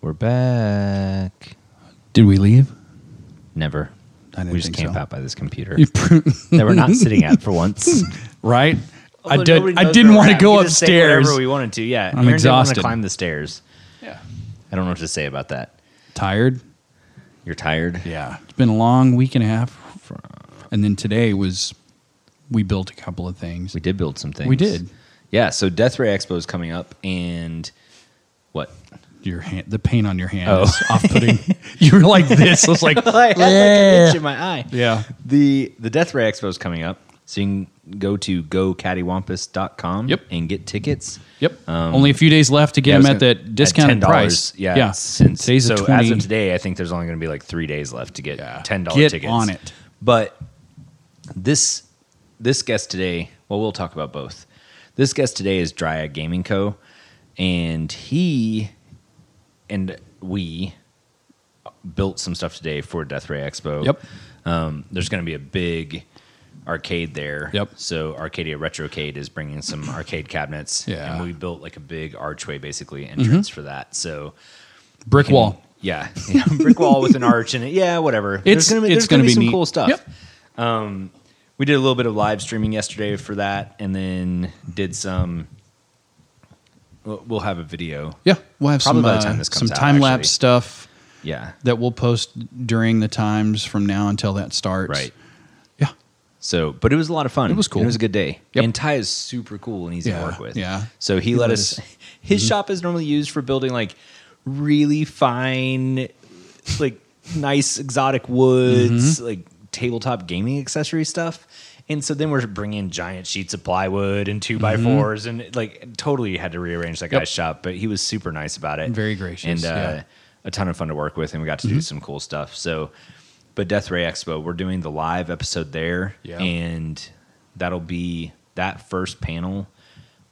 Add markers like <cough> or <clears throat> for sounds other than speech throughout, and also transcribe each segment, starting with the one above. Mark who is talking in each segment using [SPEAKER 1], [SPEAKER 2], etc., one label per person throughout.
[SPEAKER 1] We're back.
[SPEAKER 2] Did we leave?
[SPEAKER 1] Never.
[SPEAKER 2] I didn't
[SPEAKER 1] we just
[SPEAKER 2] think
[SPEAKER 1] camp
[SPEAKER 2] so.
[SPEAKER 1] out by this computer
[SPEAKER 2] You pr- <laughs>
[SPEAKER 1] that we're not sitting at for once.
[SPEAKER 2] right? I
[SPEAKER 1] Although Oh, nobody
[SPEAKER 2] did. I
[SPEAKER 1] knows
[SPEAKER 2] didn't
[SPEAKER 1] where
[SPEAKER 2] want
[SPEAKER 1] we're
[SPEAKER 2] to
[SPEAKER 1] at.
[SPEAKER 2] go
[SPEAKER 1] We just say
[SPEAKER 2] upstairs.
[SPEAKER 1] Wherever we wanted to, yeah.
[SPEAKER 2] I'm
[SPEAKER 1] Aaron didn't wanna
[SPEAKER 2] exhausted.
[SPEAKER 1] climb the stairs.
[SPEAKER 2] yeah.
[SPEAKER 1] I don't know what to say about that.
[SPEAKER 2] Tired.
[SPEAKER 1] You're tired.
[SPEAKER 2] Yeah. It's been a long week and a half. And then today was we built a couple of things.
[SPEAKER 1] We did build some things.
[SPEAKER 2] We did.
[SPEAKER 1] Yeah. So Death Ray Expo is coming up, and what?
[SPEAKER 2] Your hand, the paint on your hand
[SPEAKER 1] Oh.
[SPEAKER 2] is off-putting. you were like this. I was like,
[SPEAKER 1] <laughs> I had like an itch in my eye.
[SPEAKER 2] yeah.
[SPEAKER 1] The the Death Ray Expo is coming up, so you can go to gocattywampus.com
[SPEAKER 2] Yep.
[SPEAKER 1] and get tickets.
[SPEAKER 2] <laughs> Yep. Only a few days left to get
[SPEAKER 1] um, Yeah, I
[SPEAKER 2] them
[SPEAKER 1] was
[SPEAKER 2] at
[SPEAKER 1] gonna-
[SPEAKER 2] that discounted
[SPEAKER 1] $10.
[SPEAKER 2] price.
[SPEAKER 1] Yeah.
[SPEAKER 2] Yeah.
[SPEAKER 1] Since
[SPEAKER 2] Today's
[SPEAKER 1] so
[SPEAKER 2] the
[SPEAKER 1] as
[SPEAKER 2] 20
[SPEAKER 1] of today, I think there's only going to be like three days left to get
[SPEAKER 2] Yeah.
[SPEAKER 1] ten dollar
[SPEAKER 2] Get
[SPEAKER 1] tickets
[SPEAKER 2] on it.
[SPEAKER 1] But this this guest today, well, we'll talk about both. This guest today is Dryad Gaming Co. And he and we built some stuff today for Death Ray Expo.
[SPEAKER 2] Yep.
[SPEAKER 1] Um, there's going to be a big arcade there.
[SPEAKER 2] Yep.
[SPEAKER 1] So Arcadia Retrocade is bringing some arcade cabinets.
[SPEAKER 2] Yeah. Mm-hmm.
[SPEAKER 1] And we built like a big archway, basically entrance for that. So
[SPEAKER 2] brick wall.
[SPEAKER 1] yeah, <laughs> yeah, brick wall with an arch in it. Yeah, whatever.
[SPEAKER 2] It's-
[SPEAKER 1] gonna be,
[SPEAKER 2] it's
[SPEAKER 1] there's gonna
[SPEAKER 2] gonna
[SPEAKER 1] be,
[SPEAKER 2] be
[SPEAKER 1] some
[SPEAKER 2] neat.
[SPEAKER 1] cool stuff.
[SPEAKER 2] Yep.
[SPEAKER 1] Um, we did a little bit of live streaming yesterday for that, and then did some. We'll, we'll have a video.
[SPEAKER 2] Yeah. We'll have
[SPEAKER 1] Probably
[SPEAKER 2] some
[SPEAKER 1] by the
[SPEAKER 2] uh,
[SPEAKER 1] time this comes
[SPEAKER 2] some
[SPEAKER 1] out,
[SPEAKER 2] time
[SPEAKER 1] actually.
[SPEAKER 2] lapse stuff
[SPEAKER 1] Yeah.
[SPEAKER 2] that we'll post during the times from now until that starts.
[SPEAKER 1] Right.
[SPEAKER 2] Yeah.
[SPEAKER 1] So, but it was a lot of fun.
[SPEAKER 2] It was cool.
[SPEAKER 1] It was a good day.
[SPEAKER 2] Yep.
[SPEAKER 1] And Ty is super cool and easy to
[SPEAKER 2] Yeah,
[SPEAKER 1] work with.
[SPEAKER 2] yeah.
[SPEAKER 1] So he,
[SPEAKER 2] He
[SPEAKER 1] let
[SPEAKER 2] let
[SPEAKER 1] us.
[SPEAKER 2] us-
[SPEAKER 1] <laughs>
[SPEAKER 2] Mm-hmm.
[SPEAKER 1] His shop is normally used for building like really fine, like nice exotic woods,
[SPEAKER 2] Mm-hmm.
[SPEAKER 1] like tabletop gaming accessory stuff. And so then we're bringing giant sheets of plywood and two by fours and like totally had to rearrange that
[SPEAKER 2] Mm-hmm. Yep.
[SPEAKER 1] guy's shop, but he was super nice about it.
[SPEAKER 2] Very
[SPEAKER 1] And
[SPEAKER 2] gracious,
[SPEAKER 1] uh,
[SPEAKER 2] yeah.
[SPEAKER 1] a ton of fun to work with, and we got to do some cool stuff. So, but Death Ray Expo, we're doing the live episode there,
[SPEAKER 2] Yeah.
[SPEAKER 1] and that'll be that first panel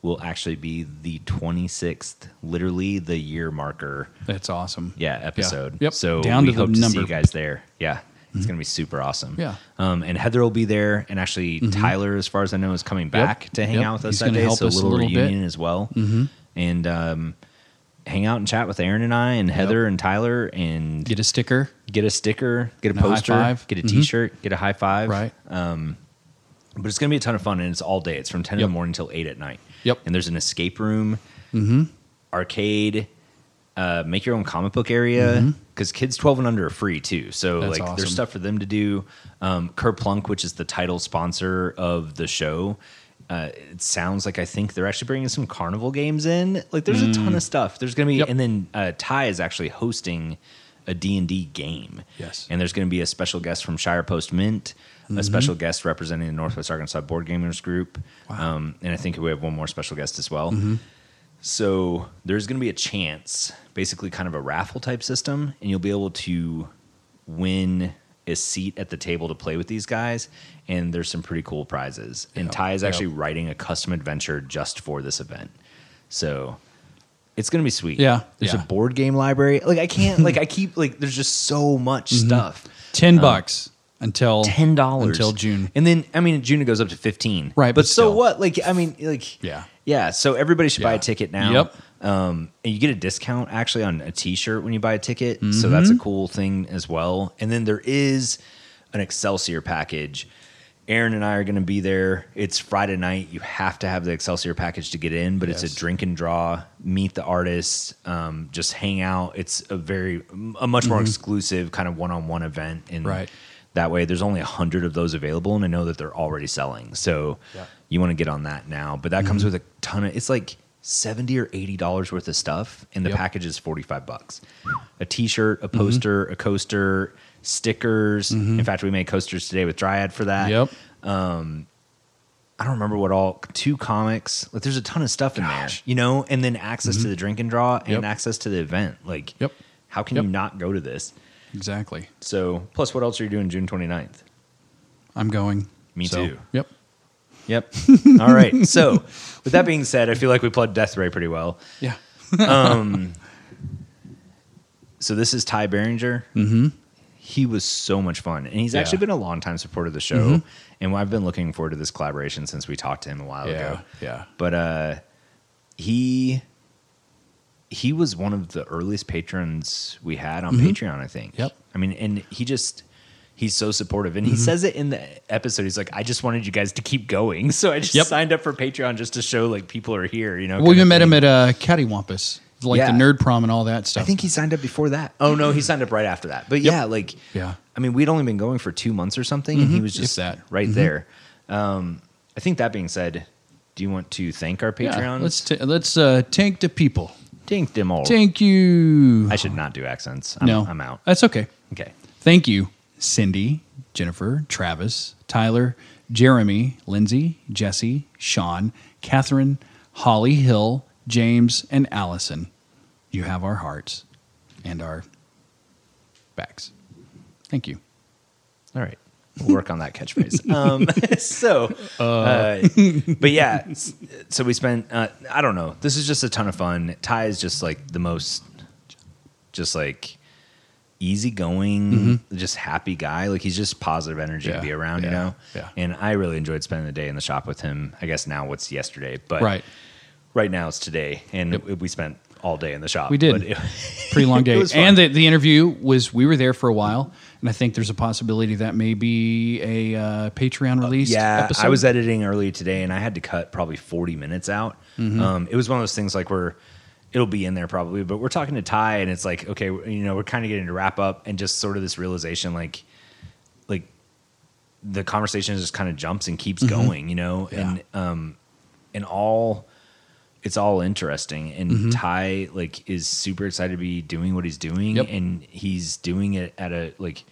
[SPEAKER 1] will actually be the 26th, literally the year marker.
[SPEAKER 2] That's awesome.
[SPEAKER 1] Yeah, episode.
[SPEAKER 2] Yep.
[SPEAKER 1] So
[SPEAKER 2] Down
[SPEAKER 1] we
[SPEAKER 2] to the
[SPEAKER 1] hope to see
[SPEAKER 2] number.
[SPEAKER 1] you
[SPEAKER 2] Mm-hmm.
[SPEAKER 1] guys there. Yeah. It's gonna be super awesome.
[SPEAKER 2] Yeah. Mm-hmm.
[SPEAKER 1] Um, and Heather will be there, and actually Tyler, as far as I know, is coming back to hang
[SPEAKER 2] Yep.
[SPEAKER 1] out with us
[SPEAKER 2] He's
[SPEAKER 1] that
[SPEAKER 2] gonna
[SPEAKER 1] day.
[SPEAKER 2] help
[SPEAKER 1] so
[SPEAKER 2] us a
[SPEAKER 1] little,
[SPEAKER 2] little bit.
[SPEAKER 1] reunion as well. Mm-hmm. And um, hang out and chat with Aaron and I, and Heather and Tyler, and
[SPEAKER 2] Get a sticker.
[SPEAKER 1] get a sticker, get a
[SPEAKER 2] And a high
[SPEAKER 1] poster,
[SPEAKER 2] five.
[SPEAKER 1] get a
[SPEAKER 2] Mhm.
[SPEAKER 1] shirt get a high five. Um,
[SPEAKER 2] Right.
[SPEAKER 1] But it's going to be a ton of fun, and it's all day. It's from 10 in
[SPEAKER 2] Yep.
[SPEAKER 1] the morning till 8 at night.
[SPEAKER 2] Yep. Mm-hmm.
[SPEAKER 1] And there's an escape room, arcade, uh, make your own comic book area, because kids 12 and under are free too. So,
[SPEAKER 2] Mm-hmm. That's
[SPEAKER 1] like,
[SPEAKER 2] awesome.
[SPEAKER 1] there's stuff for them to do. Um, Kerplunk, which is the title sponsor of the show, uh, it sounds like I think they're actually bringing some carnival games in. Like, there's a ton of stuff. There's going to be,
[SPEAKER 2] Mm. Yep.
[SPEAKER 1] and then uh, Ty is actually hosting a D&D game.
[SPEAKER 2] Yes. Mm-hmm.
[SPEAKER 1] And there's going to be a special guest from Shire Post Mint, a special guest representing the Northwest Arkansas Board Gamers Group. Um, and I think we have one more special guest as well.
[SPEAKER 2] Mm-hmm.
[SPEAKER 1] So there's going to be a chance, basically kind of a raffle type system, and you'll be able to win a seat at the table to play with these guys. And there's some pretty cool prizes. And
[SPEAKER 2] Yeah.
[SPEAKER 1] Ty is
[SPEAKER 2] Yeah.
[SPEAKER 1] actually writing a custom adventure just for this event. So it's going to be sweet.
[SPEAKER 2] Yeah.
[SPEAKER 1] There's
[SPEAKER 2] Yeah.
[SPEAKER 1] a board game library. Like I can't, like I keep, like there's just so much
[SPEAKER 2] Mm-hmm.
[SPEAKER 1] stuff. Uh,
[SPEAKER 2] 10 bucks until
[SPEAKER 1] ten dollars
[SPEAKER 2] until June.
[SPEAKER 1] and then I mean in June it goes up to fifteen.
[SPEAKER 2] Right,
[SPEAKER 1] but,
[SPEAKER 2] but
[SPEAKER 1] so
[SPEAKER 2] still.
[SPEAKER 1] what? Like I mean, like
[SPEAKER 2] Yeah.
[SPEAKER 1] yeah. So everybody should buy a
[SPEAKER 2] Yeah.
[SPEAKER 1] ticket now.
[SPEAKER 2] Yep.
[SPEAKER 1] Um, and you get a discount actually on a T-shirt when you buy a ticket,
[SPEAKER 2] Mm-hmm.
[SPEAKER 1] so that's a cool thing as well. And then there is an Excelsior package. Aaron and I are going to be there. It's Friday night. You have to have the Excelsior package to get in, but it's
[SPEAKER 2] Yes.
[SPEAKER 1] a drink and draw, meet the artists, um, just hang out. It's a very a much more exclusive kind of one-on-one event, and
[SPEAKER 2] Mm-hmm. Right.
[SPEAKER 1] that way, there's only 100 of those available, and I know that they're already selling. So
[SPEAKER 2] Yeah. Mm-hmm.
[SPEAKER 1] you want to get on that now. But that comes with a ton of, it's like 70 or $80 worth of stuff, and the
[SPEAKER 2] Yep. Mm-hmm.
[SPEAKER 1] package is 45 bucks. A t shirt, a poster, a coaster, stickers. In fact, we made coasters today with Dryad for that.
[SPEAKER 2] Yep.
[SPEAKER 1] I don't remember what all, two comics. Like there's a ton of stuff in there,
[SPEAKER 2] Gosh. Mm-hmm.
[SPEAKER 1] you know? And then access to the drink and draw and
[SPEAKER 2] Yep.
[SPEAKER 1] access to the event. Like,
[SPEAKER 2] Yep.
[SPEAKER 1] how can you
[SPEAKER 2] Yep.
[SPEAKER 1] not go to this?
[SPEAKER 2] Exactly.
[SPEAKER 1] So, plus, what else are you doing June 29th?
[SPEAKER 2] I'm going.
[SPEAKER 1] Me too.
[SPEAKER 2] Yep.
[SPEAKER 1] Yep. All right. So, with that being said, I feel like we plugged Death Ray pretty well.
[SPEAKER 2] Yeah.
[SPEAKER 1] So, this is Ty Behringer. Mm-hmm. He was so much fun. And he's
[SPEAKER 2] Yeah.
[SPEAKER 1] actually been a longtime supporter of the show. And I've been looking forward to this collaboration since we talked to him a while
[SPEAKER 2] Yeah.
[SPEAKER 1] ago.
[SPEAKER 2] Yeah.
[SPEAKER 1] But uh, he uh, he was one of the earliest patrons we had on Patreon, I think.
[SPEAKER 2] Mm-hmm. Yep. Mm-hmm.
[SPEAKER 1] I mean, and he just he's so supportive, and he says it in the episode. He's like, "I just wanted you guys to keep going, <laughs> so I just
[SPEAKER 2] Yep.
[SPEAKER 1] signed up for Patreon just to show like people are here." You know,
[SPEAKER 2] Well,
[SPEAKER 1] kinda
[SPEAKER 2] we met
[SPEAKER 1] thing.
[SPEAKER 2] him at uh, Cattywampus, like
[SPEAKER 1] Yeah.
[SPEAKER 2] the nerd prom and all that stuff.
[SPEAKER 1] I think he signed up before that. Oh no, he signed up right after that. But yeah, like
[SPEAKER 2] Yeah. Mm-hmm.
[SPEAKER 1] I mean, we'd only been going for two months or something, and he was
[SPEAKER 2] If
[SPEAKER 1] just
[SPEAKER 2] that.
[SPEAKER 1] right there. Um, I think that being said, do you want to thank our
[SPEAKER 2] Yeah,
[SPEAKER 1] Patreon?
[SPEAKER 2] let's t- let's uh, tank the people.
[SPEAKER 1] thank them all.
[SPEAKER 2] Thank you.
[SPEAKER 1] I should not do accents. I'm,
[SPEAKER 2] no, Uh,
[SPEAKER 1] I'm out.
[SPEAKER 2] That's okay.
[SPEAKER 1] Okay.
[SPEAKER 2] Thank you, Cindy, Jennifer, Travis, Tyler, Jeremy, Lindsay, Jesse, Sean, Catherine, Holly Hill, James, and Allison. You have our hearts and our backs. Thank you.
[SPEAKER 1] All right. We'll work on that
[SPEAKER 2] <laughs>
[SPEAKER 1] catchphrase. Um, <laughs> so, uh, but yeah, s- so we spent, uh, I don't know. This is just a ton of fun. Ty is just like the most, just like easygoing, just happy guy. Like he's just positive energy
[SPEAKER 2] Mm-hmm. Yeah,
[SPEAKER 1] to be around, you
[SPEAKER 2] yeah,
[SPEAKER 1] know?
[SPEAKER 2] yeah.
[SPEAKER 1] And I really enjoyed spending the day in the shop with him. I guess now what's yesterday, but
[SPEAKER 2] Right.
[SPEAKER 1] right now it's today. And
[SPEAKER 2] Yep.
[SPEAKER 1] we spent all day in the shop.
[SPEAKER 2] We did.
[SPEAKER 1] But it-
[SPEAKER 2] <laughs> Pretty
[SPEAKER 1] <laughs>
[SPEAKER 2] long
[SPEAKER 1] It
[SPEAKER 2] day.
[SPEAKER 1] was fun.
[SPEAKER 2] And the, the interview was, we were there for a while, and I think there's a possibility that may be a uh, Patreon release.
[SPEAKER 1] yeah
[SPEAKER 2] episode.
[SPEAKER 1] i was editing earlier today and i had to cut probably 40 minutes out
[SPEAKER 2] Mm-hmm.
[SPEAKER 1] um, it was one of those things like where it'll be in there probably but we're talking to ty and it's like okay you know we're kind of getting to wrap up and just sort of this realization like like the conversation just kind of jumps and
[SPEAKER 2] Mm-hmm.
[SPEAKER 1] keeps going you know and um and all it's all interesting and
[SPEAKER 2] Mm-hmm.
[SPEAKER 1] ty like is super excited to be doing what he's doing
[SPEAKER 2] Yep.
[SPEAKER 1] and he's doing it at a like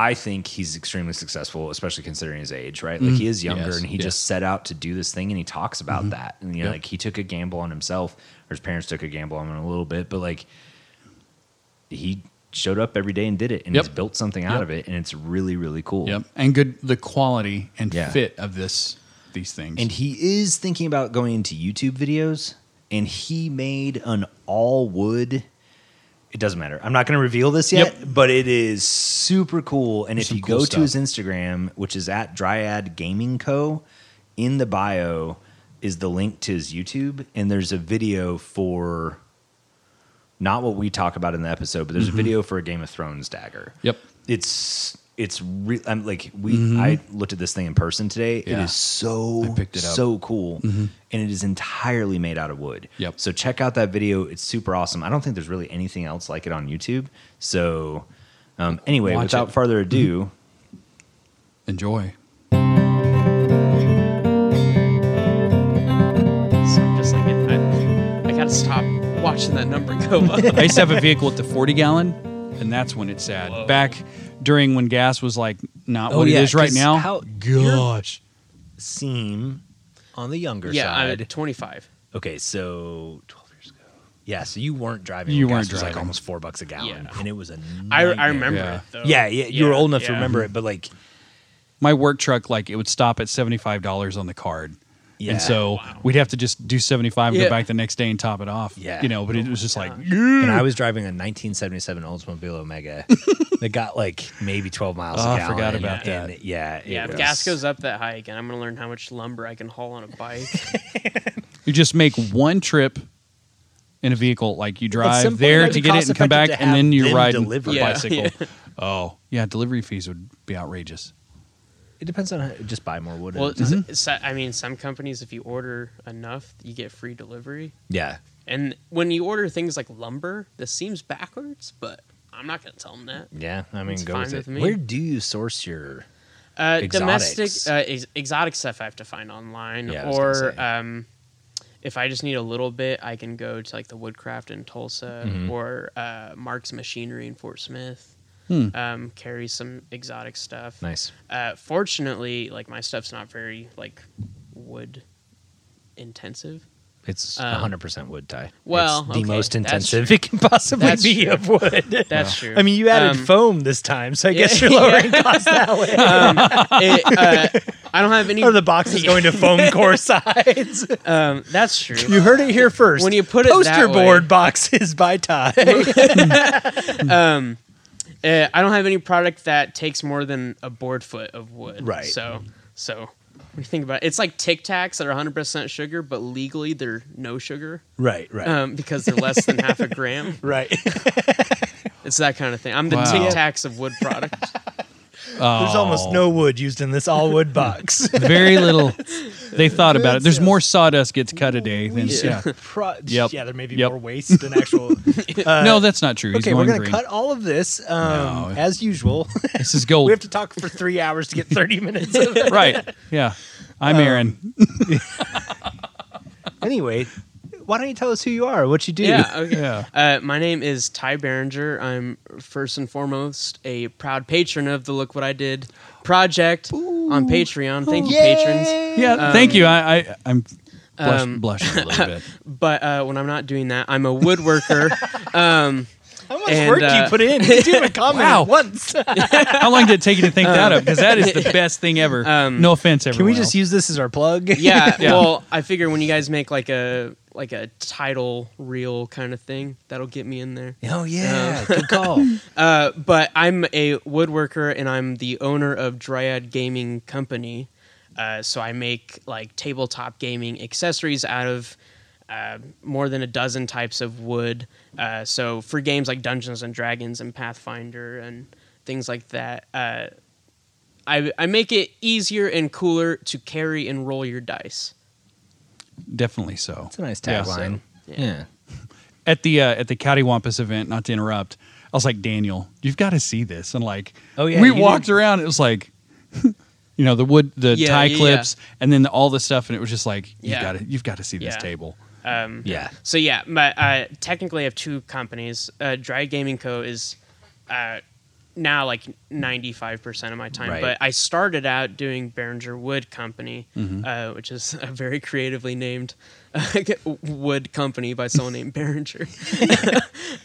[SPEAKER 1] I think he's extremely successful, especially considering his age, right? Like he is younger
[SPEAKER 2] Mm-hmm. Yes,
[SPEAKER 1] and he
[SPEAKER 2] yes. Mm-hmm.
[SPEAKER 1] just set out to do this thing and he talks about that. And you know,
[SPEAKER 2] Yep.
[SPEAKER 1] like he took a gamble on himself, or his parents took a gamble on him a little bit, but like he showed up every day and did it and
[SPEAKER 2] Yep.
[SPEAKER 1] he's built something out
[SPEAKER 2] Yep.
[SPEAKER 1] of it and it's really, really cool.
[SPEAKER 2] Yep. And good, the quality and
[SPEAKER 1] Yeah.
[SPEAKER 2] fit of this, these things.
[SPEAKER 1] And he is thinking about going into YouTube videos and he made an all wood it doesn't matter. I'm not going to reveal this yet,
[SPEAKER 2] Yep.
[SPEAKER 1] but it is super cool. And if
[SPEAKER 2] Some
[SPEAKER 1] you
[SPEAKER 2] cool
[SPEAKER 1] go
[SPEAKER 2] stuff.
[SPEAKER 1] to his Instagram, which is at Dryad Gaming Co, in the bio is the link to his YouTube, and there's a video for not what we talk about in the episode, but there's a video for a Game of Thrones dagger.
[SPEAKER 2] Mm-hmm. Yep. Mm-hmm.
[SPEAKER 1] It's it's re- I'm like we I looked at this thing in person today. It
[SPEAKER 2] Yeah.
[SPEAKER 1] is so
[SPEAKER 2] I picked it up. Mm-hmm.
[SPEAKER 1] so cool, and it is entirely made out of wood.
[SPEAKER 2] Yep.
[SPEAKER 1] So check out that video. It's super awesome. I don't think there's really anything else like it on YouTube. So um, anyway,
[SPEAKER 2] Watch
[SPEAKER 1] without
[SPEAKER 2] it. Mm-hmm.
[SPEAKER 1] further ado,
[SPEAKER 2] Enjoy.
[SPEAKER 3] So I'm just like, I, I gotta stop watching that number go
[SPEAKER 1] <laughs>
[SPEAKER 3] up.
[SPEAKER 2] I used to have a vehicle with the 40 gallon, and that's when it's sad. Back during when gas was like not what it is right
[SPEAKER 1] Oh, 'cause
[SPEAKER 2] now.
[SPEAKER 1] How, Gosh, seem on the younger
[SPEAKER 3] yeah, I'm
[SPEAKER 1] side.
[SPEAKER 3] at 25.
[SPEAKER 1] okay, so twelve years ago. Yeah, so you weren't driving.
[SPEAKER 2] You
[SPEAKER 1] when
[SPEAKER 2] weren't
[SPEAKER 1] gas was like
[SPEAKER 2] driving.
[SPEAKER 1] almost four bucks a gallon,
[SPEAKER 3] Yeah.
[SPEAKER 1] and it was a.
[SPEAKER 3] I, I
[SPEAKER 1] nightmare.
[SPEAKER 3] remember
[SPEAKER 2] Yeah.
[SPEAKER 3] it though.
[SPEAKER 1] Yeah, yeah, you were old enough to
[SPEAKER 3] yeah.
[SPEAKER 1] remember it, but like,
[SPEAKER 2] My work truck, like it would stop at seventy five dollars on the card,
[SPEAKER 1] yeah.
[SPEAKER 2] and so we'd have to just do seventy five and
[SPEAKER 3] Yeah.
[SPEAKER 2] go back the next day and top it off.
[SPEAKER 1] Yeah. Oh
[SPEAKER 2] you know. But it was just like
[SPEAKER 1] and
[SPEAKER 2] Mm.
[SPEAKER 1] I was driving a 1977 Oldsmobile
[SPEAKER 2] <laughs>
[SPEAKER 1] Omega that got like maybe 12 miles.
[SPEAKER 2] Oh,
[SPEAKER 1] a
[SPEAKER 2] I
[SPEAKER 1] gallon,
[SPEAKER 2] forgot about
[SPEAKER 1] and
[SPEAKER 2] that.
[SPEAKER 1] yeah, it
[SPEAKER 3] Yeah, if
[SPEAKER 1] was-
[SPEAKER 3] gas goes up that high again, I'm gonna learn how much lumber I can haul on a bike.
[SPEAKER 1] <laughs>
[SPEAKER 2] you just make one trip in a vehicle, like you
[SPEAKER 1] some
[SPEAKER 2] drive
[SPEAKER 1] point
[SPEAKER 2] there
[SPEAKER 1] it'd
[SPEAKER 2] to
[SPEAKER 1] be
[SPEAKER 2] get it and come
[SPEAKER 1] cost-effective
[SPEAKER 2] back,
[SPEAKER 1] to
[SPEAKER 2] and then
[SPEAKER 1] have
[SPEAKER 2] you
[SPEAKER 1] them
[SPEAKER 2] ride
[SPEAKER 1] deliver.
[SPEAKER 2] a
[SPEAKER 1] <laughs>
[SPEAKER 3] Yeah,
[SPEAKER 2] bicycle.
[SPEAKER 3] yeah.
[SPEAKER 2] Oh yeah, delivery fees would be outrageous.
[SPEAKER 1] It depends on how, just buy more wood.
[SPEAKER 3] well,
[SPEAKER 1] and just-
[SPEAKER 3] s- so- I mean, some companies, if you order enough, you get free delivery.
[SPEAKER 1] yeah,
[SPEAKER 3] And when you order things like lumber, this seems backwards, but I'm not gonna tell them that.
[SPEAKER 1] yeah. I mean,
[SPEAKER 3] It's
[SPEAKER 1] go
[SPEAKER 3] fine
[SPEAKER 1] with it.
[SPEAKER 3] with me.
[SPEAKER 1] Where do you source your?
[SPEAKER 3] Uh,
[SPEAKER 1] Exotics.
[SPEAKER 3] domestic uh, ex- exotic stuff I have to find online,
[SPEAKER 1] Yeah, I was gonna say.
[SPEAKER 3] or um, if I just need a little bit, I can go to like the Woodcraft in Tulsa
[SPEAKER 1] Mm-hmm.
[SPEAKER 3] or uh, Mark's Machinery in Fort Smith.
[SPEAKER 2] Hmm.
[SPEAKER 3] Um, carry some exotic stuff.
[SPEAKER 1] Nice.
[SPEAKER 3] Uh, fortunately, like my stuff's not very like wood intensive.
[SPEAKER 1] <laughs> It's
[SPEAKER 3] Um,
[SPEAKER 1] 100% wood tie.
[SPEAKER 3] well,
[SPEAKER 1] it's the
[SPEAKER 3] okay,
[SPEAKER 1] most
[SPEAKER 3] that's
[SPEAKER 1] intensive <laughs> it can possibly
[SPEAKER 3] That's
[SPEAKER 1] be
[SPEAKER 3] true.
[SPEAKER 1] of wood.
[SPEAKER 3] That's true.
[SPEAKER 1] I mean, you added
[SPEAKER 3] Um,
[SPEAKER 1] foam this time, so I guess
[SPEAKER 3] yeah,
[SPEAKER 1] you're lowering costs that way.
[SPEAKER 3] Um, it,
[SPEAKER 1] <laughs>
[SPEAKER 3] uh, I don't have any.
[SPEAKER 1] Or the box
[SPEAKER 3] <laughs>
[SPEAKER 1] is going to foam core sides.
[SPEAKER 3] um, that's true.
[SPEAKER 1] <laughs> You heard it here first.
[SPEAKER 3] When you put it that
[SPEAKER 1] poster
[SPEAKER 3] way-
[SPEAKER 1] board boxes by tie.
[SPEAKER 3] um, uh, I don't have any product that takes more than a board foot of wood.
[SPEAKER 1] Right.
[SPEAKER 3] So, so When you think about it, it's like Tic Tacs that are 100% sugar, but legally they're no sugar
[SPEAKER 1] Right, right,
[SPEAKER 3] um, because they're less than half a gram.
[SPEAKER 1] right. <laughs> There's
[SPEAKER 3] It's that kind of thing. I'm the
[SPEAKER 2] Wow.
[SPEAKER 3] Tic Tacs of wood products. Oh.
[SPEAKER 1] almost no wood used in this all
[SPEAKER 3] <laughs>
[SPEAKER 1] wood box. <laughs>
[SPEAKER 2] Very little. They thought about it. There's more sawdust gets cut a
[SPEAKER 1] Oh,
[SPEAKER 2] day than yeah.
[SPEAKER 3] Yeah.
[SPEAKER 1] Pro-
[SPEAKER 2] Yep.
[SPEAKER 1] Yeah, there may be
[SPEAKER 2] Yep.
[SPEAKER 1] more waste than
[SPEAKER 3] <laughs>
[SPEAKER 1] actual.
[SPEAKER 2] no, that's not true. He's
[SPEAKER 1] Uh, okay, we're
[SPEAKER 2] going
[SPEAKER 1] gonna
[SPEAKER 2] green.
[SPEAKER 1] cut all of this um,
[SPEAKER 2] No.
[SPEAKER 1] as usual.
[SPEAKER 2] This is
[SPEAKER 1] <laughs> we
[SPEAKER 2] gold.
[SPEAKER 1] have to talk for three hours to get thirty minutes. Of it. Um,
[SPEAKER 2] right. Yeah. I'm Aaron.
[SPEAKER 1] <laughs> Anyway, why don't you tell us who you are, what you do?
[SPEAKER 3] Yeah, okay.
[SPEAKER 2] Yeah.
[SPEAKER 3] Uh, my name is Ty Berenger. I'm first and foremost a proud patron of the Look What I Did project on Patreon. Thank you, patrons.
[SPEAKER 2] Yeah. thank you. I, I I'm blush,
[SPEAKER 3] um,
[SPEAKER 2] blushing
[SPEAKER 1] <laughs>
[SPEAKER 2] a little bit.
[SPEAKER 3] But uh, when I'm not doing that, I'm a woodworker.
[SPEAKER 1] How much
[SPEAKER 3] And,
[SPEAKER 1] work do you
[SPEAKER 3] uh,
[SPEAKER 1] put in? You do
[SPEAKER 3] <laughs>
[SPEAKER 1] a comment
[SPEAKER 2] Wow.
[SPEAKER 1] <laughs> once.
[SPEAKER 2] How long did it take you to think that up? Because that is
[SPEAKER 1] <laughs>
[SPEAKER 2] the best thing ever. no offense, everyone.
[SPEAKER 1] Um, Can we just
[SPEAKER 2] else.
[SPEAKER 1] use this as our plug?
[SPEAKER 3] yeah,
[SPEAKER 2] Yeah.
[SPEAKER 3] Well, I figure when you guys make like a like a title reel kind of thing, that'll get me in there.
[SPEAKER 1] <laughs> Oh yeah, good
[SPEAKER 3] <laughs>
[SPEAKER 1] call.
[SPEAKER 3] Uh, but I'm a woodworker and I'm the owner of Dryad Gaming Company. Uh, so I make like tabletop gaming accessories out of uh, more than a dozen types of wood. Uh, so for games like Dungeons and Dragons and Pathfinder and things like that, uh, I, I make it easier and cooler to carry and roll your dice.
[SPEAKER 2] Definitely so.
[SPEAKER 4] It's a nice
[SPEAKER 2] Yeah.
[SPEAKER 4] tagline.
[SPEAKER 3] Yeah.
[SPEAKER 4] yeah.
[SPEAKER 2] At the uh, at the Cattywampus event, not to interrupt, I was like, Daniel, you've got to see this. And like,
[SPEAKER 4] Oh, yeah,
[SPEAKER 2] we
[SPEAKER 4] you
[SPEAKER 2] walked
[SPEAKER 4] did.
[SPEAKER 2] around. It was like, <laughs> you know, the wood, the
[SPEAKER 3] Yeah,
[SPEAKER 2] tie
[SPEAKER 3] yeah, yeah.
[SPEAKER 2] clips, and then all the stuff, and it was just like, you've
[SPEAKER 3] Yeah.
[SPEAKER 2] got to, you've got to see this
[SPEAKER 3] Yeah.
[SPEAKER 2] table.
[SPEAKER 3] Mm-hmm.
[SPEAKER 4] Yeah.
[SPEAKER 3] So yeah, my uh, technically I have two companies. Uh, Dry Gaming Co is uh, now like ninety five percent of my time,
[SPEAKER 4] Right.
[SPEAKER 3] but I started out doing Behringer Wood Company,
[SPEAKER 4] Mm-hmm.
[SPEAKER 3] uh, which is a very creatively named <laughs> wood company by someone named Behringer. <laughs>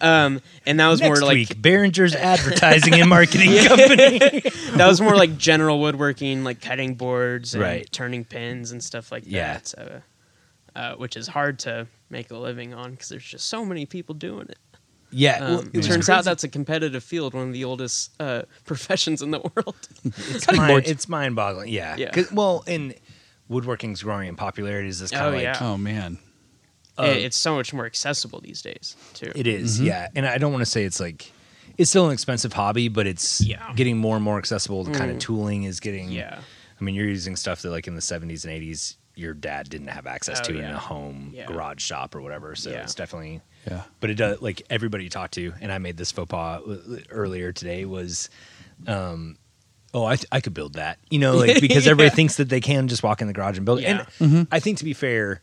[SPEAKER 3] um, and that was
[SPEAKER 1] Next
[SPEAKER 3] more like
[SPEAKER 1] week,
[SPEAKER 3] <laughs>
[SPEAKER 1] Behringer's Advertising and Marketing Company.
[SPEAKER 3] that was more like general woodworking, like cutting boards and
[SPEAKER 4] Right.
[SPEAKER 3] turning pins and stuff like
[SPEAKER 4] Yeah.
[SPEAKER 3] that. So, uh, which is hard to make a living on because there's just so many people doing it.
[SPEAKER 1] Yeah, well,
[SPEAKER 3] Um,
[SPEAKER 1] it was
[SPEAKER 3] turns out
[SPEAKER 1] crazy.
[SPEAKER 3] that's a competitive field, one of the oldest uh, <laughs> professions in the world.
[SPEAKER 1] it's
[SPEAKER 2] cutting
[SPEAKER 1] mind,
[SPEAKER 2] boards.
[SPEAKER 1] it's mind boggling. Yeah,
[SPEAKER 3] Yeah.
[SPEAKER 1] 'Cause- well, and woodworking's growing in popularity. Is this kind
[SPEAKER 3] Oh,
[SPEAKER 1] of like
[SPEAKER 3] yeah.
[SPEAKER 2] Oh man,
[SPEAKER 1] Uh,
[SPEAKER 3] It- it's so much more accessible these days, too.
[SPEAKER 1] it is, Yeah, and I don't want to say it's like it's still an expensive hobby, but it's
[SPEAKER 3] Yeah. Mm.
[SPEAKER 1] getting more and more accessible. The kind of tooling is getting.
[SPEAKER 3] Yeah.
[SPEAKER 1] I mean, you're using stuff that like in the 70s and 80s, your dad didn't have access
[SPEAKER 3] Oh,
[SPEAKER 1] to in
[SPEAKER 3] yeah.
[SPEAKER 1] a home
[SPEAKER 3] Yeah.
[SPEAKER 1] garage shop or whatever. So
[SPEAKER 3] Yeah.
[SPEAKER 1] it's definitely
[SPEAKER 2] yeah.
[SPEAKER 1] but it does like everybody you talk to and i made this faux pas uh, earlier today was um oh i, I could build that you know
[SPEAKER 3] <laughs>
[SPEAKER 1] like because everybody thinks that they can just walk in the garage and build it and
[SPEAKER 3] Mm-hmm.
[SPEAKER 1] i think to be fair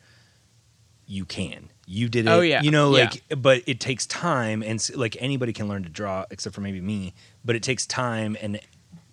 [SPEAKER 1] you can you did it
[SPEAKER 3] Oh, yeah.
[SPEAKER 1] you know
[SPEAKER 3] Yeah.
[SPEAKER 1] like but it takes time and s- like anybody can learn to draw except for maybe me but it takes time and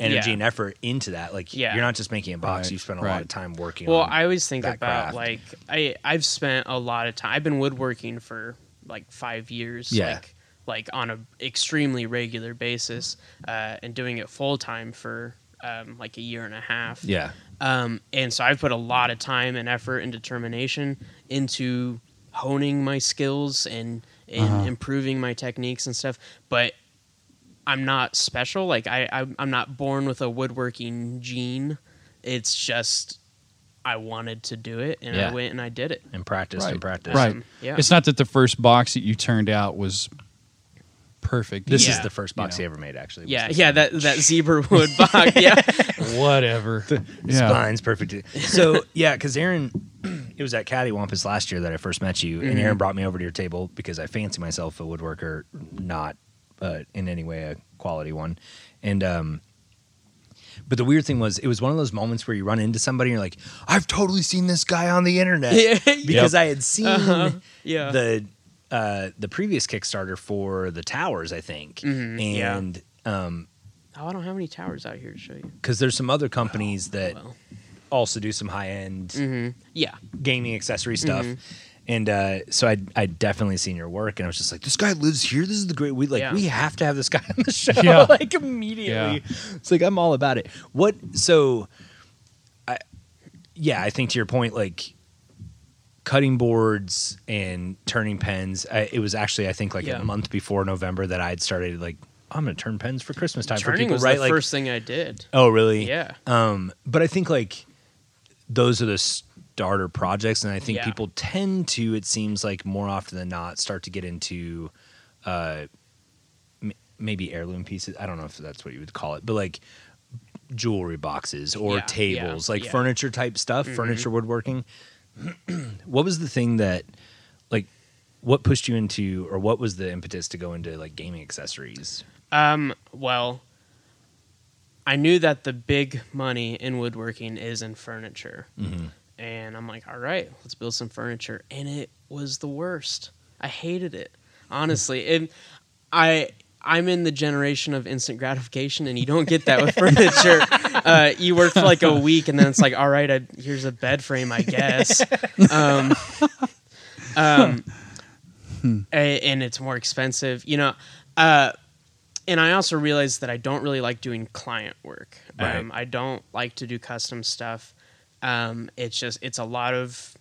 [SPEAKER 1] energy
[SPEAKER 3] Yeah.
[SPEAKER 1] and effort into that like
[SPEAKER 3] Yeah.
[SPEAKER 1] you're not just making a box
[SPEAKER 2] Right,
[SPEAKER 1] you spend a
[SPEAKER 2] right.
[SPEAKER 1] lot of time working
[SPEAKER 3] Well,
[SPEAKER 1] on
[SPEAKER 3] I always think
[SPEAKER 1] that
[SPEAKER 3] about
[SPEAKER 1] craft.
[SPEAKER 3] like I I've spent a lot of time. I've been woodworking for like five years.
[SPEAKER 1] Yeah.
[SPEAKER 3] Like, like on a extremely regular basis, uh, and doing it full time for um, like a year and a half.
[SPEAKER 1] yeah
[SPEAKER 3] Um, and so I've put a lot of time and effort and determination into honing my skills and, and
[SPEAKER 1] Uh-huh.
[SPEAKER 3] improving my techniques and stuff. But I'm not special. Like I, I'm, I'm not born with a woodworking gene. It's just I wanted to do it, and
[SPEAKER 4] Yeah.
[SPEAKER 3] I went and I did it.
[SPEAKER 1] and practice
[SPEAKER 2] Right.
[SPEAKER 1] and practice
[SPEAKER 2] Right.
[SPEAKER 3] Um, yeah.
[SPEAKER 2] It's not that the first box that you turned out was perfect.
[SPEAKER 1] this
[SPEAKER 3] Yeah.
[SPEAKER 1] is the first box
[SPEAKER 2] You
[SPEAKER 1] he ever made actually was
[SPEAKER 3] Yeah,
[SPEAKER 1] this
[SPEAKER 3] yeah.
[SPEAKER 1] one.
[SPEAKER 3] That that zebra wood
[SPEAKER 1] <laughs>
[SPEAKER 3] box. Yeah,
[SPEAKER 2] <laughs> Whatever. yeah.
[SPEAKER 1] spine's perfect.
[SPEAKER 3] <laughs>
[SPEAKER 1] So yeah, because Aaron, <clears throat> it was at Cattywampus last year that I first met you,
[SPEAKER 3] Mm-hmm.
[SPEAKER 1] and Aaron brought me over to your table because I fancy myself a woodworker, not uh, in any way a quality one, and um. But the weird thing was, it was one of those moments where you run into somebody and you're like, I've totally seen this guy on the internet.
[SPEAKER 3] <laughs> Yeah. Uh-huh.
[SPEAKER 1] Because I had seen
[SPEAKER 3] yeah.
[SPEAKER 1] the uh, the previous Kickstarter for the towers, I think.
[SPEAKER 3] Mm-hmm. yeah.
[SPEAKER 1] And
[SPEAKER 3] oh, I don't have any towers out here to show you.
[SPEAKER 1] because there's some other companies that
[SPEAKER 3] Oh, well.
[SPEAKER 1] also do some high end
[SPEAKER 3] Yeah,
[SPEAKER 1] gaming accessory stuff.
[SPEAKER 3] Mm-hmm.
[SPEAKER 1] And uh, so I I definitely seen your work, and I was just like, this guy lives here. This is the great. We like
[SPEAKER 3] Yeah.
[SPEAKER 1] we have to have this guy on the show
[SPEAKER 2] Yeah.
[SPEAKER 1] <laughs> like immediately. It's like I'm all about it. What so? I yeah, I think to your point, like cutting boards and turning pens. I, it was actually I think like
[SPEAKER 3] Yeah.
[SPEAKER 1] a month before November that I'd started like "Oh, I'm gonna turn pens for Christmas time for
[SPEAKER 3] turning
[SPEAKER 1] people,
[SPEAKER 3] was
[SPEAKER 1] right?
[SPEAKER 3] the
[SPEAKER 1] like
[SPEAKER 3] first thing I did.
[SPEAKER 1] oh really?
[SPEAKER 3] Yeah.
[SPEAKER 1] Um, but I think like those are the starter projects, and I think
[SPEAKER 3] Yeah.
[SPEAKER 1] people tend to. It seems like more often than not, start to get into uh, m- maybe heirloom pieces. I don't know if that's what you would call it, but like jewelry boxes or
[SPEAKER 3] Yeah, yeah,
[SPEAKER 1] tables, like
[SPEAKER 3] yeah. Mm-hmm.
[SPEAKER 1] furniture type stuff, furniture woodworking. <clears throat> what was the thing that like what pushed you into or what was the impetus to go into like gaming accessories?
[SPEAKER 3] Um, well, I knew that the big money in woodworking is in furniture. And I'm like, all right, let's build some furniture. And it was the worst. I hated it. Honestly. And I I'm in the generation of instant gratification and you don't get that with <laughs> furniture. Uh, you work for like a week and then it's like, all right, I, here's a bed frame, I guess. Um, um, a- and it's more expensive, you know. Uh, and I also realized that I don't really like doing client work.
[SPEAKER 1] Right.
[SPEAKER 3] Um, I don't like to do custom stuff. Um, it's just it's a lot of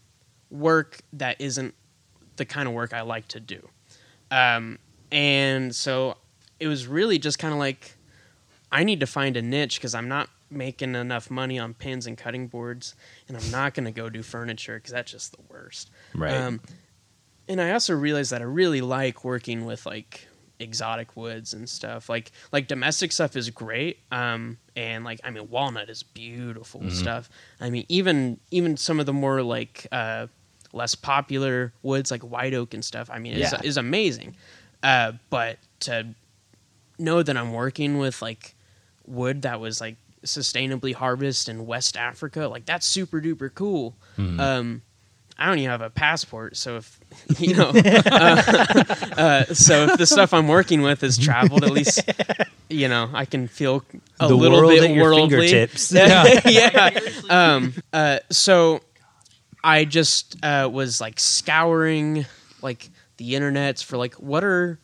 [SPEAKER 3] work that isn't the kind of work I like to do. Um, and so it was really just kind of like I need to find a niche because I'm not making enough money on pins and cutting boards, and I'm not going to go do furniture because that's just the worst.
[SPEAKER 4] Right.
[SPEAKER 3] Um, and I also realized that I really like working with like exotic woods and stuff. Like like domestic stuff is great. Um, and like I mean walnut is beautiful
[SPEAKER 4] Mm-hmm.
[SPEAKER 3] stuff. I mean even even some of the more like uh, less popular woods like white oak and stuff. I mean is
[SPEAKER 4] Yeah.
[SPEAKER 3] is amazing. Uh, but to know that I'm working with like wood that was like sustainably harvested in West Africa, like that's super duper cool.
[SPEAKER 1] Mm.
[SPEAKER 3] Um, I don't even have a passport, so if <laughs> you know, uh, <laughs> uh, so if the stuff I'm working with is traveled, at least
[SPEAKER 1] <laughs>
[SPEAKER 3] you know I can feel a
[SPEAKER 1] The
[SPEAKER 3] little
[SPEAKER 1] world
[SPEAKER 3] bit
[SPEAKER 1] at your
[SPEAKER 3] worldly.
[SPEAKER 1] fingertips.
[SPEAKER 3] <laughs> Yeah, yeah. Um, uh, so I just uh, was like scouring like the internets for like what are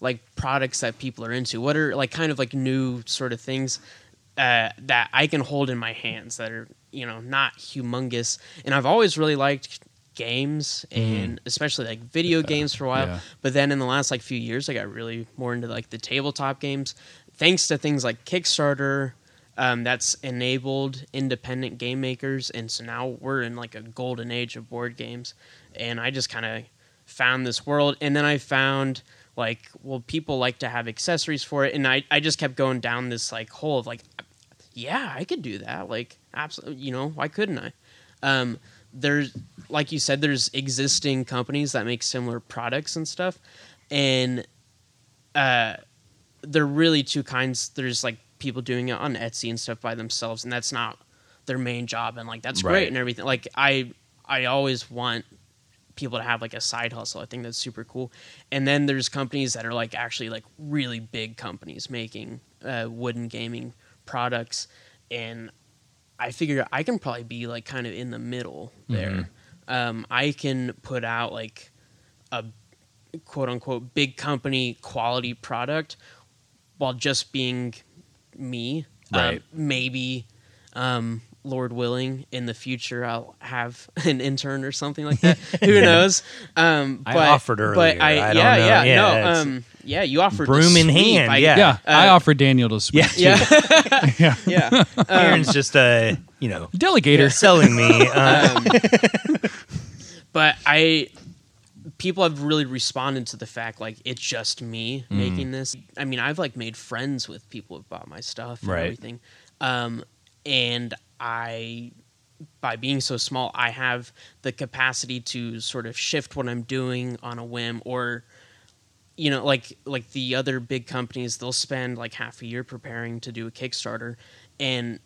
[SPEAKER 3] like products that people are into. What are like kind of like new sort of things uh, that I can hold in my hands that are you know not humongous. And I've always really liked games and especially like video games for a while.
[SPEAKER 2] Mm-hmm. yeah.
[SPEAKER 3] But then in the last like few years, I got really more into like the tabletop games, thanks to things like Kickstarter. Um, that's enabled independent game makers, and so now we're in like a golden age of board games. And I just kind of found this world, and then I found like, well, people like to have accessories for it, and I I just kept going down this like hole of like, yeah, I could do that. Like, absolutely, you know, why couldn't I? Um, there's, like you said, there's existing companies that make similar products and stuff, and uh, they're really two kinds. There's like people doing it on Etsy and stuff by themselves, and that's not their main job, and like that's
[SPEAKER 1] Right.
[SPEAKER 3] great and everything. Like, I, I always want people to have like a side hustle. I think that's super cool. And then there's companies that are like actually like really big companies making uh, wooden gaming products, and I figure I can probably be like kind of in the middle
[SPEAKER 1] Mm-hmm.
[SPEAKER 3] there. Um, I can put out like a quote unquote big company quality product while just being me. Um,
[SPEAKER 1] Right.
[SPEAKER 3] maybe, um, Lord willing, in the future I'll have <laughs> an intern or something
[SPEAKER 1] <laughs>
[SPEAKER 3] like that. Who knows? Um,
[SPEAKER 1] I
[SPEAKER 3] but,
[SPEAKER 1] offered
[SPEAKER 3] But
[SPEAKER 1] earlier.
[SPEAKER 3] I,
[SPEAKER 1] I don't
[SPEAKER 3] yeah,
[SPEAKER 1] know.
[SPEAKER 3] yeah,
[SPEAKER 1] Yeah,
[SPEAKER 3] no,
[SPEAKER 1] it's-
[SPEAKER 3] um, yeah. You offered to
[SPEAKER 1] Broom in
[SPEAKER 3] sweep.
[SPEAKER 1] hand,
[SPEAKER 3] I-
[SPEAKER 1] yeah.
[SPEAKER 2] Yeah, I
[SPEAKER 3] Uh,
[SPEAKER 2] offer Daniel to sweep.
[SPEAKER 3] yeah,
[SPEAKER 2] <laughs> yeah.
[SPEAKER 3] <laughs> yeah. Um,
[SPEAKER 1] Aaron's just a you know
[SPEAKER 2] Delegator.
[SPEAKER 1] selling
[SPEAKER 3] <laughs>
[SPEAKER 1] me. Uh,
[SPEAKER 3] but I people have really responded to the fact like it's just me making this. I mean, I've like made friends with people who've bought my stuff and
[SPEAKER 1] Right.
[SPEAKER 3] everything. Um and I by being so small, I have the capacity to sort of shift what I'm doing on a whim or you know like like the other big companies they'll spend like half a year preparing to do a kickstarter and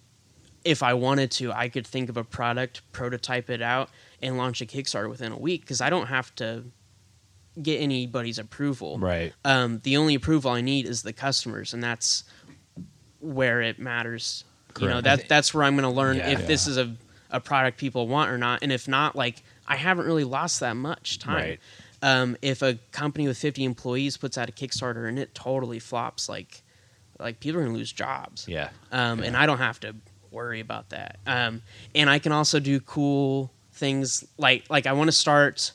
[SPEAKER 3] if i wanted to i could think of a product prototype it out and launch a kickstarter within a week because i don't have to get anybody's approval
[SPEAKER 1] right.
[SPEAKER 3] um, the only approval i need is the customers and that's where it matters you know
[SPEAKER 1] Correct.
[SPEAKER 3] that that's where i'm going to learn
[SPEAKER 1] Yeah.
[SPEAKER 3] if this is a, a product people want or not and if not like i haven't really lost that much time
[SPEAKER 1] Right.
[SPEAKER 3] um, if a company with 50 employees puts out a Kickstarter and it totally flops, like like people are gonna lose jobs.
[SPEAKER 4] yeah.
[SPEAKER 3] Um, And I don't have to worry about that. Um, and I can also do cool things like like I want to start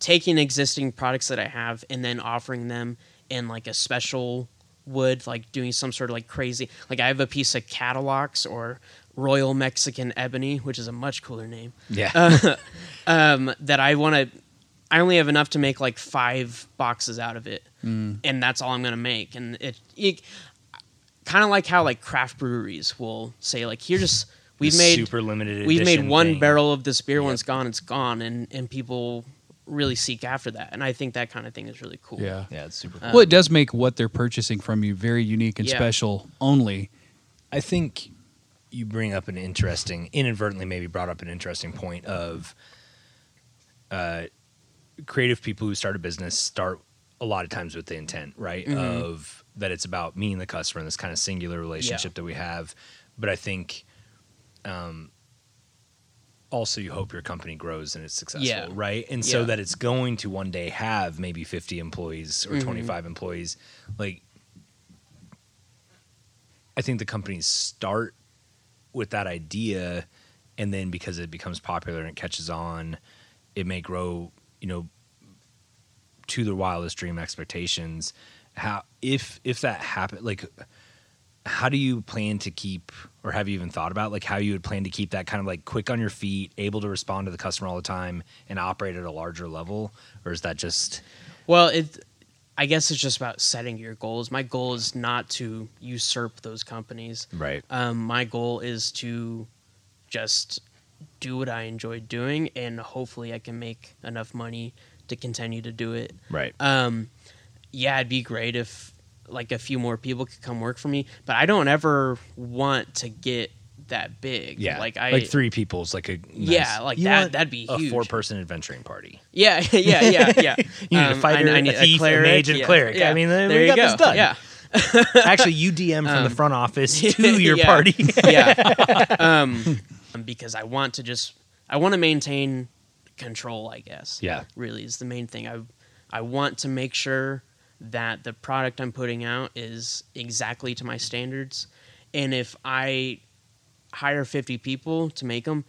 [SPEAKER 3] taking existing products that I have and then offering them in like a special wood, like doing some sort of like crazy. Like I have a piece of catalogs or Royal Mexican Ebony, which is a much cooler name.
[SPEAKER 1] Yeah.
[SPEAKER 3] Uh,
[SPEAKER 1] <laughs>
[SPEAKER 3] um, that I want to. I only have enough to make like five boxes out of it,
[SPEAKER 1] Mm.
[SPEAKER 3] and that's all I'm gonna make. And it, it kind of like how like craft breweries will say like, "Here's we've
[SPEAKER 1] The
[SPEAKER 3] made
[SPEAKER 1] super limited
[SPEAKER 3] We've made
[SPEAKER 1] edition
[SPEAKER 3] one
[SPEAKER 1] thing."
[SPEAKER 3] barrel of this beer. Once gone, it's gone." And and people really seek after that. And I think that kind of thing is really cool.
[SPEAKER 2] Yeah.
[SPEAKER 1] yeah, it's
[SPEAKER 3] Uh,
[SPEAKER 1] super.
[SPEAKER 2] well, it does make what they're purchasing from you very unique and
[SPEAKER 3] Um, Yeah.
[SPEAKER 2] special only.
[SPEAKER 1] I think you bring up an interesting, inadvertently maybe brought up an interesting point of uh, creative people who start a business start a lot of times with the intent, right?
[SPEAKER 3] Mm-hmm.
[SPEAKER 1] Of that it's about me and the customer and this kind of singular relationship that we have. But I think um, also you hope your company grows and it's successful,
[SPEAKER 3] Yeah.
[SPEAKER 1] right? And so
[SPEAKER 3] Yeah.
[SPEAKER 1] that it's going to one day have maybe 50 employees or 25 employees. Like, I think the companies start with that idea, and then because it becomes popular and it catches on, it may grow, you know, to their wildest dream expectations. How if if that happened, like how do you plan to keep or have you even thought about like how you would plan to keep that kind of like quick on your feet able to respond to the customer all the time and operate at a larger level or is that just
[SPEAKER 3] Well, it. I guess it's just about setting your goals. My goal is not to usurp those companies.
[SPEAKER 1] right
[SPEAKER 3] Um, my goal is to just do what I enjoy doing, and hopefully, I can make enough money to continue to do it.
[SPEAKER 4] Right.
[SPEAKER 3] Um, yeah, it'd be great if like a few more people could come work for me, but I don't ever want to get that big.
[SPEAKER 1] yeah
[SPEAKER 3] like I
[SPEAKER 1] like three people's like a nice-
[SPEAKER 3] Yeah, like
[SPEAKER 1] You
[SPEAKER 3] that-
[SPEAKER 1] want
[SPEAKER 3] that'd be
[SPEAKER 1] a
[SPEAKER 3] huge.
[SPEAKER 1] four person adventuring
[SPEAKER 3] <laughs>
[SPEAKER 1] party
[SPEAKER 3] <laughs> Yeah, yeah, yeah, yeah.
[SPEAKER 1] <laughs>
[SPEAKER 3] Um,
[SPEAKER 1] You need a fighter, a thief, a mage, and a cleric. I mean, there- we got this done.
[SPEAKER 3] Yeah.
[SPEAKER 1] actually you dm from the front
[SPEAKER 3] <laughs>
[SPEAKER 1] office to your
[SPEAKER 3] Um, Yeah. <laughs>
[SPEAKER 1] party
[SPEAKER 3] yeah.
[SPEAKER 1] <laughs>
[SPEAKER 3] Um, because I want to just, I want to maintain control, I guess.
[SPEAKER 1] Yeah.
[SPEAKER 3] Really is the main thing. I, I want to make sure that the product I'm putting out is exactly to my standards. And if I hire 50 people to make them,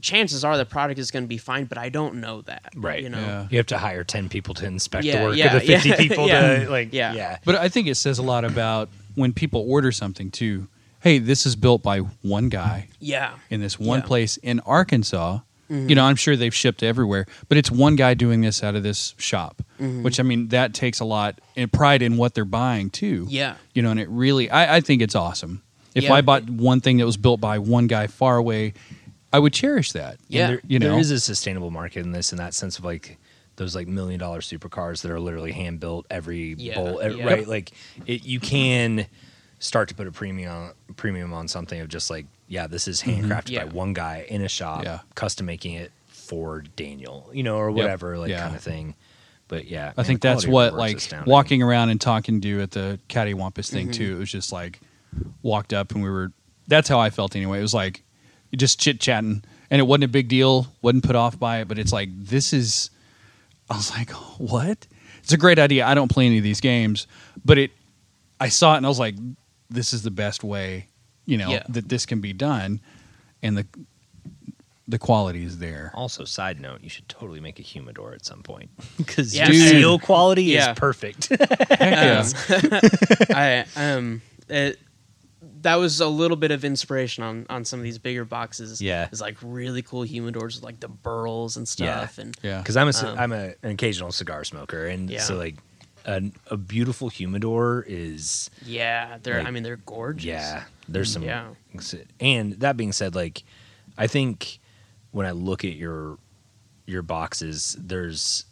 [SPEAKER 3] chances are the product is going to be fine, but I don't know that.
[SPEAKER 1] right
[SPEAKER 3] You know?
[SPEAKER 2] Yeah.
[SPEAKER 1] you have to hire 10 people to inspect the
[SPEAKER 3] Yeah,
[SPEAKER 1] work
[SPEAKER 3] yeah,
[SPEAKER 1] of the 50
[SPEAKER 3] yeah, <laughs>
[SPEAKER 1] people
[SPEAKER 3] yeah.
[SPEAKER 1] to like
[SPEAKER 3] Yeah.
[SPEAKER 1] yeah
[SPEAKER 2] But I think it says a lot about when people order something too. Hey, this is built by one guy
[SPEAKER 3] Yeah.
[SPEAKER 2] in this one
[SPEAKER 3] Yeah. Mm-hmm.
[SPEAKER 2] place in Arkansas. You know, I'm sure they've shipped everywhere, but it's one guy doing this out of this shop,
[SPEAKER 3] Mm-hmm.
[SPEAKER 2] which I mean, that takes a lot and pride in what they're buying too.
[SPEAKER 3] Yeah.
[SPEAKER 2] You know, and it really, I, I think it's awesome. If
[SPEAKER 3] Yeah.
[SPEAKER 2] I bought one thing that was built by one guy far away, I would cherish that.
[SPEAKER 3] Yeah.
[SPEAKER 1] there,
[SPEAKER 2] you know?
[SPEAKER 1] there is a sustainable market in this in that sense of like those like million dollar supercars that are literally hand built every
[SPEAKER 3] Yeah,
[SPEAKER 1] bolt e-
[SPEAKER 3] yeah.
[SPEAKER 1] right like it, you can start to put a premium on, premium on something of just like yeah this is handcrafted
[SPEAKER 3] Yeah.
[SPEAKER 1] by one guy in a shop
[SPEAKER 2] Mm-hmm. Yeah.
[SPEAKER 1] custom making it for Daniel you know or whatever like
[SPEAKER 2] Yeah.
[SPEAKER 1] kind of thing but yeah
[SPEAKER 2] I
[SPEAKER 1] man,
[SPEAKER 2] think
[SPEAKER 1] the
[SPEAKER 2] that's
[SPEAKER 1] quality of
[SPEAKER 2] what
[SPEAKER 1] the work's
[SPEAKER 2] like
[SPEAKER 1] astounding. Mm-hmm.
[SPEAKER 2] walking around and talking to you at the cattywampus thing too. It was just like walked up and we were. That's how I felt anyway. It was like just chit chatting, and it wasn't a big deal. wasn't put off by it, but it's like this is. I was like, <laughs> what? It's a great idea. I don't play any of these games, but it. I saw it and I was like, this is the best way, you know,
[SPEAKER 3] Yeah.
[SPEAKER 2] that this can be done, and the the quality is there.
[SPEAKER 1] also side note you should totally make a humidor at some
[SPEAKER 2] <laughs>
[SPEAKER 1] point because
[SPEAKER 3] Yeah.
[SPEAKER 1] your
[SPEAKER 2] Dude.
[SPEAKER 1] seal quality
[SPEAKER 3] Yeah.
[SPEAKER 1] is perfect
[SPEAKER 2] <laughs> Heck yeah.
[SPEAKER 3] I um it, that was a little bit of inspiration on on some of these bigger boxes.
[SPEAKER 1] Yeah.
[SPEAKER 3] it's like really cool humidors with like the burls and stuff. And
[SPEAKER 2] Yeah.
[SPEAKER 1] because I'm a ci- I'm a, an occasional cigar smoker, and
[SPEAKER 3] Um. Yeah.
[SPEAKER 1] so like an, a beautiful humidor is
[SPEAKER 3] yeah, they're I
[SPEAKER 1] Like-
[SPEAKER 3] mean they're gorgeous.
[SPEAKER 1] yeah. There's some
[SPEAKER 3] Yeah.
[SPEAKER 1] and that being said, like I think when I look at your your boxes, there's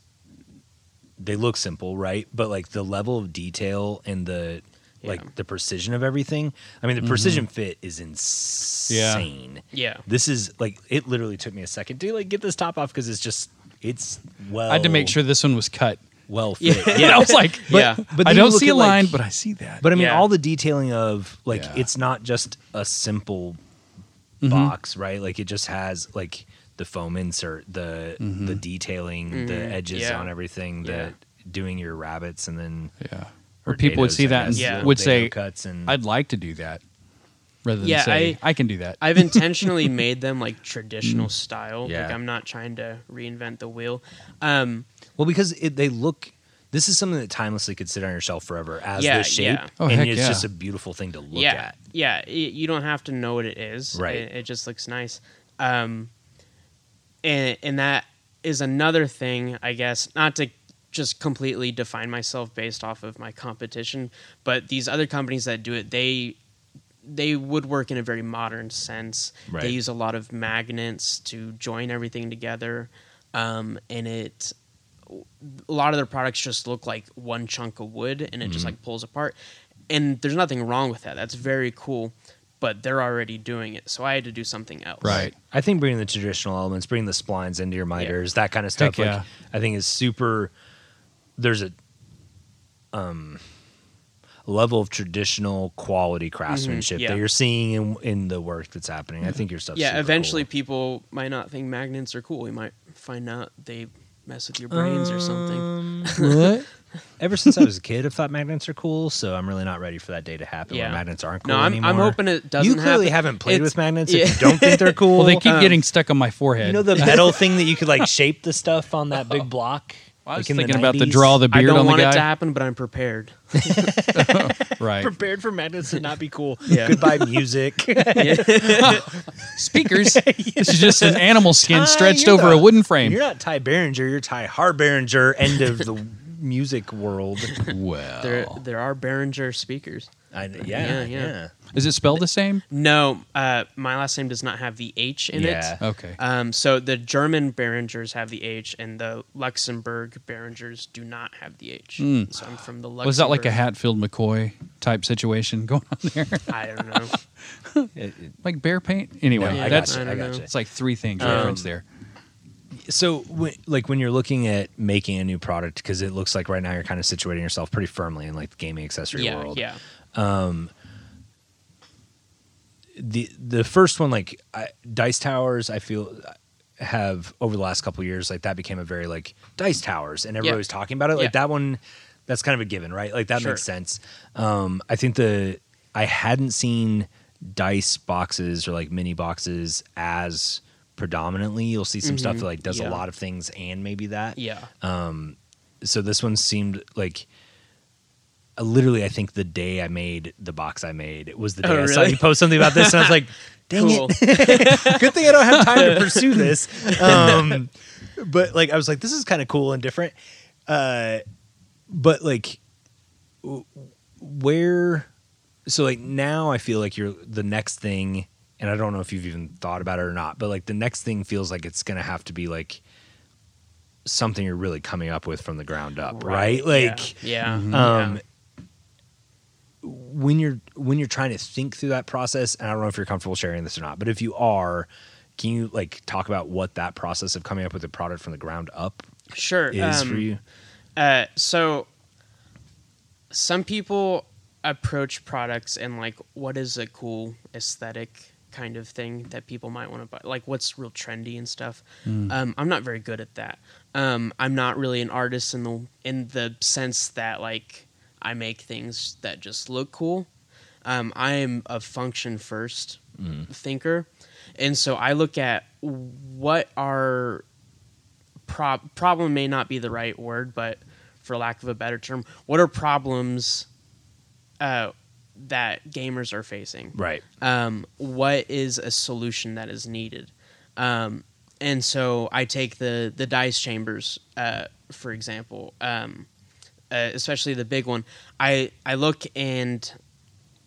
[SPEAKER 1] they look simple, right? But like the level of detail and the
[SPEAKER 3] Yeah.
[SPEAKER 1] like the precision of everything. I
[SPEAKER 2] Mm-hmm.
[SPEAKER 1] mean, the precision fit is insane.
[SPEAKER 3] yeah.
[SPEAKER 1] This is like it literally took me a second to like get this top off because it's just it's well
[SPEAKER 2] I had to make sure this one was cut.
[SPEAKER 1] well fit.
[SPEAKER 2] <laughs>
[SPEAKER 3] Yeah.
[SPEAKER 1] Yeah.
[SPEAKER 2] I was like,
[SPEAKER 3] Yeah.
[SPEAKER 1] But
[SPEAKER 2] I
[SPEAKER 1] then
[SPEAKER 2] don't
[SPEAKER 1] you look
[SPEAKER 2] see a
[SPEAKER 1] at, like-
[SPEAKER 2] line, but I see that.
[SPEAKER 1] But I mean,
[SPEAKER 3] Yeah.
[SPEAKER 1] all the detailing of like
[SPEAKER 2] Yeah.
[SPEAKER 1] it's not just a simple
[SPEAKER 2] Mm-hmm.
[SPEAKER 1] box, right? Like it just has like the foam insert, the
[SPEAKER 2] Mm-hmm.
[SPEAKER 1] the detailing, the edges
[SPEAKER 3] Mm-hmm. Yeah.
[SPEAKER 1] on everything,
[SPEAKER 3] Yeah.
[SPEAKER 1] the doing your rabbits, and then
[SPEAKER 2] yeah, or people would
[SPEAKER 1] potatoes,
[SPEAKER 2] see
[SPEAKER 1] I
[SPEAKER 2] that and
[SPEAKER 1] guess,
[SPEAKER 3] Yeah.
[SPEAKER 1] little
[SPEAKER 2] would
[SPEAKER 1] potato
[SPEAKER 2] say,
[SPEAKER 1] cuts and
[SPEAKER 2] "I'd like to do that," rather than
[SPEAKER 3] Yeah,
[SPEAKER 2] say, I,
[SPEAKER 3] I-
[SPEAKER 2] can do that."
[SPEAKER 3] I've intentionally made them like
[SPEAKER 1] <laughs>
[SPEAKER 3] traditional style.
[SPEAKER 1] Mm. Yeah.
[SPEAKER 3] Like I'm not trying to reinvent the wheel. Um,
[SPEAKER 1] well because it, they look This is something that timelessly could sit on your shelf forever as
[SPEAKER 3] Yeah,
[SPEAKER 1] this shape,
[SPEAKER 3] yeah.
[SPEAKER 2] Oh,
[SPEAKER 1] and
[SPEAKER 2] heck
[SPEAKER 1] it's
[SPEAKER 2] yeah.
[SPEAKER 1] just a beautiful thing to look
[SPEAKER 3] yeah,
[SPEAKER 1] at.
[SPEAKER 3] Yeah, y- you don't have to know what it is.
[SPEAKER 1] Right.
[SPEAKER 3] It, it just looks nice. Um, and and that is another thing, I guess, not to just completely define myself based off of my competition, but these other companies that do it, they they would work in a very modern sense.
[SPEAKER 4] Right.
[SPEAKER 3] They use a lot of magnets to join everything together, um, and it a lot of their products just look like one chunk of wood and it just like pulls apart. And there's nothing wrong with that. That's very cool, but they're already doing it. So I had to do something else.
[SPEAKER 1] <laughs>
[SPEAKER 2] Right.
[SPEAKER 1] I think bringing the traditional elements, bringing the splines into your miters, that kind of
[SPEAKER 2] Heck
[SPEAKER 1] stuff, like
[SPEAKER 2] yeah.
[SPEAKER 1] I think is super. There's a um, level of traditional quality craftsmanship
[SPEAKER 3] Mm-hmm. yeah. Mm-hmm.
[SPEAKER 1] that you're seeing in in the work that's happening. I think your stuff's super
[SPEAKER 3] Yeah. Eventually,
[SPEAKER 1] cool.
[SPEAKER 3] people might not think magnets are cool. You might find out they mess with your brains or
[SPEAKER 1] Uh,
[SPEAKER 3] something.
[SPEAKER 2] What?
[SPEAKER 1] Um, Ever since I was a kid, I've thought magnets are cool, so I'm really not ready for that day to happen
[SPEAKER 3] Yeah.
[SPEAKER 1] where magnets aren't cool
[SPEAKER 3] No, I'm,
[SPEAKER 1] anymore.
[SPEAKER 3] I'm hoping it doesn't.
[SPEAKER 1] You clearly
[SPEAKER 3] happen.
[SPEAKER 1] haven't played
[SPEAKER 3] It's-
[SPEAKER 1] with magnets
[SPEAKER 3] yeah.
[SPEAKER 1] if you don't think
[SPEAKER 3] <laughs>
[SPEAKER 1] they're cool.
[SPEAKER 2] Well, they keep
[SPEAKER 3] um,
[SPEAKER 2] getting stuck on my forehead.
[SPEAKER 1] you know
[SPEAKER 2] <laughs>
[SPEAKER 1] the metal thing that you could like shape the stuff on that big block.
[SPEAKER 2] Oh. I was
[SPEAKER 1] like in
[SPEAKER 2] thinking about the
[SPEAKER 1] 90s? <laughs>
[SPEAKER 2] draw the
[SPEAKER 3] I
[SPEAKER 2] beard
[SPEAKER 3] don't
[SPEAKER 2] on the
[SPEAKER 3] want it to
[SPEAKER 2] guy.
[SPEAKER 3] happen, but I'm prepared.
[SPEAKER 2] <laughs>
[SPEAKER 3] <laughs>
[SPEAKER 2] Right.
[SPEAKER 1] prepared for magnets to not be cool.
[SPEAKER 3] Yeah.
[SPEAKER 1] Goodbye, music.
[SPEAKER 2] <laughs>
[SPEAKER 1] <laughs>
[SPEAKER 2] Speakers. This is just an animal skin
[SPEAKER 1] Ty,
[SPEAKER 2] stretched
[SPEAKER 1] Ah, you're
[SPEAKER 2] over
[SPEAKER 1] the-
[SPEAKER 2] a wooden frame.
[SPEAKER 1] You're not Ty Berenger. You're Ty Harbinger. End of the music world.
[SPEAKER 2] Well,
[SPEAKER 3] There, there are Behringer speakers.
[SPEAKER 1] I, yeah,
[SPEAKER 3] Yeah, yeah.
[SPEAKER 2] is it spelled the same?
[SPEAKER 3] No, uh, my last name does not have the H in
[SPEAKER 1] Yeah.
[SPEAKER 3] it.
[SPEAKER 2] Okay.
[SPEAKER 1] uh,
[SPEAKER 3] Um, so the German Berengers have the H, and the Luxembourg Berengers do not have the H.
[SPEAKER 1] Hmm.
[SPEAKER 3] So I'm from the Luxembourg.
[SPEAKER 2] Was that like a Hatfield McCoy type situation <laughs> going on there?
[SPEAKER 3] I don't know.
[SPEAKER 2] <laughs> like bear paint? Anyway,
[SPEAKER 1] No, I Um,
[SPEAKER 2] that's
[SPEAKER 1] gotcha, I
[SPEAKER 3] I don't know.
[SPEAKER 1] gotcha.
[SPEAKER 2] it's like three things
[SPEAKER 1] <laughs>
[SPEAKER 2] referenced there.
[SPEAKER 1] So, when, like when you're looking at making a new product, because it looks like right now you're kind of situating yourself pretty firmly in like the gaming accessory
[SPEAKER 3] yeah,
[SPEAKER 1] world.
[SPEAKER 3] yeah.
[SPEAKER 1] the the first one like I, dice towers i feel have over the last couple of years like that became a very like dice towers and everybody
[SPEAKER 3] Yeah.
[SPEAKER 1] was talking about it like
[SPEAKER 3] Yeah.
[SPEAKER 1] that one that's kind of a given right like that
[SPEAKER 3] Sure.
[SPEAKER 1] makes sense um i think the i hadn't seen dice boxes or like mini boxes as predominantly you'll see some stuff that like does a
[SPEAKER 3] Mm-hmm. Yeah.
[SPEAKER 1] lot of things and maybe that
[SPEAKER 3] Yeah.
[SPEAKER 1] so this one seemed like uh, literally I think the day I made the box I made it was the day
[SPEAKER 3] Oh,
[SPEAKER 1] I saw
[SPEAKER 3] really?
[SPEAKER 1] you post something about this and I was
[SPEAKER 3] <laughs>
[SPEAKER 1] like dang
[SPEAKER 3] cool.
[SPEAKER 1] it good thing I don't have time to pursue this um but like I was like this is kind of cool and different uh but like w- where so like now I feel like you're the next thing and I don't know if you've even thought about it or not but like the next thing feels like it's going to have to be like something you're really coming up with from the ground up <laughs> right, like
[SPEAKER 3] yeah.
[SPEAKER 1] um,
[SPEAKER 3] Mm-hmm. yeah.
[SPEAKER 1] when you're when you're trying to think through that process and i don't know if you're comfortable sharing this or not but if you are can you like talk about what that process of coming up with a product from the ground up
[SPEAKER 3] Sure.
[SPEAKER 1] is for
[SPEAKER 3] um,
[SPEAKER 1] you
[SPEAKER 3] Uh, so some people approach products and like what is a cool aesthetic kind of thing that people might want to buy like what's real trendy and stuff um, i'm not very good at that um, i'm not really an artist in the in the sense that like i make things that just look cool um, i am a function first thinker and so i look at what are prob- problem may not be the right word, but for lack of a better term, what are problems uh, that gamers are facing?
[SPEAKER 1] right
[SPEAKER 3] Um, what is a solution that is needed? Um, and so I take the the dice chambers, uh, for example, um, uh, especially the big one. I I look and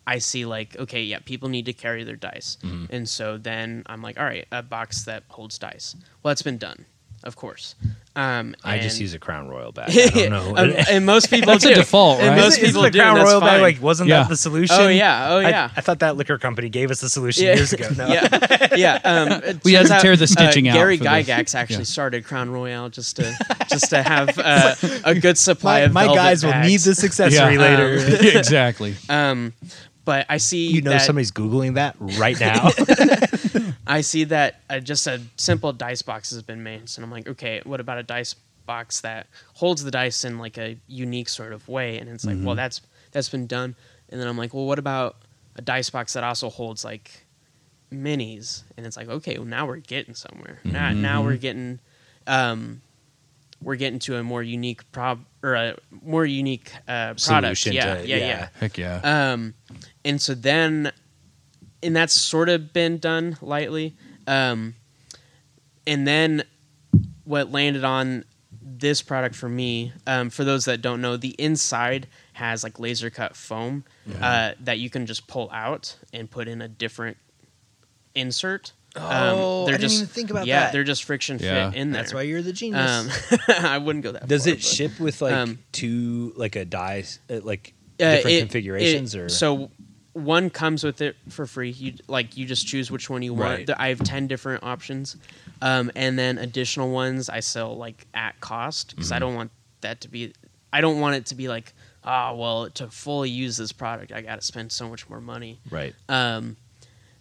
[SPEAKER 3] I see like okay, yeah, people need to carry their dice,
[SPEAKER 1] Mm-hmm.
[SPEAKER 3] and so then I'm like, all right, a box that holds dice. Well, it's been done, of course. Um,
[SPEAKER 1] i just
[SPEAKER 3] and- <laughs>
[SPEAKER 1] use a crown royal bag i don't know <laughs>
[SPEAKER 3] Um, and most people
[SPEAKER 2] That's a
[SPEAKER 3] do.
[SPEAKER 2] default,
[SPEAKER 3] And
[SPEAKER 2] right?
[SPEAKER 3] most
[SPEAKER 1] Isn't
[SPEAKER 3] people
[SPEAKER 1] the
[SPEAKER 3] do.
[SPEAKER 1] crown
[SPEAKER 3] and that's
[SPEAKER 1] royal bag
[SPEAKER 3] fine.
[SPEAKER 1] like wasn't
[SPEAKER 2] Yeah.
[SPEAKER 1] that the solution
[SPEAKER 3] Oh yeah! Oh
[SPEAKER 1] I-
[SPEAKER 3] yeah!
[SPEAKER 1] I, thought that liquor company gave us the solution years
[SPEAKER 3] <laughs>
[SPEAKER 1] ago no
[SPEAKER 3] Yeah, yeah. Um,
[SPEAKER 1] <laughs>
[SPEAKER 3] it
[SPEAKER 2] We had
[SPEAKER 3] turns
[SPEAKER 2] to
[SPEAKER 3] out,
[SPEAKER 2] tear the stitching
[SPEAKER 3] uh,
[SPEAKER 2] out
[SPEAKER 3] Gary
[SPEAKER 2] for this.
[SPEAKER 3] Gygax actually
[SPEAKER 2] <laughs> Yeah.
[SPEAKER 3] started Crown Royale just to just to have uh,
[SPEAKER 1] <laughs>
[SPEAKER 3] a good
[SPEAKER 1] my,
[SPEAKER 3] supply of
[SPEAKER 1] my
[SPEAKER 3] velvet
[SPEAKER 1] guys will
[SPEAKER 3] bags.
[SPEAKER 1] need
[SPEAKER 3] <laughs>
[SPEAKER 1] this accessory
[SPEAKER 2] Yeah.
[SPEAKER 1] later
[SPEAKER 2] Yeah, exactly.
[SPEAKER 3] Um, but I see
[SPEAKER 1] <laughs> you know
[SPEAKER 3] that,
[SPEAKER 1] somebody's googling that right
[SPEAKER 3] <laughs>
[SPEAKER 1] now
[SPEAKER 3] I see that uh, just a simple dice box has been made, and I'm like, okay, what about a dice box that holds the dice in like a unique sort of way? And it's like,
[SPEAKER 1] Mm-hmm.
[SPEAKER 3] well, that's that's been done. And then I'm like, well, what about a dice box that also holds like
[SPEAKER 1] Mm-hmm.
[SPEAKER 3] minis? And it's like, okay, well, now we're getting somewhere. Now, now we're getting um, we're getting to a more unique prob or a more unique uh, product.
[SPEAKER 1] Solution
[SPEAKER 3] yeah,
[SPEAKER 1] to-
[SPEAKER 3] yeah,
[SPEAKER 1] yeah.
[SPEAKER 3] yeah.
[SPEAKER 2] Heck yeah.
[SPEAKER 3] Um, and so then, and that's sort of been done lightly. Um, and then what landed on this product for me, um, for those that don't know, the inside has like laser cut foam uh, that you can just pull out and put in a different insert. Um,
[SPEAKER 1] Oh, I didn't even think about
[SPEAKER 3] yeah,
[SPEAKER 1] that.
[SPEAKER 3] they're just friction
[SPEAKER 2] Yeah.
[SPEAKER 3] fit in there.
[SPEAKER 1] That's why you're the genius.
[SPEAKER 3] Um, <laughs> I wouldn't go that.
[SPEAKER 1] Does
[SPEAKER 3] far,
[SPEAKER 1] it
[SPEAKER 3] but-
[SPEAKER 1] ship with like
[SPEAKER 3] um,
[SPEAKER 1] two, like a die, s- uh, like
[SPEAKER 3] Uh,
[SPEAKER 1] different
[SPEAKER 3] it-
[SPEAKER 1] configurations,
[SPEAKER 3] it-
[SPEAKER 1] or
[SPEAKER 3] so one comes with it for free you like you just choose which one you want
[SPEAKER 1] Right.
[SPEAKER 3] Th- i have 10 different options um, and then additional ones i sell like at cost because i don't want that to be i don't want it to be like ah well to fully use this product i gotta spend so much more money
[SPEAKER 4] Right.
[SPEAKER 3] um,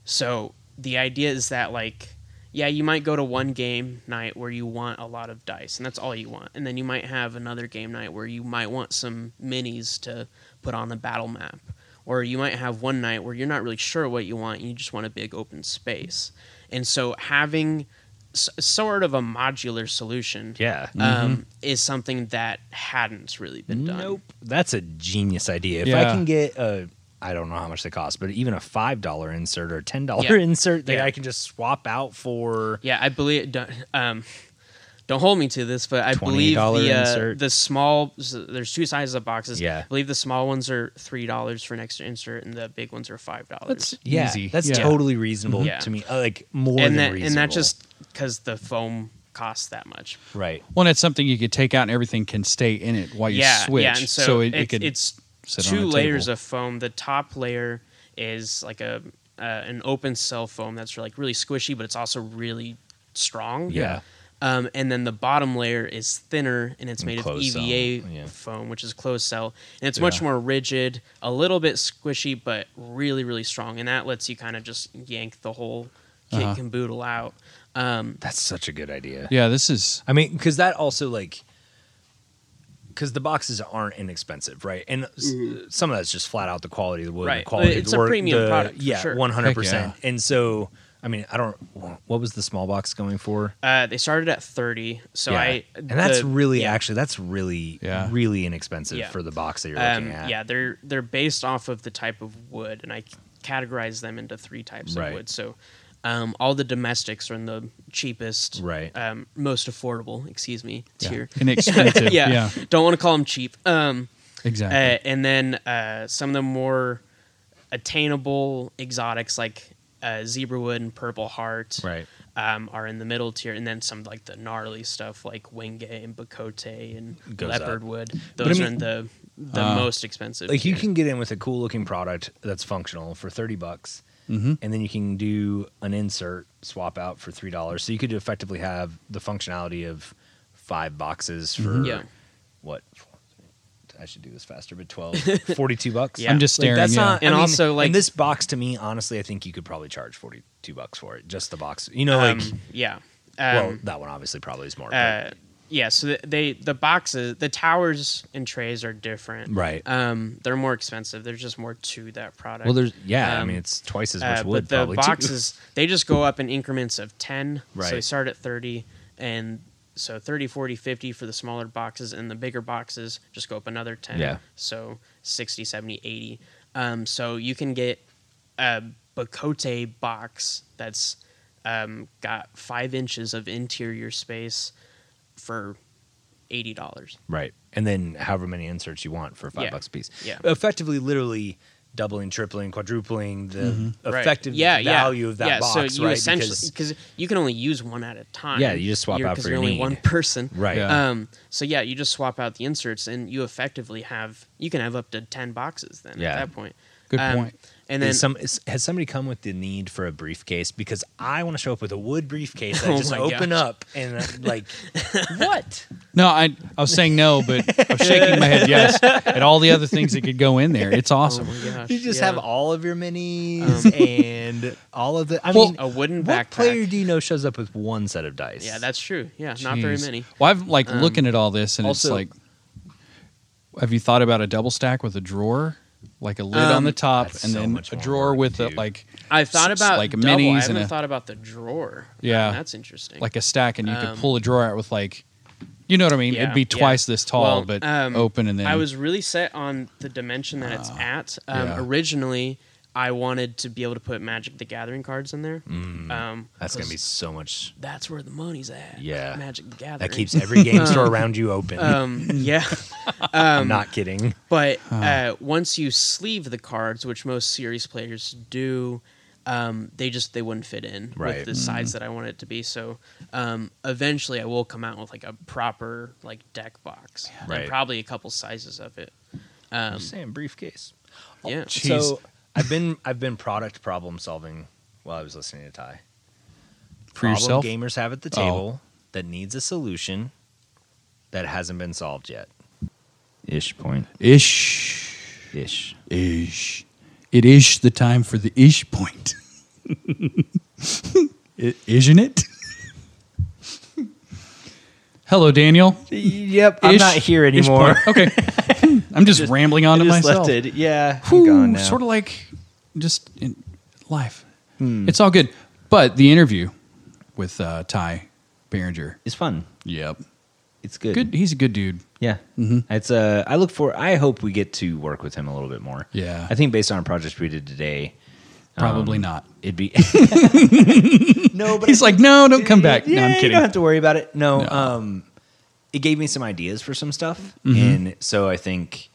[SPEAKER 3] so the idea is that like, yeah, you might go to one game night where you want a lot of dice, and that's all you want, and then you might have another game night where you might want some minis to put on the battle map, or you might have one night where you're not really sure what you want, and you just want a big open space, and so having s- sort of a modular solution,
[SPEAKER 1] yeah,
[SPEAKER 3] um, is something that hadn't really been done.
[SPEAKER 1] nope. That's a genius idea. If I
[SPEAKER 2] Yeah.
[SPEAKER 1] can get a, I don't know how much they cost, but even a five dollar insert or a ten dollar <laughs>
[SPEAKER 3] Yeah.
[SPEAKER 1] insert that
[SPEAKER 3] Yeah.
[SPEAKER 1] I can just swap out for.
[SPEAKER 3] Yeah, I believe. Don't, um, don't hold me to this, but I believe
[SPEAKER 1] $20
[SPEAKER 3] the uh,
[SPEAKER 1] insert.
[SPEAKER 3] the small. so there's two sizes of boxes.
[SPEAKER 1] Yeah.
[SPEAKER 3] I believe the small ones are three dollars for an extra insert, and the big ones are five dollars.
[SPEAKER 1] Yeah,
[SPEAKER 2] Easy.
[SPEAKER 1] that's
[SPEAKER 2] Yeah.
[SPEAKER 1] totally reasonable
[SPEAKER 3] Yeah.
[SPEAKER 1] to me. Uh, Like more
[SPEAKER 3] And
[SPEAKER 1] than
[SPEAKER 3] that
[SPEAKER 1] reasonable.
[SPEAKER 3] and that just because the foam costs that much.
[SPEAKER 1] right.
[SPEAKER 2] Well, and it's something you could take out, and everything can stay in it while Oh, you
[SPEAKER 3] yeah,
[SPEAKER 2] switch.
[SPEAKER 3] yeah. And so,
[SPEAKER 2] it, it
[SPEAKER 3] it's-
[SPEAKER 2] could
[SPEAKER 3] it's
[SPEAKER 2] sit on a
[SPEAKER 3] two layers
[SPEAKER 2] table.
[SPEAKER 3] of foam. The top layer is like a uh, an open cell foam that's like really squishy, but it's also really strong.
[SPEAKER 1] Yeah.
[SPEAKER 3] Um, and then the bottom layer is thinner and it's made of
[SPEAKER 4] closed cell,
[SPEAKER 3] EVA
[SPEAKER 4] yeah.
[SPEAKER 3] foam, which is closed cell. And it's much more rigid, a little bit squishy, but really, really strong. And that lets you kind of just yank the whole kit
[SPEAKER 2] Uh-huh.
[SPEAKER 3] and boodle out. Um,
[SPEAKER 1] That's such a good idea.
[SPEAKER 2] yeah. This is
[SPEAKER 1] I mean, because that also like, because the boxes aren't inexpensive, right? And s- some of that's just flat out the quality of the wood,
[SPEAKER 3] Right.
[SPEAKER 1] the quality of
[SPEAKER 3] It's
[SPEAKER 1] the
[SPEAKER 3] a
[SPEAKER 1] work,
[SPEAKER 3] premium
[SPEAKER 1] the-
[SPEAKER 3] product, for
[SPEAKER 1] yeah,
[SPEAKER 3] sure.
[SPEAKER 1] one hundred percent.
[SPEAKER 2] Heck
[SPEAKER 1] And so, I mean, I don't. What was the small box going for?
[SPEAKER 3] uh, they started at 30. So
[SPEAKER 1] Yeah.
[SPEAKER 3] I.
[SPEAKER 1] and that's
[SPEAKER 3] the-
[SPEAKER 1] really
[SPEAKER 3] yeah.
[SPEAKER 1] actually that's really
[SPEAKER 2] Yeah.
[SPEAKER 1] really inexpensive
[SPEAKER 3] Yeah.
[SPEAKER 1] for the box that you're
[SPEAKER 3] Um,
[SPEAKER 1] looking at.
[SPEAKER 3] yeah, they're they're based off of the type of wood, and I c- categorize them into three types
[SPEAKER 1] Right.
[SPEAKER 3] of wood. So, um, all the domestics are in the cheapest,
[SPEAKER 1] Right.
[SPEAKER 3] Um, most affordable, excuse me, tier.
[SPEAKER 2] inexpensive. yeah.
[SPEAKER 3] <laughs> yeah. don't want to call them cheap. Um, uh,
[SPEAKER 2] exactly.
[SPEAKER 3] and then uh, some of the more attainable exotics like uh, zebrawood and purple heart,
[SPEAKER 1] Right.
[SPEAKER 3] um, are in the middle tier, and then some like the gnarly stuff like wingate and bacote and
[SPEAKER 1] Goes up.
[SPEAKER 3] leopard wood.
[SPEAKER 1] I
[SPEAKER 3] Those
[SPEAKER 1] mean- Uh,
[SPEAKER 3] are in the the most expensive.
[SPEAKER 1] Like you
[SPEAKER 3] tier.
[SPEAKER 1] can get in with a cool looking product that's functional for thirty bucks,
[SPEAKER 2] Mm-hmm.
[SPEAKER 1] and then you can do an insert swap out for three dollars. So you could effectively have the functionality of five boxes for
[SPEAKER 3] Mm-hmm. Yeah.
[SPEAKER 1] what? I should do this faster, but
[SPEAKER 3] <laughs>
[SPEAKER 1] 12, 42 bucks.
[SPEAKER 3] Yeah. I'm
[SPEAKER 2] just staring,
[SPEAKER 1] that's
[SPEAKER 2] yeah.
[SPEAKER 1] not,
[SPEAKER 3] And
[SPEAKER 1] I mean,
[SPEAKER 3] also, like-
[SPEAKER 1] and this box to me, honestly, I think you could probably charge forty two bucks for it. Just the box, you know, like
[SPEAKER 3] Um, yeah. Um,
[SPEAKER 1] well, that one obviously probably is more. but-
[SPEAKER 3] uh, yeah, so th- they the boxes, the towers and trays are different.
[SPEAKER 1] Right.
[SPEAKER 3] Um, they're more expensive. There's just more to that product.
[SPEAKER 1] well, there's yeah. I
[SPEAKER 3] um,
[SPEAKER 1] mean, it's twice as
[SPEAKER 3] Uh,
[SPEAKER 1] much wood.
[SPEAKER 3] but the
[SPEAKER 1] probably, too.
[SPEAKER 3] boxes <laughs> they just go up in increments of 10 so they
[SPEAKER 1] Right.
[SPEAKER 3] start at 30 and so 30 40 50 for the smaller boxes and the bigger boxes just go up another 10
[SPEAKER 1] Yeah.
[SPEAKER 3] so 60 70 80 um, so you can get a bacote box that's um, got five inches of interior space for $80
[SPEAKER 1] Right. And then however many inserts you want for five
[SPEAKER 3] Yeah.
[SPEAKER 1] bucks a piece.
[SPEAKER 3] Yeah.
[SPEAKER 1] Effectively, literally doubling, tripling, quadrupling the
[SPEAKER 3] Mm-hmm. Right.
[SPEAKER 1] effective
[SPEAKER 3] Yeah, yeah.
[SPEAKER 1] value of that
[SPEAKER 3] yeah,
[SPEAKER 1] box,
[SPEAKER 3] so you
[SPEAKER 1] right?
[SPEAKER 3] essentially because you can only use one at a time
[SPEAKER 1] Yeah, you just swap
[SPEAKER 3] You're-
[SPEAKER 1] out
[SPEAKER 3] 'cause
[SPEAKER 1] for
[SPEAKER 3] you're
[SPEAKER 1] your
[SPEAKER 3] only
[SPEAKER 1] need.
[SPEAKER 3] one person
[SPEAKER 1] right.
[SPEAKER 2] Yeah.
[SPEAKER 3] Um, so yeah, you just swap out the inserts, and you effectively have you can have up to ten boxes then
[SPEAKER 1] Yeah.
[SPEAKER 3] at that point.
[SPEAKER 2] Good
[SPEAKER 3] Um,
[SPEAKER 2] point.
[SPEAKER 3] And
[SPEAKER 1] Is
[SPEAKER 3] then
[SPEAKER 1] some, is, has somebody come with the need for a briefcase? Because I want to show up with a wood briefcase. that I
[SPEAKER 3] <laughs> Oh
[SPEAKER 1] just
[SPEAKER 3] my
[SPEAKER 1] open
[SPEAKER 3] gosh.
[SPEAKER 1] up and uh,
[SPEAKER 3] <laughs>
[SPEAKER 1] like, what?
[SPEAKER 2] No, I I was saying no, but I'm shaking my head
[SPEAKER 3] <laughs>
[SPEAKER 2] yes at all the other things that could go in there. It's awesome.
[SPEAKER 3] oh my gosh,
[SPEAKER 1] You just
[SPEAKER 3] yeah. Um,
[SPEAKER 1] have all of your minis and all of the. I
[SPEAKER 2] Well-
[SPEAKER 1] mean,
[SPEAKER 3] a wooden
[SPEAKER 1] what
[SPEAKER 3] backpack.
[SPEAKER 1] player do you know shows up with one set of dice?
[SPEAKER 3] yeah, that's true. Yeah, not very
[SPEAKER 2] Jeez.
[SPEAKER 3] many. Um,
[SPEAKER 2] Well, I've like looking at all this, and it's
[SPEAKER 1] also-
[SPEAKER 2] like, have you thought about a double stack with a drawer, like a lid on
[SPEAKER 3] Um,
[SPEAKER 2] the top,
[SPEAKER 1] That's
[SPEAKER 2] and
[SPEAKER 1] so
[SPEAKER 2] then
[SPEAKER 1] much
[SPEAKER 2] a
[SPEAKER 1] more
[SPEAKER 2] drawer
[SPEAKER 1] work,
[SPEAKER 2] with a,
[SPEAKER 1] dude.
[SPEAKER 2] like
[SPEAKER 3] I've thought
[SPEAKER 2] s-
[SPEAKER 3] about
[SPEAKER 2] like
[SPEAKER 3] double.
[SPEAKER 2] minis
[SPEAKER 3] I
[SPEAKER 2] and
[SPEAKER 3] haven't
[SPEAKER 2] a-
[SPEAKER 3] thought about the drawer.
[SPEAKER 2] Yeah.
[SPEAKER 3] that's interesting.
[SPEAKER 2] like a stack, and you could
[SPEAKER 3] Um,
[SPEAKER 2] pull a drawer out with like You know what I mean? It'd be
[SPEAKER 3] Yeah,
[SPEAKER 2] twice this tall,
[SPEAKER 3] Well,
[SPEAKER 2] but
[SPEAKER 3] um,
[SPEAKER 2] open and then
[SPEAKER 3] I was really set on the dimension that it's at. Um,
[SPEAKER 2] Ah, yeah.
[SPEAKER 3] Originally, I wanted to be able to put Magic the Gathering cards in there.
[SPEAKER 2] Mm,
[SPEAKER 3] Um,
[SPEAKER 1] That's gonna be
[SPEAKER 3] 'cause
[SPEAKER 1] so much.
[SPEAKER 3] That's where the money's at.
[SPEAKER 1] Yeah.
[SPEAKER 3] Magic the Gathering.
[SPEAKER 5] That keeps every
[SPEAKER 3] <laughs>
[SPEAKER 5] game store around you open.
[SPEAKER 3] Um,
[SPEAKER 2] <laughs>
[SPEAKER 3] yeah. <laughs>
[SPEAKER 5] I'm not kidding.
[SPEAKER 3] But uh, once you sleeve the cards, which most series players do, um, they just they wouldn't fit in
[SPEAKER 1] Right. Mm-hmm.
[SPEAKER 3] with the size that I want it to be. So um, eventually, I will come out with like a proper like deck box, and
[SPEAKER 1] Right.
[SPEAKER 3] probably a couple sizes of it. Um,
[SPEAKER 5] Sam briefcase.
[SPEAKER 1] Oh,
[SPEAKER 3] yeah. <laughs>
[SPEAKER 2] Jeez.
[SPEAKER 1] So I've been I've been product problem solving while I was listening to Ty.
[SPEAKER 2] for
[SPEAKER 1] problem
[SPEAKER 2] yourself.
[SPEAKER 5] gamers have at the
[SPEAKER 2] Oh.
[SPEAKER 5] table that needs a solution that hasn't been solved yet.
[SPEAKER 1] Ish point.
[SPEAKER 2] Ish,
[SPEAKER 1] Ish.
[SPEAKER 2] ish. It ish the time for the ish point. <laughs> is isn't it? <laughs> Hello, Daniel.
[SPEAKER 5] Yep, I'm
[SPEAKER 2] Ish-
[SPEAKER 5] not here
[SPEAKER 2] ish <laughs>
[SPEAKER 5] anymore.
[SPEAKER 2] point. Okay, I'm just, rambling on to myself.
[SPEAKER 5] Yeah,
[SPEAKER 2] Sort of like just in life. It's all good. But the interview with uh, Ty Behringer.
[SPEAKER 1] It's fun.
[SPEAKER 2] Yep.
[SPEAKER 1] It's good.
[SPEAKER 2] Good. He's a good dude.
[SPEAKER 1] Yeah. Mm-hmm. It's uh I look for I hope we get to work with him a little bit more.
[SPEAKER 2] Yeah.
[SPEAKER 1] I think based on a project we did today, Um,
[SPEAKER 2] Probably not.
[SPEAKER 1] it'd
[SPEAKER 2] <laughs>
[SPEAKER 1] be <laughs> No, but
[SPEAKER 2] He's like, no, don't come back. No,
[SPEAKER 1] Yeah,
[SPEAKER 2] I'm
[SPEAKER 1] You
[SPEAKER 2] kidding.
[SPEAKER 1] don't have to worry about it. No,
[SPEAKER 2] No.
[SPEAKER 1] um, it gave me some ideas for some stuff,
[SPEAKER 2] Mm-hmm.
[SPEAKER 1] and so I think,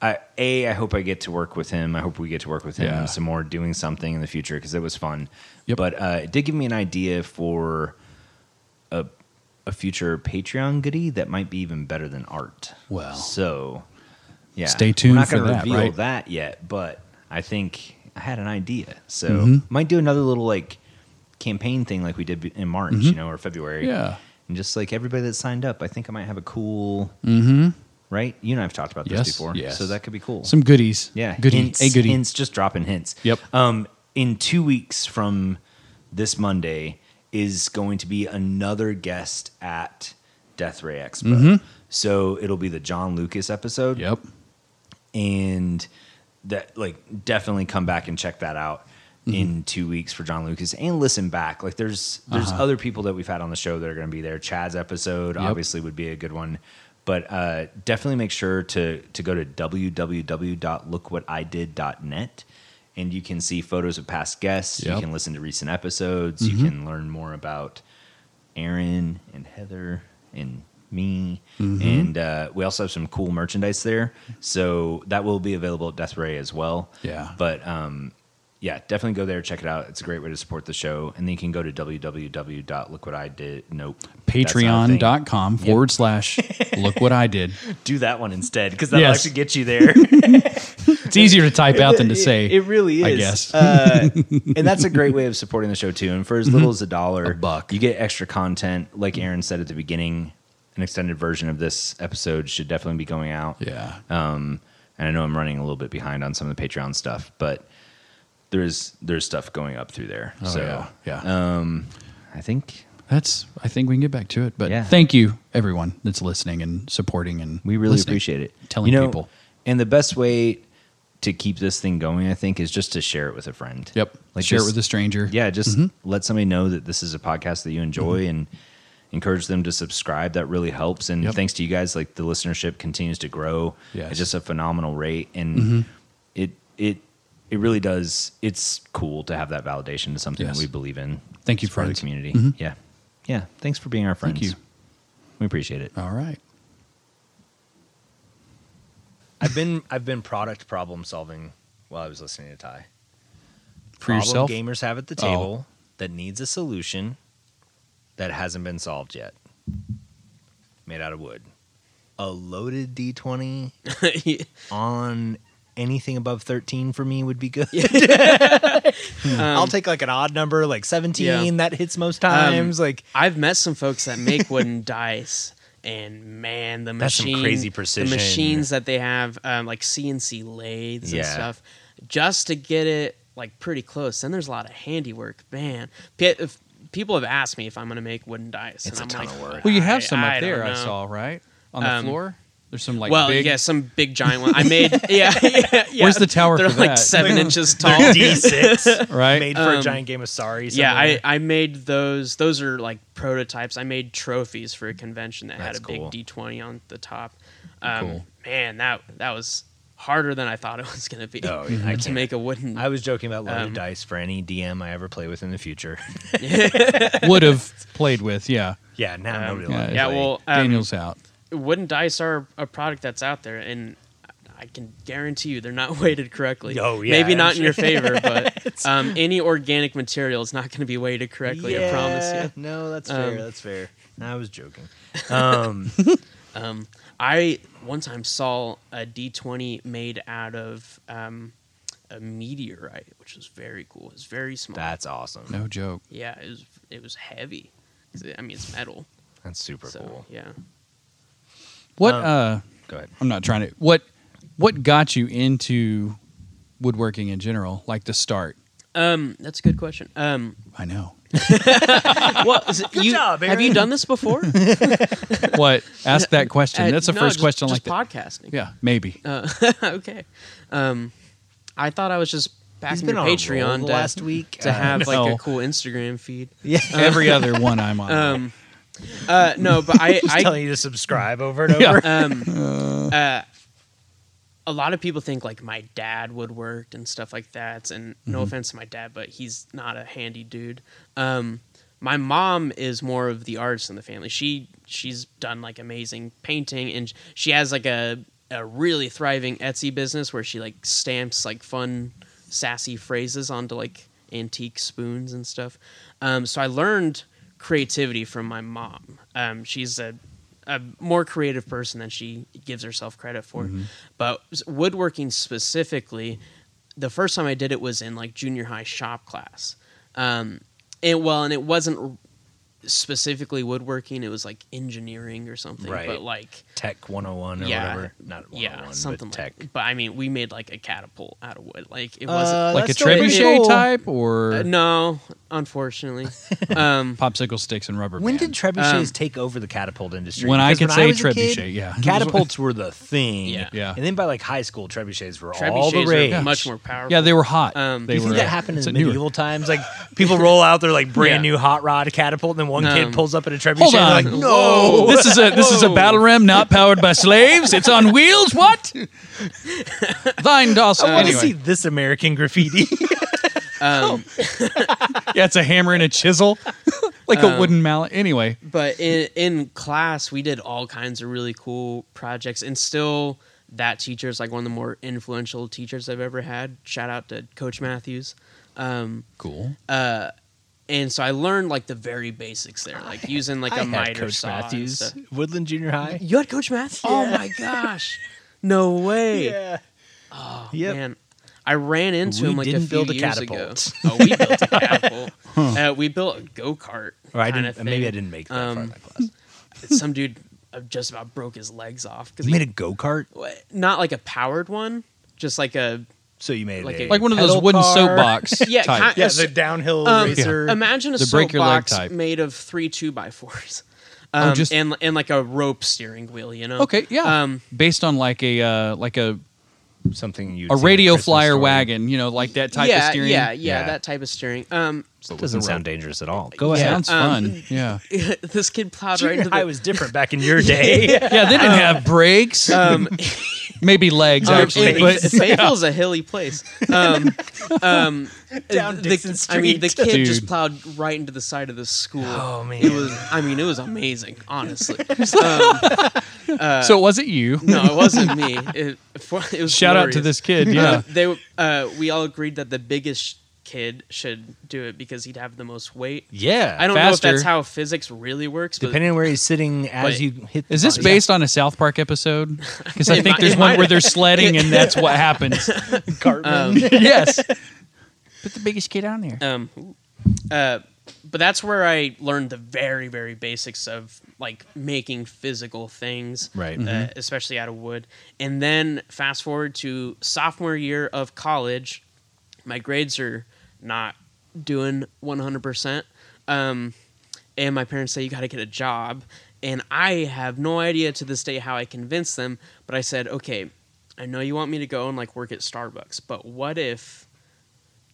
[SPEAKER 1] I a I hope I get to work with him. I hope we get to work with him
[SPEAKER 2] Yeah.
[SPEAKER 1] some more, doing something in the future because it was fun.
[SPEAKER 2] Yep.
[SPEAKER 1] But uh, it did give me an idea for a a future Patreon goodie that might be even better than art.
[SPEAKER 2] Well.
[SPEAKER 1] so yeah,
[SPEAKER 2] Stay tuned
[SPEAKER 1] We're not
[SPEAKER 2] for
[SPEAKER 1] gonna
[SPEAKER 2] that,
[SPEAKER 1] reveal
[SPEAKER 2] right?
[SPEAKER 1] that yet, but I think I had an idea, so
[SPEAKER 2] Mm-hmm.
[SPEAKER 1] might do another little like campaign thing like we did in March, you know, or February.
[SPEAKER 2] Mm-hmm. Yeah.
[SPEAKER 1] And just like everybody that signed up, I think I might have a cool. Right? You and I have talked about this
[SPEAKER 2] Mm-hmm. Yes,
[SPEAKER 1] before.
[SPEAKER 2] yes.
[SPEAKER 1] So that could be cool.
[SPEAKER 2] Some goodies.
[SPEAKER 1] yeah.
[SPEAKER 2] Goodies.
[SPEAKER 1] Hints,
[SPEAKER 2] a goodie.
[SPEAKER 1] hints, just dropping hints.
[SPEAKER 2] Yep.
[SPEAKER 1] Um, in two weeks from this Monday is going to be another guest at Death Ray Expo.
[SPEAKER 2] Mm-hmm.
[SPEAKER 1] So it'll be the John Lucas episode
[SPEAKER 2] Yep.
[SPEAKER 1] and that like definitely come back and check that out
[SPEAKER 2] Mm-hmm.
[SPEAKER 1] in two weeks for John Lucas and listen back. Like there's there's other people that we've had on the show that are going to be there. Chad's episode
[SPEAKER 2] Uh-huh. Yep.
[SPEAKER 1] obviously would be a good one, but uh, definitely make sure to to go to www.lookwhatidid.net and you can see photos of past guests.
[SPEAKER 2] Yep. Mm-hmm.
[SPEAKER 1] You can listen to recent episodes. You can learn more about Aaron and Heather and me.
[SPEAKER 2] Mm-hmm.
[SPEAKER 1] And uh, we also have some cool merchandise there. So that will be available at Death Ray as well.
[SPEAKER 2] Yeah.
[SPEAKER 1] But um, yeah, definitely go there, check it out. It's a great way to support the show. And then you can go to www.lookwhatidid. Nope. That's not a thing.
[SPEAKER 2] Patreon.com forward slash
[SPEAKER 1] <laughs>
[SPEAKER 2] look what I did.
[SPEAKER 1] Do that one instead because that'll
[SPEAKER 2] Yes.
[SPEAKER 1] actually get you there. <laughs>
[SPEAKER 2] It's easier to type out than to say.
[SPEAKER 1] It, really is.
[SPEAKER 2] I guess.
[SPEAKER 1] Uh, and that's a
[SPEAKER 2] <laughs>
[SPEAKER 1] great way of supporting the show too. And for as little as a dollar,
[SPEAKER 2] A buck.
[SPEAKER 1] you get extra content. Like Aaron said at the beginning, an extended version of this episode should definitely be going out.
[SPEAKER 2] yeah.
[SPEAKER 1] Um, and I know I'm running a little bit behind on some of the Patreon stuff, but there's there's stuff going up through there.
[SPEAKER 2] Oh,
[SPEAKER 1] so
[SPEAKER 2] yeah. Yeah.
[SPEAKER 1] Um, I think
[SPEAKER 2] That's, I think we can get back to it. But
[SPEAKER 1] Yeah.
[SPEAKER 2] thank you, everyone that's listening and supporting. And
[SPEAKER 1] We really
[SPEAKER 2] listening.
[SPEAKER 1] appreciate it.
[SPEAKER 2] Telling
[SPEAKER 1] You know,
[SPEAKER 2] people.
[SPEAKER 1] And the best way to keep this thing going, I think, is just to share it with a friend.
[SPEAKER 2] Yep. Share it
[SPEAKER 1] just-
[SPEAKER 2] with a stranger.
[SPEAKER 1] Yeah, just
[SPEAKER 2] Mm-hmm.
[SPEAKER 1] let somebody know that this is a podcast that you enjoy and encourage them to subscribe. That really helps. And
[SPEAKER 2] Yep.
[SPEAKER 1] thanks to you guys, like the listenership continues to grow
[SPEAKER 2] Yes. Mm-hmm.
[SPEAKER 1] at just a phenomenal rate. And it it it really does it's cool to have that validation to something
[SPEAKER 2] Yes.
[SPEAKER 1] that we believe in.
[SPEAKER 2] Thank you,
[SPEAKER 1] It's part of
[SPEAKER 2] friends. Mm-hmm.
[SPEAKER 1] the community. Yeah. Yeah. Thanks for being our friends.
[SPEAKER 2] Thank you. Uh,
[SPEAKER 1] We appreciate it.
[SPEAKER 2] All right.
[SPEAKER 5] I've been I've been product problem solving while I was listening to Ty.
[SPEAKER 2] For
[SPEAKER 5] problem
[SPEAKER 2] yourself.
[SPEAKER 5] gamers have at the
[SPEAKER 2] Oh.
[SPEAKER 5] table that needs a solution that hasn't been solved yet. Made out of wood. A loaded D20 on anything above 13 for me would be good. <laughs> I'll take like an odd number, like 17.
[SPEAKER 3] Um, Yeah. Um,
[SPEAKER 5] That hits most times.
[SPEAKER 3] <laughs>
[SPEAKER 5] like
[SPEAKER 3] I've met some folks that make wooden <laughs> dice, and man, the
[SPEAKER 5] That's some
[SPEAKER 3] machine,
[SPEAKER 5] crazy precision.
[SPEAKER 3] the machines that they have, um, like CNC lathes and
[SPEAKER 5] Yeah.
[SPEAKER 3] stuff, just to get it like pretty close. Then there's a lot of handiwork, man. Pe- if- people have asked me if I'm going to make wooden dice,
[SPEAKER 5] It's
[SPEAKER 3] and
[SPEAKER 5] a
[SPEAKER 3] I'm
[SPEAKER 5] ton
[SPEAKER 3] like,
[SPEAKER 5] of work.
[SPEAKER 2] Well, you have some
[SPEAKER 3] I
[SPEAKER 2] up there,
[SPEAKER 3] don't
[SPEAKER 2] I
[SPEAKER 3] know.
[SPEAKER 2] saw, right? On the
[SPEAKER 3] Um,
[SPEAKER 2] floor? There's some like
[SPEAKER 3] well,
[SPEAKER 2] big.
[SPEAKER 3] yeah, some big giant one. I made, <laughs> yeah, yeah, yeah.
[SPEAKER 2] Where's the tower
[SPEAKER 3] They're
[SPEAKER 2] for
[SPEAKER 3] like
[SPEAKER 2] that?
[SPEAKER 3] seven
[SPEAKER 2] <laughs>
[SPEAKER 3] inches tall.
[SPEAKER 5] D6
[SPEAKER 2] Right?
[SPEAKER 5] made for a giant game of sorry.
[SPEAKER 3] Um, Yeah,
[SPEAKER 5] somewhere.
[SPEAKER 3] I, I made those. Those are like prototypes. I made trophies for a convention that
[SPEAKER 4] That's
[SPEAKER 3] had a big
[SPEAKER 4] cool.
[SPEAKER 3] D20 on the top. Um,
[SPEAKER 4] Cool.
[SPEAKER 3] Man, that that was harder than I thought it <laughs> was going to be.
[SPEAKER 4] Oh, yeah,
[SPEAKER 3] <laughs>
[SPEAKER 4] I
[SPEAKER 3] to
[SPEAKER 4] can't-
[SPEAKER 3] make a wooden.
[SPEAKER 1] I was joking about loaded
[SPEAKER 3] Um,
[SPEAKER 1] dice for any DM I ever play with in
[SPEAKER 5] <laughs>
[SPEAKER 1] the future.
[SPEAKER 2] Would have played with, yeah.
[SPEAKER 1] yeah, now
[SPEAKER 3] Um,
[SPEAKER 1] nobody.
[SPEAKER 2] yeah,
[SPEAKER 1] loves
[SPEAKER 3] yeah,
[SPEAKER 1] it.
[SPEAKER 3] well, um,
[SPEAKER 2] Daniel's out.
[SPEAKER 3] wooden dice are a product that's out there, and I can guarantee you they're not <laughs> weighted correctly.
[SPEAKER 1] Oh, yeah,
[SPEAKER 3] maybe
[SPEAKER 1] I'm
[SPEAKER 3] not in
[SPEAKER 1] sure.
[SPEAKER 3] your favor, but um, any organic material is not going to be weighted correctly. I promise you.
[SPEAKER 1] No, that's
[SPEAKER 3] Um,
[SPEAKER 1] fair. That's fair. No, I was joking. Um,
[SPEAKER 3] Um, I one time saw a D20 made out of um, a meteorite, which was very cool. It was very small.
[SPEAKER 1] that's awesome.
[SPEAKER 2] No joke.
[SPEAKER 3] yeah, it was it was heavy. 'Cause it- I mean, it's metal.
[SPEAKER 1] That's super
[SPEAKER 3] So
[SPEAKER 1] cool.
[SPEAKER 3] yeah,
[SPEAKER 2] What
[SPEAKER 1] Um,
[SPEAKER 2] uh
[SPEAKER 1] Go ahead.
[SPEAKER 2] I'm not trying to what what got you into woodworking in general, like the start?
[SPEAKER 3] um, that's a good question.
[SPEAKER 1] <laughs>
[SPEAKER 3] Um,
[SPEAKER 2] I know.
[SPEAKER 3] well, is it- you-
[SPEAKER 1] job,
[SPEAKER 3] have you
[SPEAKER 1] Aaron.
[SPEAKER 3] done this
[SPEAKER 2] <laughs>
[SPEAKER 3] before?
[SPEAKER 2] <laughs> What? Ask that question.
[SPEAKER 3] Uh,
[SPEAKER 2] That's the
[SPEAKER 3] no,
[SPEAKER 2] first
[SPEAKER 3] just-
[SPEAKER 2] question
[SPEAKER 3] just
[SPEAKER 2] like
[SPEAKER 3] podcasting.
[SPEAKER 2] that. Yeah, maybe.
[SPEAKER 3] <laughs>
[SPEAKER 1] Uh,
[SPEAKER 3] okay. Um, I thought I was just
[SPEAKER 1] He's
[SPEAKER 3] backing
[SPEAKER 1] been
[SPEAKER 3] your
[SPEAKER 1] on Patreon
[SPEAKER 3] Patreon to,
[SPEAKER 1] last week
[SPEAKER 3] to
[SPEAKER 1] Uh,
[SPEAKER 2] <laughs>
[SPEAKER 3] have like uh,
[SPEAKER 2] no.
[SPEAKER 3] a cool Instagram feed.
[SPEAKER 1] <laughs> Yeah,
[SPEAKER 2] <laughs> Every
[SPEAKER 1] uh,
[SPEAKER 2] other one I'm on.
[SPEAKER 3] Um, uh, no, but
[SPEAKER 1] <laughs>
[SPEAKER 3] I,
[SPEAKER 1] just
[SPEAKER 3] I
[SPEAKER 1] telling you to subscribe over
[SPEAKER 3] <laughs>
[SPEAKER 1] and
[SPEAKER 2] <laughs> Yeah.
[SPEAKER 1] over.
[SPEAKER 3] um, uh, a lot of people think like my dad woodworked and stuff like that. And no offense to my dad, but he's not a handy dude. Um, my mom is more of the artist in the family. She she's done like amazing painting, and she has like a a really thriving Etsy business where she like stamps like fun, sassy phrases onto like antique spoons and stuff. Um, so I learned creativity from my mom. Um, she's a a more creative person than she gives herself credit for.
[SPEAKER 1] Mm-hmm.
[SPEAKER 3] But s- woodworking specifically, the first time I did it was in like junior high shop class. Um, and well, and it wasn't r- specifically woodworking; it was like engineering or something.
[SPEAKER 1] Right.
[SPEAKER 3] But like,
[SPEAKER 1] Tech 101 or
[SPEAKER 3] yeah,
[SPEAKER 1] whatever. Not 101,
[SPEAKER 3] yeah, something
[SPEAKER 1] but
[SPEAKER 3] like.
[SPEAKER 1] tech.
[SPEAKER 3] But I mean, we made like a catapult out of wood. Like it
[SPEAKER 1] Uh,
[SPEAKER 3] wasn't.
[SPEAKER 2] like a
[SPEAKER 1] that's still pretty
[SPEAKER 2] trebuchet
[SPEAKER 1] cool.
[SPEAKER 2] type or
[SPEAKER 3] uh, no,
[SPEAKER 1] <laughs>
[SPEAKER 3] unfortunately. um,
[SPEAKER 2] popsicle sticks and rubber
[SPEAKER 1] When did
[SPEAKER 2] band?
[SPEAKER 1] trebuchets
[SPEAKER 3] Um,
[SPEAKER 1] take over the catapult industry?
[SPEAKER 2] When I
[SPEAKER 1] Because
[SPEAKER 2] could say
[SPEAKER 1] was a
[SPEAKER 2] trebuchet, yeah. <laughs>
[SPEAKER 1] catapults were the thing.
[SPEAKER 3] Yeah.
[SPEAKER 2] Yeah.
[SPEAKER 1] and then by like high school, trebuchets were all the
[SPEAKER 3] trebuchets
[SPEAKER 1] rage.
[SPEAKER 3] are much more powerful.
[SPEAKER 2] yeah, they were hot.
[SPEAKER 3] Um,
[SPEAKER 2] they
[SPEAKER 1] you
[SPEAKER 2] were, uh,
[SPEAKER 1] think that happened in
[SPEAKER 2] it's
[SPEAKER 1] the
[SPEAKER 2] a newer-
[SPEAKER 1] medieval times? Like people roll out their like brand
[SPEAKER 3] Yeah.
[SPEAKER 1] new hot rod catapult, and then one
[SPEAKER 3] Um,
[SPEAKER 1] kid pulls up at a trebuchet.
[SPEAKER 2] Hold
[SPEAKER 1] they're
[SPEAKER 2] on.
[SPEAKER 1] like,
[SPEAKER 2] Whoa. This is a this is a
[SPEAKER 3] Whoa.
[SPEAKER 2] battle ram not powered by slaves. It's
[SPEAKER 1] <laughs>
[SPEAKER 2] on wheels. What? Thine docile.
[SPEAKER 1] I want to
[SPEAKER 2] Uh, anyway,
[SPEAKER 1] see this American graffiti.
[SPEAKER 3] Um,
[SPEAKER 2] yeah, it's a hammer and a chisel, <laughs> like a
[SPEAKER 3] Um,
[SPEAKER 2] wooden mallet. Anyway,
[SPEAKER 3] but in in class we did all kinds of really cool projects and still that teacher is like one of the more influential teachers i've ever had shout out to coach matthews um,
[SPEAKER 2] <laughs> cool.
[SPEAKER 3] and so i learned like the very basics there like using like a
[SPEAKER 1] I had
[SPEAKER 3] miter
[SPEAKER 1] Coach
[SPEAKER 3] saw and
[SPEAKER 1] Matthews,
[SPEAKER 3] stuff.
[SPEAKER 1] Woodland Junior High.
[SPEAKER 3] you had coach matthews oh my gosh no way oh
[SPEAKER 1] Yep.
[SPEAKER 3] man I ran into
[SPEAKER 1] We
[SPEAKER 3] him like a
[SPEAKER 1] didn't
[SPEAKER 3] few
[SPEAKER 1] build a
[SPEAKER 3] years
[SPEAKER 1] catapult.
[SPEAKER 3] ago. Oh, we
[SPEAKER 1] <laughs>
[SPEAKER 3] built a catapult. Uh, we built a go kart.
[SPEAKER 1] Or I didn't. Maybe I didn't make that far in
[SPEAKER 3] Um,
[SPEAKER 1] that class.
[SPEAKER 3] Some dude uh, just about broke his legs off because
[SPEAKER 1] You made a go kart,
[SPEAKER 3] Wha- not like a powered one, just like a
[SPEAKER 1] so you made
[SPEAKER 3] Like
[SPEAKER 1] a,
[SPEAKER 3] a-
[SPEAKER 2] Like one of those
[SPEAKER 1] pedal
[SPEAKER 2] wooden
[SPEAKER 1] car.
[SPEAKER 2] soapbox
[SPEAKER 3] <laughs> Yeah,
[SPEAKER 2] type.
[SPEAKER 3] kind-
[SPEAKER 1] Yeah, the downhill
[SPEAKER 3] um,
[SPEAKER 1] racer.
[SPEAKER 3] imagine a
[SPEAKER 2] The break your leg
[SPEAKER 3] soapbox
[SPEAKER 2] type.
[SPEAKER 3] made of three two by fours,
[SPEAKER 2] Oh,
[SPEAKER 3] um,
[SPEAKER 2] just-
[SPEAKER 3] and and like a rope steering wheel, you know.
[SPEAKER 2] Okay, yeah.
[SPEAKER 3] Um,
[SPEAKER 2] Based on like a uh, like a
[SPEAKER 1] Something you.
[SPEAKER 2] a radio flyer wagon, you know, like that type
[SPEAKER 3] yeah,
[SPEAKER 2] of steering.
[SPEAKER 3] yeah, yeah,
[SPEAKER 1] Yeah.
[SPEAKER 3] that type of steering. Um, <laughs>
[SPEAKER 1] Doesn't sound dangerous at all.
[SPEAKER 2] Go
[SPEAKER 1] Go
[SPEAKER 2] ahead.
[SPEAKER 1] ahead.
[SPEAKER 2] Sounds fun. Yeah.
[SPEAKER 3] this kid plowed right
[SPEAKER 1] Junior
[SPEAKER 3] into the.
[SPEAKER 1] high was
[SPEAKER 2] <laughs>
[SPEAKER 1] different back in your <laughs> day.
[SPEAKER 2] Yeah, they didn't
[SPEAKER 3] Uh,
[SPEAKER 2] have brakes.
[SPEAKER 3] um, <laughs>
[SPEAKER 2] Maybe legs,
[SPEAKER 3] um,
[SPEAKER 2] actually.
[SPEAKER 3] it-
[SPEAKER 2] But
[SPEAKER 3] Fayetteville's a hilly place.
[SPEAKER 1] <laughs>
[SPEAKER 3] Um, um,
[SPEAKER 1] Down
[SPEAKER 3] the-
[SPEAKER 1] Dixon
[SPEAKER 3] I mean, the
[SPEAKER 1] Street.
[SPEAKER 3] kid just
[SPEAKER 2] Dude.
[SPEAKER 3] plowed right into the side of the school.
[SPEAKER 1] Oh, man.
[SPEAKER 3] it was. I mean, it was amazing.
[SPEAKER 1] <laughs>
[SPEAKER 3] Honestly,
[SPEAKER 2] so it wasn't you.
[SPEAKER 3] Uh, no, it wasn't me. It, for, it was
[SPEAKER 2] Shout out to
[SPEAKER 3] glorious.
[SPEAKER 2] this
[SPEAKER 3] <laughs>
[SPEAKER 2] kid.
[SPEAKER 3] Uh,
[SPEAKER 2] Yeah.
[SPEAKER 3] they uh, we all agreed that the biggest kid should do it because he'd have the most weight.
[SPEAKER 1] yeah.
[SPEAKER 3] I don't know
[SPEAKER 2] faster.
[SPEAKER 3] if that's how physics really works, but
[SPEAKER 1] Depending on where he's sitting as
[SPEAKER 3] Wait.
[SPEAKER 1] you hit.
[SPEAKER 2] Is this
[SPEAKER 1] Yeah.
[SPEAKER 2] based on a South Park
[SPEAKER 3] <laughs>
[SPEAKER 2] episode? Because I
[SPEAKER 3] It
[SPEAKER 2] think
[SPEAKER 3] mi-
[SPEAKER 2] there's
[SPEAKER 3] it
[SPEAKER 2] one
[SPEAKER 3] might
[SPEAKER 2] where
[SPEAKER 3] have.
[SPEAKER 2] they're sledding and that's
[SPEAKER 3] <laughs>
[SPEAKER 2] what happens.
[SPEAKER 1] Cartman?
[SPEAKER 2] <laughs> yes. Put the biggest kid on there.
[SPEAKER 3] um, uh, but that's where I learned the very very basics of like making physical things,
[SPEAKER 1] Right.
[SPEAKER 3] Uh, Especially out of wood. And then fast forward to sophomore year of college, my grades are not doing 100%. Um, and my parents say, You got to get a job. And I have no idea to this day how I convinced them, but I said, Okay, I know you want me to go and like work at Starbucks, but what if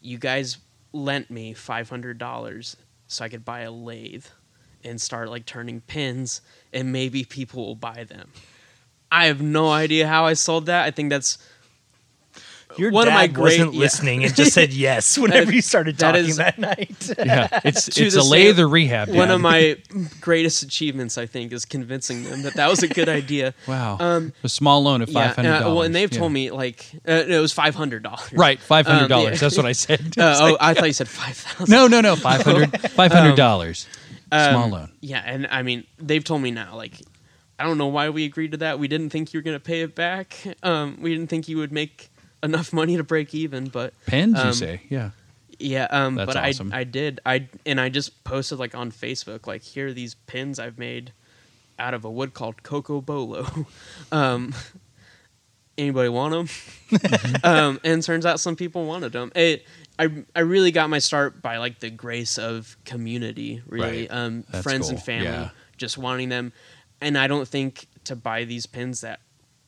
[SPEAKER 3] you guys lent me $500 so I could buy a lathe? and start like turning pins, and maybe people will buy them. I have no idea how I sold that. I think that's
[SPEAKER 1] Your
[SPEAKER 3] One
[SPEAKER 1] dad
[SPEAKER 3] of my great-
[SPEAKER 1] wasn't
[SPEAKER 3] yeah.
[SPEAKER 1] listening and just said yes whenever you started
[SPEAKER 3] <laughs> that
[SPEAKER 1] talking
[SPEAKER 3] is-
[SPEAKER 1] that night.
[SPEAKER 2] <laughs> Yeah, it's
[SPEAKER 3] To
[SPEAKER 2] it's
[SPEAKER 3] the
[SPEAKER 2] a lay
[SPEAKER 3] same-
[SPEAKER 2] the rehab.
[SPEAKER 3] one
[SPEAKER 2] Dad.
[SPEAKER 3] of my <laughs> greatest achievements. I think is convincing them that that was
[SPEAKER 2] <laughs>
[SPEAKER 3] a good idea.
[SPEAKER 2] wow,
[SPEAKER 3] Um,
[SPEAKER 2] a small loan of
[SPEAKER 3] yeah,
[SPEAKER 2] five
[SPEAKER 3] and,
[SPEAKER 2] hundred
[SPEAKER 3] uh,
[SPEAKER 2] dollars.
[SPEAKER 3] well, and they've told me like uh, it was five hundred dollars.
[SPEAKER 2] right five hundred dollars.
[SPEAKER 3] yeah.
[SPEAKER 2] That's what I said.
[SPEAKER 3] Uh, oh,
[SPEAKER 2] <laughs>
[SPEAKER 3] I thought you said five thousand.
[SPEAKER 2] no, no, no, five hundred five hundred dollars. small loan.
[SPEAKER 3] Yeah, and I mean, they've told me now, like, I don't know why we agreed to that. We didn't think you were going to pay it back. Um, we didn't think you would make enough money to break even, but
[SPEAKER 2] Pins, you
[SPEAKER 3] um,
[SPEAKER 2] say? Yeah.
[SPEAKER 3] Yeah, um,
[SPEAKER 2] That's
[SPEAKER 3] but
[SPEAKER 2] awesome.
[SPEAKER 3] I I did I and I just posted like on Facebook like here are these pins I've made out of a wood called Coco Bolo. <laughs> um, anybody want them?
[SPEAKER 2] <laughs>
[SPEAKER 3] um, and turns out some people wanted them. It I I really got my start by like the grace of community, really.
[SPEAKER 2] Right.
[SPEAKER 3] Um,
[SPEAKER 2] That's
[SPEAKER 3] friends and
[SPEAKER 2] cool.
[SPEAKER 3] family
[SPEAKER 2] Yeah.
[SPEAKER 3] just wanting them, and I don't think to buy these pins that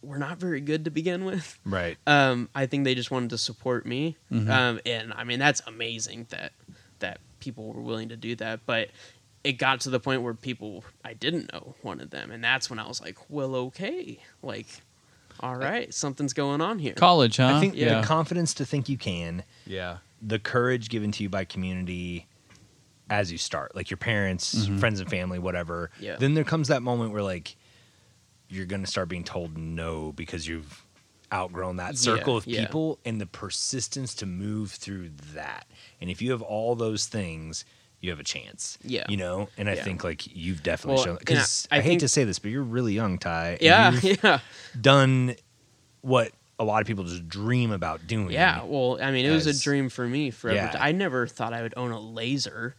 [SPEAKER 3] were not very good to begin with
[SPEAKER 1] Right.
[SPEAKER 3] um, I think they just wanted to support me,
[SPEAKER 2] Mm-hmm.
[SPEAKER 3] um, and I mean that's amazing that that people were willing to do that. But it got to the point where people I didn't know wanted them, and that's when I was like, well, okay, like,
[SPEAKER 2] Uh,
[SPEAKER 3] all right, something's going on here.
[SPEAKER 2] College, huh?
[SPEAKER 1] I think
[SPEAKER 2] yeah.
[SPEAKER 1] the confidence to think you can,
[SPEAKER 2] yeah.
[SPEAKER 1] the courage given to you by community as you start, like your parents, friends and family, whatever.
[SPEAKER 3] Yeah.
[SPEAKER 1] Then there comes that moment where like you're gonna start being told no because you've outgrown that circle of
[SPEAKER 3] yeah.
[SPEAKER 1] people and the persistence to move through that. And if you have all those things, you have a chance.
[SPEAKER 3] Yeah.
[SPEAKER 1] You know? And I
[SPEAKER 3] Yeah.
[SPEAKER 1] think like you've definitely
[SPEAKER 3] Well,
[SPEAKER 1] shown
[SPEAKER 3] and I-
[SPEAKER 1] because I,
[SPEAKER 3] I
[SPEAKER 1] hate
[SPEAKER 3] think-
[SPEAKER 1] to say this, but you're really young, Ty. and
[SPEAKER 3] Yeah,
[SPEAKER 1] you've
[SPEAKER 3] <laughs> yeah,
[SPEAKER 1] done what a lot of people just dream about doing.
[SPEAKER 3] yeah. Well, I mean, it was a
[SPEAKER 1] As-
[SPEAKER 3] dream for me forever.
[SPEAKER 1] Yeah.
[SPEAKER 3] to- I never thought I would own a laser.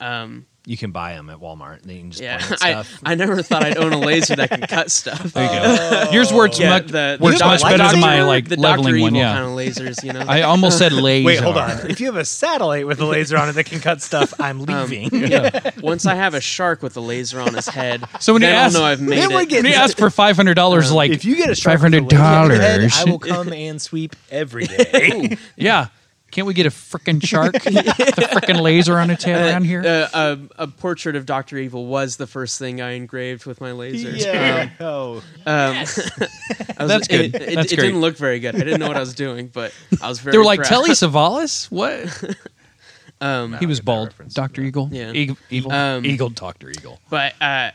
[SPEAKER 3] Um,
[SPEAKER 1] You can buy them at Walmart. They can just
[SPEAKER 3] yeah,
[SPEAKER 1] point at
[SPEAKER 3] <laughs> I,
[SPEAKER 1] stuff.
[SPEAKER 3] I never thought I'd own a laser that
[SPEAKER 2] <laughs>
[SPEAKER 3] can cut stuff.
[SPEAKER 2] There you go. Yours works
[SPEAKER 3] Yeah,
[SPEAKER 2] much,
[SPEAKER 3] the, the
[SPEAKER 2] works
[SPEAKER 3] doc-
[SPEAKER 2] much better than my
[SPEAKER 3] Doctor-
[SPEAKER 2] like
[SPEAKER 3] the
[SPEAKER 2] leveling
[SPEAKER 3] Doctor
[SPEAKER 2] one.
[SPEAKER 3] Evil
[SPEAKER 2] Yeah.
[SPEAKER 3] kind of lasers,
[SPEAKER 2] <laughs>
[SPEAKER 3] you know.
[SPEAKER 2] I almost said laser.
[SPEAKER 1] Wait, hold on. if you have a satellite with a laser on it that can cut
[SPEAKER 3] <laughs>
[SPEAKER 1] stuff,
[SPEAKER 3] Um,
[SPEAKER 1] I'm leaving.
[SPEAKER 3] Once I have a shark with a laser on his <laughs> head,
[SPEAKER 2] So when you
[SPEAKER 3] then I'll
[SPEAKER 2] ask-
[SPEAKER 3] know I've made
[SPEAKER 1] then we're
[SPEAKER 3] it.
[SPEAKER 1] getting-
[SPEAKER 2] When you ask for five hundred dollars,
[SPEAKER 1] <laughs>
[SPEAKER 2] like
[SPEAKER 1] if you get a
[SPEAKER 2] five
[SPEAKER 1] shark with a
[SPEAKER 2] hundred
[SPEAKER 1] laser on your head,
[SPEAKER 2] dollars,
[SPEAKER 1] I will
[SPEAKER 3] <laughs>
[SPEAKER 1] come and sweep every <laughs> day.
[SPEAKER 2] yeah. Can't we get a frickin' shark, with a frickin' laser on its head around here?
[SPEAKER 3] Uh, a, a portrait of Doctor Evil was the first thing I engraved with my laser.
[SPEAKER 1] yeah.
[SPEAKER 3] Um,
[SPEAKER 1] <laughs> Oh.
[SPEAKER 3] um, I was-
[SPEAKER 2] That's good.
[SPEAKER 3] It, it,
[SPEAKER 2] That's
[SPEAKER 3] it
[SPEAKER 2] great.
[SPEAKER 3] didn't look very good. I didn't know what I was doing, but I was very.
[SPEAKER 2] they were like
[SPEAKER 3] proud. <laughs>
[SPEAKER 2] Telly Savalas. What?
[SPEAKER 3] Um,
[SPEAKER 2] he was
[SPEAKER 1] get that
[SPEAKER 2] bald.
[SPEAKER 1] reference.
[SPEAKER 2] Doctor Eagle.
[SPEAKER 3] Yeah.
[SPEAKER 2] Eagle. Eagle.
[SPEAKER 3] Um,
[SPEAKER 2] Eagle. Doctor Eagle.
[SPEAKER 3] But uh,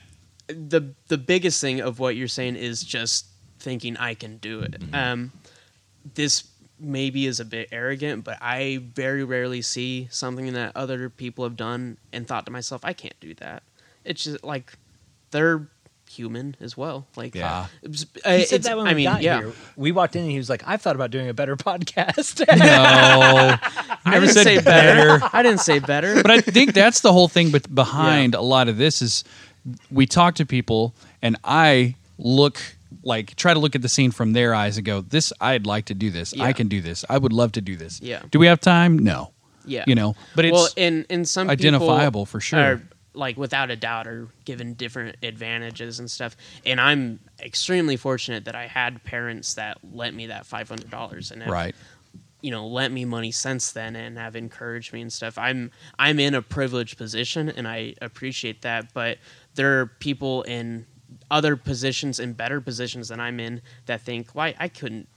[SPEAKER 3] the the biggest thing of what you're saying is just thinking I can do it.
[SPEAKER 2] Mm-hmm.
[SPEAKER 3] Um, this maybe is a bit arrogant, but I very rarely see something that other people have done and thought to myself, I can't do that. It's just like they're human as well. Like
[SPEAKER 2] Yeah.
[SPEAKER 3] it's- uh,
[SPEAKER 1] He
[SPEAKER 3] it's-
[SPEAKER 1] said that when
[SPEAKER 3] I
[SPEAKER 1] we
[SPEAKER 3] mean,
[SPEAKER 1] got
[SPEAKER 3] yeah.
[SPEAKER 1] here. We walked in and he was like, I've thought about doing a better <laughs> podcast.
[SPEAKER 2] <laughs> No.
[SPEAKER 3] I didn't
[SPEAKER 2] said
[SPEAKER 3] say better. I didn't say
[SPEAKER 2] <laughs>
[SPEAKER 3] better.
[SPEAKER 2] but I think that's the whole thing. But behind a lot of this is we talk to people, and I look like try to look at the scene from their eyes and go, "This I'd like to do this. I
[SPEAKER 3] Yeah.
[SPEAKER 2] can do this. I would love to do this."
[SPEAKER 3] Yeah.
[SPEAKER 2] Do we have time? No.
[SPEAKER 3] Yeah.
[SPEAKER 2] You know, but it's
[SPEAKER 3] well, and and some people
[SPEAKER 2] identifiable for sure.
[SPEAKER 3] Are, like without a doubt, are given different advantages and stuff. And I'm extremely fortunate that I had parents that lent me that five hundred dollars and have,
[SPEAKER 2] right.
[SPEAKER 3] you know, lent me money since then and have encouraged me and stuff. I'm I'm in a privileged position and I appreciate that, but there are people in other positions and better positions than I'm in that think, why I couldn't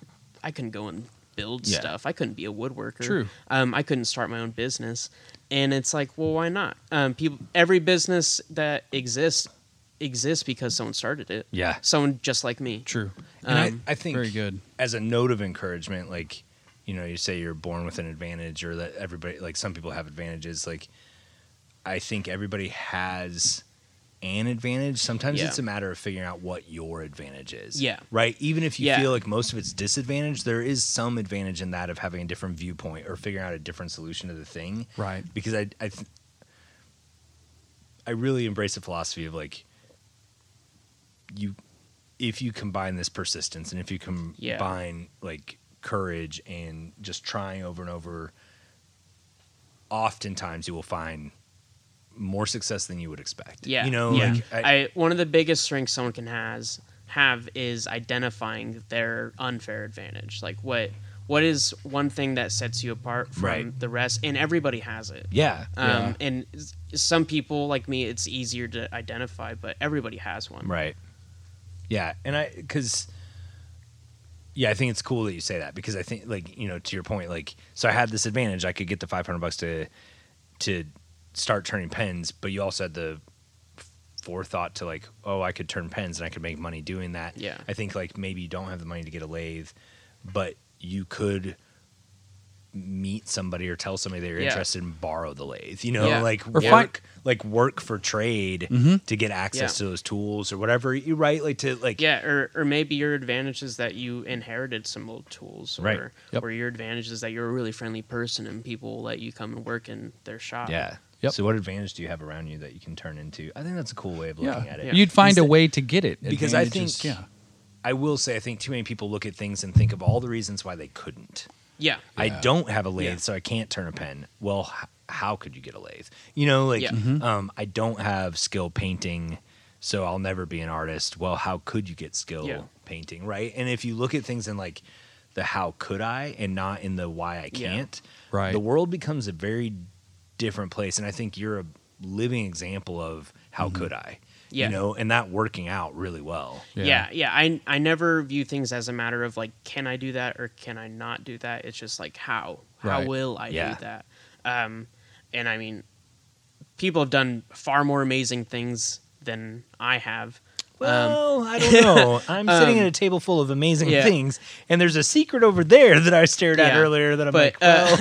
[SPEAKER 3] I couldn't go and build
[SPEAKER 1] Yeah.
[SPEAKER 3] stuff. I couldn't be a woodworker.
[SPEAKER 2] True.
[SPEAKER 3] Um, I couldn't start my own business. And it's like, well, why not? Um, people, every business that exists exists because someone started it.
[SPEAKER 1] <laughs> Yeah.
[SPEAKER 3] Someone just like me.
[SPEAKER 2] True.
[SPEAKER 1] And
[SPEAKER 3] Um,
[SPEAKER 1] I, I think
[SPEAKER 2] very good.
[SPEAKER 1] as a note of encouragement, like you know, you say you're born with an advantage, or that everybody, like some people have advantages. Like I think everybody has an advantage. Sometimes
[SPEAKER 3] Yeah.
[SPEAKER 1] it's a matter of figuring out what your advantage is.
[SPEAKER 3] Yeah.
[SPEAKER 1] Right. Even if you
[SPEAKER 3] Yeah.
[SPEAKER 1] feel like most of it's disadvantage, there is some advantage in that of having a different viewpoint or figuring out a different solution to the thing.
[SPEAKER 2] Right.
[SPEAKER 1] Because I, I, th- I really embrace the philosophy of like you if you combine this persistence and if you combine
[SPEAKER 3] Yeah.
[SPEAKER 1] like courage and just trying over and over oftentimes you will find more success than you would expect
[SPEAKER 3] Yeah.
[SPEAKER 1] you know
[SPEAKER 3] yeah.
[SPEAKER 1] like
[SPEAKER 3] I, one of the biggest strengths someone can has have is identifying their unfair advantage. Like what what is one thing that sets you apart from
[SPEAKER 1] Right.
[SPEAKER 3] the rest? And everybody has it.
[SPEAKER 1] Yeah.
[SPEAKER 3] Um, And s- some people like me, it's easier to identify, but everybody has one.
[SPEAKER 1] Right. Yeah, and I because yeah, I think it's cool that you say that because I think like you know to your point like so I had this advantage I could get the five hundred bucks to to start turning pens, but you also had the forethought to like oh I could turn pens and I could make money doing that.
[SPEAKER 3] Yeah.
[SPEAKER 1] I think like maybe you don't have the money to get a lathe, but you could meet somebody or tell somebody that you're
[SPEAKER 3] Yeah.
[SPEAKER 1] interested and borrow the lathe. You know,
[SPEAKER 3] Yeah.
[SPEAKER 1] like
[SPEAKER 2] Or
[SPEAKER 1] work
[SPEAKER 2] fi-
[SPEAKER 1] like work for trade to get access to
[SPEAKER 3] Yeah.
[SPEAKER 1] those tools or whatever. You right like to like
[SPEAKER 3] Yeah, or, or maybe your advantage is that you inherited some old tools, or,
[SPEAKER 4] Right.
[SPEAKER 2] Yep.
[SPEAKER 3] or your advantage is that you're a really friendly person and people will let you come and work in their shop.
[SPEAKER 1] yeah.
[SPEAKER 2] Yep.
[SPEAKER 1] uh, So what advantage do you have around you that you can turn into? I think that's a cool way of looking at it.
[SPEAKER 3] Yeah.
[SPEAKER 2] You'd find a
[SPEAKER 1] Instead-
[SPEAKER 2] way to get it
[SPEAKER 1] Because I
[SPEAKER 2] Advantages,
[SPEAKER 1] think-
[SPEAKER 2] yeah,
[SPEAKER 1] I will say I think too many people look at things and think of all the reasons why they couldn't.
[SPEAKER 3] yeah,
[SPEAKER 1] I
[SPEAKER 2] Yeah.
[SPEAKER 1] don't have a lathe,
[SPEAKER 3] Yeah.
[SPEAKER 1] so I can't turn a pen. Well, h- how could you get a lathe? You know, like
[SPEAKER 3] Yeah.
[SPEAKER 1] um, I don't have skill painting, so I'll never be an artist. Well, how could you get skill
[SPEAKER 3] Yeah.
[SPEAKER 1] painting, right? And if you look at things in like the how could I and not in the why I
[SPEAKER 3] Yeah.
[SPEAKER 1] can't,
[SPEAKER 2] Right.
[SPEAKER 1] The world becomes a very different place, and I think you're a living example of how could I,
[SPEAKER 3] Yeah.
[SPEAKER 1] you know, and that working out really well.
[SPEAKER 2] Yeah.
[SPEAKER 3] yeah, yeah, I I never view things as a matter of like, can I do that or can I not do that? It's just like how how
[SPEAKER 2] Right.
[SPEAKER 3] will I
[SPEAKER 1] Yeah.
[SPEAKER 3] do that? Um, and I mean, people have done far more amazing things than I have.
[SPEAKER 1] Well, I don't know. I'm sitting at a table full of amazing
[SPEAKER 3] yeah.
[SPEAKER 1] things, and there's a secret over there that I stared at
[SPEAKER 3] Yeah.
[SPEAKER 1] earlier that I'm
[SPEAKER 3] But, uh,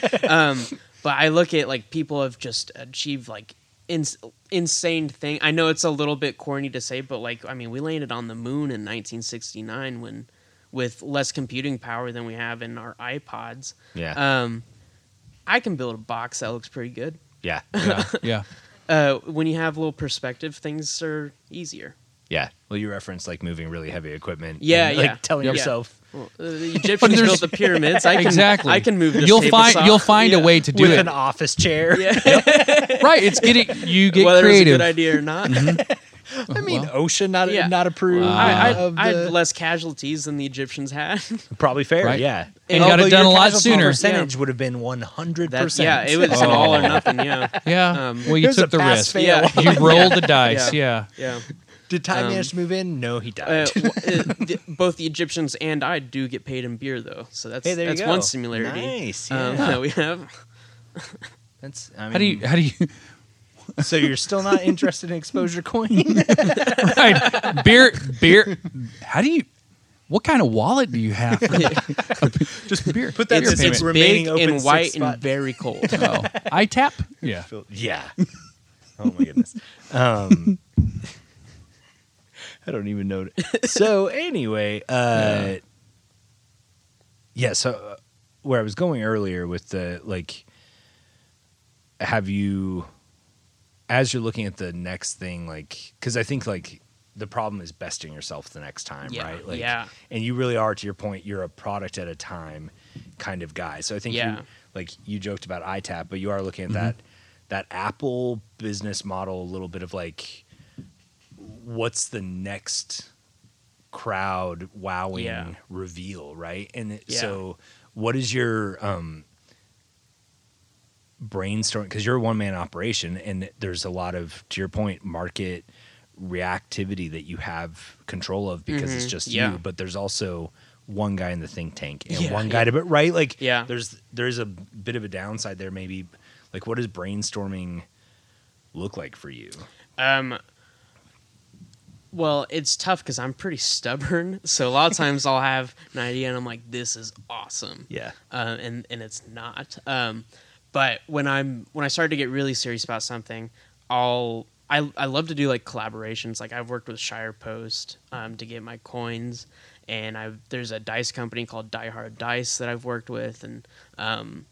[SPEAKER 1] like, well,
[SPEAKER 3] <laughs> um, but I look at like people have just achieved like ins- insane thing. I know it's a little bit corny to say, but like I mean, we landed on the moon in 1969 when with less computing power than we have in our iPods.
[SPEAKER 4] Yeah.
[SPEAKER 3] Um, I can build a box that looks pretty good.
[SPEAKER 4] yeah.
[SPEAKER 2] yeah,
[SPEAKER 3] <laughs>
[SPEAKER 2] yeah.
[SPEAKER 3] Uh, when you have little perspective, things are easier.
[SPEAKER 4] Yeah.
[SPEAKER 1] well, you referenced like moving really heavy equipment.
[SPEAKER 3] Yeah,
[SPEAKER 1] and, like
[SPEAKER 3] yeah.
[SPEAKER 1] telling
[SPEAKER 3] Yep.
[SPEAKER 1] yourself,
[SPEAKER 3] Well, uh,
[SPEAKER 2] <laughs>
[SPEAKER 3] the Egyptians
[SPEAKER 2] there's-
[SPEAKER 3] built the pyramids. I can
[SPEAKER 2] exactly.
[SPEAKER 3] I can move. This
[SPEAKER 2] you'll
[SPEAKER 3] table
[SPEAKER 2] find
[SPEAKER 3] saw.
[SPEAKER 2] you'll find
[SPEAKER 3] Yeah.
[SPEAKER 2] a way to do
[SPEAKER 1] with
[SPEAKER 2] it.
[SPEAKER 1] an office chair.
[SPEAKER 3] <laughs> Yeah.
[SPEAKER 2] <laughs> right, it's getting you get
[SPEAKER 3] Whether it's a
[SPEAKER 2] creative. Mm-hmm.
[SPEAKER 3] good idea or not.
[SPEAKER 1] <laughs> I mean,
[SPEAKER 2] Well.
[SPEAKER 1] OSHA not
[SPEAKER 3] Yeah.
[SPEAKER 1] not approved.
[SPEAKER 3] I, I,
[SPEAKER 1] of
[SPEAKER 3] I
[SPEAKER 1] the-
[SPEAKER 3] had less casualties than the
[SPEAKER 2] <laughs>
[SPEAKER 3] Egyptians had. <laughs>
[SPEAKER 1] probably fair.
[SPEAKER 2] Right.
[SPEAKER 1] Yeah,
[SPEAKER 2] And got it
[SPEAKER 1] although
[SPEAKER 2] done
[SPEAKER 1] your
[SPEAKER 2] a lot
[SPEAKER 1] casualty
[SPEAKER 2] sooner.
[SPEAKER 1] Percentage would have been 100.
[SPEAKER 3] That's
[SPEAKER 1] percent
[SPEAKER 3] yeah, it was an
[SPEAKER 2] Oh.
[SPEAKER 3] all or nothing.
[SPEAKER 2] <laughs>
[SPEAKER 3] Yeah,
[SPEAKER 2] Yeah.
[SPEAKER 3] Um,
[SPEAKER 2] well,
[SPEAKER 1] it
[SPEAKER 2] you
[SPEAKER 1] was
[SPEAKER 2] took
[SPEAKER 1] a
[SPEAKER 2] the
[SPEAKER 1] pass
[SPEAKER 2] risk.
[SPEAKER 1] fail.
[SPEAKER 3] yeah,
[SPEAKER 2] You rolled the dice. Yeah.
[SPEAKER 3] yeah.
[SPEAKER 1] Did Ty
[SPEAKER 3] Um,
[SPEAKER 1] manage to move in? No, he
[SPEAKER 3] Uh,
[SPEAKER 1] died.
[SPEAKER 3] w- uh, th- both the Egyptians and I do get paid in beer, though, so that's
[SPEAKER 1] Hey, there you
[SPEAKER 3] that's
[SPEAKER 1] go.
[SPEAKER 3] one similarity
[SPEAKER 1] Nice,
[SPEAKER 3] um,
[SPEAKER 1] yeah.
[SPEAKER 3] that we have.
[SPEAKER 1] <laughs> That's. I mean,
[SPEAKER 2] How do you? How do you? <laughs>
[SPEAKER 1] so you're still not interested in exposure coin?
[SPEAKER 2] Right. Beer. Beer. How do you? What kind of wallet do you have? <laughs> Just beer. Put
[SPEAKER 1] that
[SPEAKER 2] beer
[SPEAKER 1] in
[SPEAKER 2] payment.
[SPEAKER 1] six- Remaining
[SPEAKER 3] Big
[SPEAKER 1] open
[SPEAKER 3] and
[SPEAKER 1] sixth
[SPEAKER 3] white
[SPEAKER 1] spot.
[SPEAKER 3] and very cold.
[SPEAKER 2] <laughs> Oh, I tap. Yeah.
[SPEAKER 1] Phil- Yeah. <laughs> oh my goodness. Um, <laughs> I don't even know. <laughs> So anyway, uh, yeah. So uh, where I was going earlier with the like, have you, as you're looking at the next thing, like, because I think like the problem is besting yourself the next time,
[SPEAKER 3] Yeah,
[SPEAKER 1] right? Like,
[SPEAKER 3] yeah.
[SPEAKER 1] And you really are, to your point, you're a product at a time kind of guy. So I think
[SPEAKER 3] Yeah. Mm-hmm.
[SPEAKER 1] you like you joked about iTap, but you are looking at that that Apple business model a little bit of like what's the next crowd wowing
[SPEAKER 3] Yeah.
[SPEAKER 1] reveal, right? And it-
[SPEAKER 3] Yeah.
[SPEAKER 1] so what is your um brainstorm because you're a one man operation and there's a lot of to your point market reactivity that you have control of because it's
[SPEAKER 3] Mhm.
[SPEAKER 1] just
[SPEAKER 3] Yeah.
[SPEAKER 1] you but there's also one guy in the think tank and
[SPEAKER 3] Yeah,
[SPEAKER 1] one
[SPEAKER 3] yeah.
[SPEAKER 1] guy to but right like
[SPEAKER 3] Yeah.
[SPEAKER 1] there's there's a bit of a downside there maybe like what does brainstorming look like for you
[SPEAKER 3] Um, well, it's tough because I'm pretty stubborn, <laughs> so a lot of times I'll have an idea and I'm like, "This is awesome."
[SPEAKER 1] yeah
[SPEAKER 3] uh, and and it's not. Um, but when I'm when I start to get really serious about something, I'll I, I love to do like collaborations. Like I've worked with Shire Post um, to get my coins, and I've there's a dice company called Die Hard Dice that I've worked with, and um,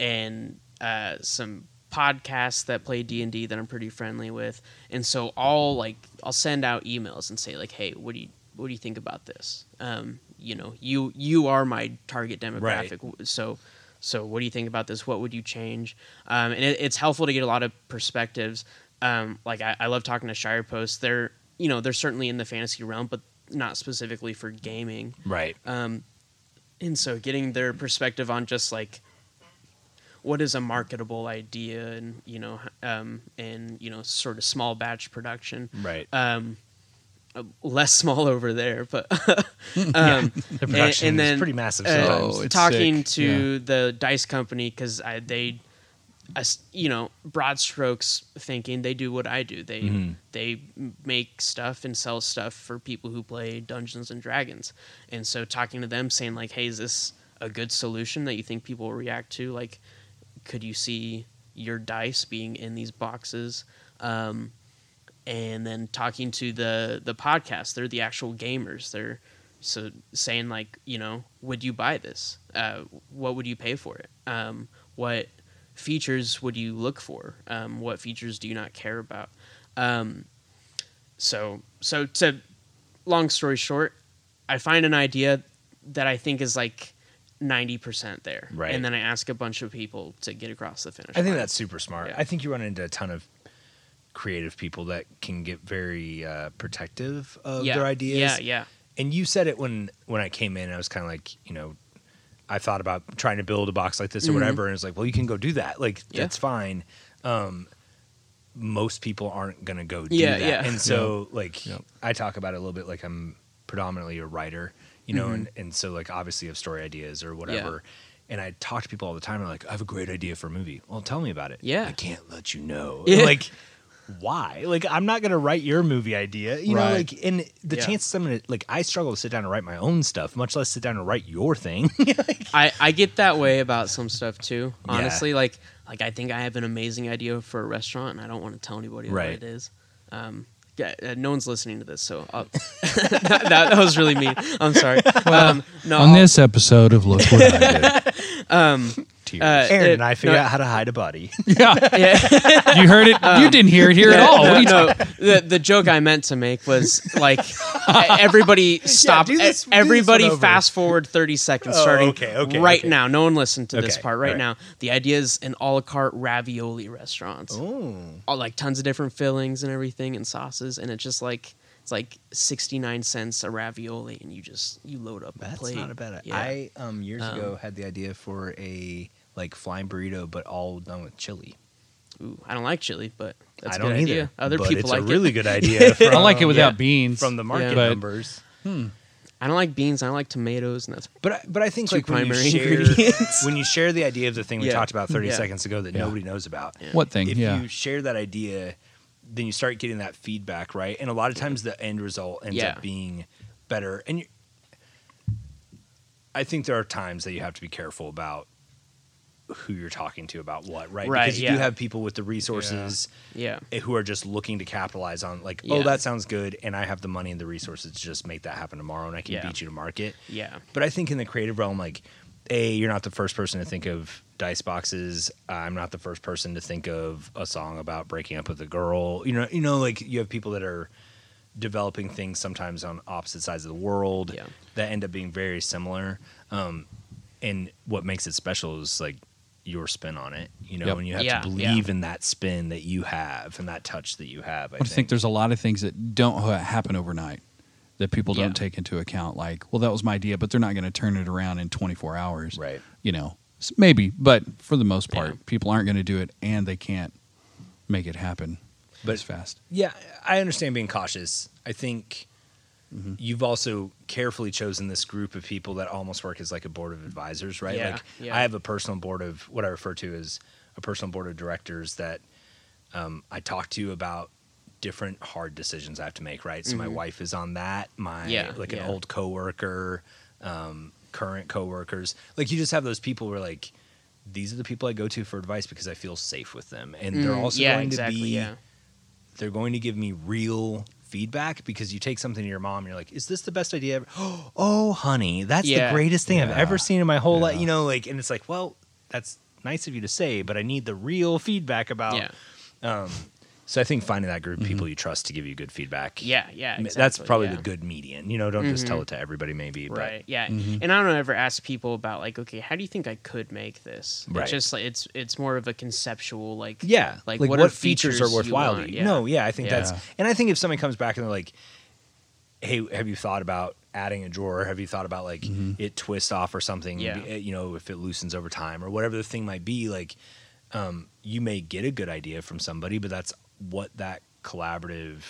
[SPEAKER 3] and uh, some podcasts that play d&d that i'm pretty friendly with and so i'll like i'll send out emails and say like hey what do you what do you think about this um, you know you you are my target
[SPEAKER 1] Right.
[SPEAKER 3] demographic w- so so what do you think about this what would you change um, and it, it's helpful to get a lot of perspectives um, like I, I love talking to shire post they're
[SPEAKER 1] Uh,
[SPEAKER 3] you know they're certainly in the fantasy realm but not specifically for gaming
[SPEAKER 1] right
[SPEAKER 3] um, and so getting their perspective on just like what is a marketable idea and you know um, and you know sort of small batch production
[SPEAKER 1] Right.
[SPEAKER 3] um, uh, less small over there but <laughs> um,
[SPEAKER 1] The production
[SPEAKER 3] and then,
[SPEAKER 1] is pretty massive
[SPEAKER 3] uh,
[SPEAKER 1] sometimes.
[SPEAKER 2] Oh, it's
[SPEAKER 3] talking
[SPEAKER 2] sick.
[SPEAKER 3] to the dice company because they I s- you know broad strokes thinking they do what i do they
[SPEAKER 2] Mm-hmm.
[SPEAKER 3] they m- make stuff and sell stuff for people who play dungeons and dragons and so talking to them saying like hey is this a good solution that you think people will react to like could you see your dice being in these boxes um, and then talking to the the podcast they're the actual gamers they're so saying like you know would you buy this uh, what would you pay for it um, what features would you look for um, what features do you not care about um, so so to long story short i find an idea that i think is like 90% there
[SPEAKER 1] Right.
[SPEAKER 3] and then i ask a bunch of people to get across the finish
[SPEAKER 1] I think
[SPEAKER 3] line.
[SPEAKER 1] that's super smart.
[SPEAKER 3] Yeah.
[SPEAKER 1] I think you run into a ton of creative people that can get very uh, protective of
[SPEAKER 3] yeah.
[SPEAKER 1] uh, their ideas.
[SPEAKER 3] yeah yeah
[SPEAKER 1] And you said it when when I came in, I was kind of like, you know, I thought about trying to build a box like this or whatever, and it's like, well, you can go do that. Like
[SPEAKER 3] Mm-hmm. Yeah.
[SPEAKER 1] that's fine. Um, most people aren't gonna go do
[SPEAKER 3] Yeah,
[SPEAKER 1] that,
[SPEAKER 3] yeah.
[SPEAKER 1] and so like
[SPEAKER 2] Yep.
[SPEAKER 1] I talk about it a little bit. Like I'm predominantly a writer, you
[SPEAKER 3] Mm-hmm.
[SPEAKER 1] know, and and so like obviously I have story ideas or whatever. And I talk to people all the time. And like, I have a great idea for a movie. Well, tell me about it.
[SPEAKER 3] Yeah.
[SPEAKER 1] I can't let you
[SPEAKER 3] <laughs>
[SPEAKER 1] know.
[SPEAKER 3] Yeah.
[SPEAKER 1] Like, why? Like, I'm not gonna write your movie idea. You
[SPEAKER 2] Right.
[SPEAKER 1] know, like, and the
[SPEAKER 3] Yeah.
[SPEAKER 1] chances I'm gonna like, I struggle to sit down and write my own stuff, much less sit down and write your
[SPEAKER 3] <laughs>
[SPEAKER 1] thing.
[SPEAKER 3] I, I get that way about some stuff too. Honestly, like like I think I have an amazing idea for a restaurant, and I don't want to tell anybody what
[SPEAKER 1] Right.
[SPEAKER 3] it is. Um, yeah, uh, no one's listening to this, so I'll, <laughs> that, that was really mean. I'm sorry. um,
[SPEAKER 2] <laughs>
[SPEAKER 3] no,
[SPEAKER 2] On
[SPEAKER 3] I'll-
[SPEAKER 2] this episode of Look What I Did.
[SPEAKER 1] <laughs> Um,
[SPEAKER 2] Tears.
[SPEAKER 3] uh,
[SPEAKER 1] Aaron
[SPEAKER 3] it-
[SPEAKER 1] and I figure
[SPEAKER 3] no,
[SPEAKER 1] out how to hide a body.
[SPEAKER 2] <laughs> yeah,
[SPEAKER 3] <laughs>
[SPEAKER 1] <laughs>
[SPEAKER 3] Yeah,
[SPEAKER 2] you heard it. you didn't hear it here at all.
[SPEAKER 3] no,
[SPEAKER 2] What are you
[SPEAKER 3] no, the the joke I meant to make was
[SPEAKER 1] <laughs>
[SPEAKER 3] like e, everybody stop.
[SPEAKER 1] do this- do
[SPEAKER 3] e-
[SPEAKER 1] this
[SPEAKER 3] everybody
[SPEAKER 1] one over.
[SPEAKER 3] fast forward thirty seconds,
[SPEAKER 1] Oh,
[SPEAKER 3] starting
[SPEAKER 1] okay, okay,
[SPEAKER 3] right
[SPEAKER 1] okay.
[SPEAKER 3] now. No one listened to this
[SPEAKER 1] Okay,
[SPEAKER 3] part right,
[SPEAKER 1] alright.
[SPEAKER 3] now. The idea is an a la carte ravioli restaurant.
[SPEAKER 1] <laughs> Oh,
[SPEAKER 3] all like tons of different fillings and everything and sauces and it's just like it's like 69 cents a ravioli and you just you load up a
[SPEAKER 1] that's
[SPEAKER 3] plate
[SPEAKER 1] not a bad.
[SPEAKER 3] Yeah.
[SPEAKER 1] I um years
[SPEAKER 3] Um,
[SPEAKER 1] ago had the idea for a like flying burrito, but all done with chili.
[SPEAKER 3] Ooh, I don't like chili but
[SPEAKER 1] I
[SPEAKER 3] that's a
[SPEAKER 1] don't
[SPEAKER 3] good
[SPEAKER 1] either.
[SPEAKER 3] idea other
[SPEAKER 1] but
[SPEAKER 3] people
[SPEAKER 1] it's
[SPEAKER 3] like
[SPEAKER 1] a
[SPEAKER 3] it.
[SPEAKER 1] really good
[SPEAKER 3] <laughs>
[SPEAKER 1] idea.
[SPEAKER 2] talking-
[SPEAKER 1] From,
[SPEAKER 2] I like it without
[SPEAKER 3] yeah,
[SPEAKER 2] beans.
[SPEAKER 1] from the market
[SPEAKER 3] but-
[SPEAKER 1] numbers.
[SPEAKER 3] I don't like beans I don't like tomatoes and that's
[SPEAKER 1] But I, but I think
[SPEAKER 3] Two
[SPEAKER 1] like when you
[SPEAKER 3] primary
[SPEAKER 1] share <laughs>
[SPEAKER 3] ingredients.
[SPEAKER 1] when you share the idea of the thing we
[SPEAKER 3] Yeah.
[SPEAKER 1] talked about 30
[SPEAKER 3] Yeah.
[SPEAKER 1] seconds ago that
[SPEAKER 2] Yeah.
[SPEAKER 1] nobody knows about.
[SPEAKER 2] What thing?
[SPEAKER 1] If
[SPEAKER 2] yeah.
[SPEAKER 1] you share that idea, then you start getting that feedback, right? And a lot of times the end result ends
[SPEAKER 3] Yeah.
[SPEAKER 1] up being better. And you, I think there are times that you have to be careful about who you're talking to about what, right?
[SPEAKER 3] Right,
[SPEAKER 1] because you
[SPEAKER 3] yeah.
[SPEAKER 1] do have people with the resources
[SPEAKER 3] yeah
[SPEAKER 1] eh, who are just looking to capitalize on like,
[SPEAKER 3] Yeah.
[SPEAKER 1] oh, that sounds good, and I have the money and the resources to just make that happen tomorrow, and I can
[SPEAKER 3] Yeah.
[SPEAKER 1] beat you to market.
[SPEAKER 3] yeah
[SPEAKER 1] But I think in the creative realm, like, A, you're not the first person to think of dice boxes. I'm not the first person to think of a song about breaking up with a girl. You know, you know, like you have people that are developing things sometimes on opposite sides of the world
[SPEAKER 3] Yeah.
[SPEAKER 1] that end up being very similar. Um, and what makes it special is like your spin on it, you know,
[SPEAKER 2] Yep.
[SPEAKER 1] and you have
[SPEAKER 3] Yeah,
[SPEAKER 1] to
[SPEAKER 3] yeah.
[SPEAKER 1] believe in that spin that you have and that touch that you have. I,
[SPEAKER 2] I think there's a lot of things that don't ha- happen overnight that people don't
[SPEAKER 3] Yeah.
[SPEAKER 2] take into account. Like, well, that was my idea, but they're not going to turn it around in 24 hours.
[SPEAKER 1] right.
[SPEAKER 2] You know, S- maybe, but for the most part,
[SPEAKER 3] Yeah.
[SPEAKER 2] people aren't going to do it and they can't make it happen
[SPEAKER 1] But-
[SPEAKER 2] as fast.
[SPEAKER 1] Yeah, I understand being cautious. I think you've also carefully chosen this group of people that almost work as like a board of advisors, right?
[SPEAKER 3] Yeah,
[SPEAKER 1] like
[SPEAKER 3] yeah.
[SPEAKER 1] I have a personal board of what I refer to as a personal board of directors that um, I talk to about different hard decisions I have to make, right? So my wife is on that, my
[SPEAKER 3] Mm-hmm. Yeah,
[SPEAKER 1] like
[SPEAKER 3] yeah.
[SPEAKER 1] an old coworker, um, current coworkers. Like you just have those people where like these are the people I go to for advice because I feel safe with them. And they're
[SPEAKER 3] Mm,
[SPEAKER 1] also
[SPEAKER 3] yeah
[SPEAKER 1] going
[SPEAKER 3] exactly
[SPEAKER 1] to be
[SPEAKER 3] yeah
[SPEAKER 1] they're going to give me real feedback because you take something to your mom and you're like, is this the best idea ever? <gasps> Oh, honey, that's
[SPEAKER 3] Yeah.
[SPEAKER 1] the greatest thing I've
[SPEAKER 2] Yeah.
[SPEAKER 1] ever seen in my whole life.
[SPEAKER 2] Yeah.
[SPEAKER 1] You know, like, and it's like, well, that's nice of you to say, but I need the real feedback about.
[SPEAKER 3] yeah
[SPEAKER 1] So I think finding that group of
[SPEAKER 2] Mm-hmm.
[SPEAKER 1] people you trust to give you good feedback.
[SPEAKER 3] yeah yeah
[SPEAKER 1] m- that's
[SPEAKER 3] exactly,
[SPEAKER 1] probably
[SPEAKER 3] yeah.
[SPEAKER 1] the good median. You know, don't just
[SPEAKER 2] Mm-hmm.
[SPEAKER 1] tell it to everybody, maybe. But
[SPEAKER 3] Right. Yeah.
[SPEAKER 1] Mm-hmm.
[SPEAKER 3] And I don't ever ask people about like, okay, how do you think I could make this?
[SPEAKER 1] Right.
[SPEAKER 3] It's just like it's it's more of a conceptual like
[SPEAKER 1] Yeah,
[SPEAKER 3] like, what, are features,
[SPEAKER 1] are
[SPEAKER 3] you
[SPEAKER 1] worthwhile? to
[SPEAKER 3] want?
[SPEAKER 1] you?
[SPEAKER 3] Yeah.
[SPEAKER 1] No, yeah, I think
[SPEAKER 3] Yeah.
[SPEAKER 1] that's, and I think if somebody comes back and they're like, "Hey, have you thought about adding a drawer? Have you thought about like it twist off or something?
[SPEAKER 3] Mm-hmm. Yeah.
[SPEAKER 1] eh, You know, if it loosens over time or whatever the thing might be, like um, you may get a good idea from somebody, but that's what that collaborative.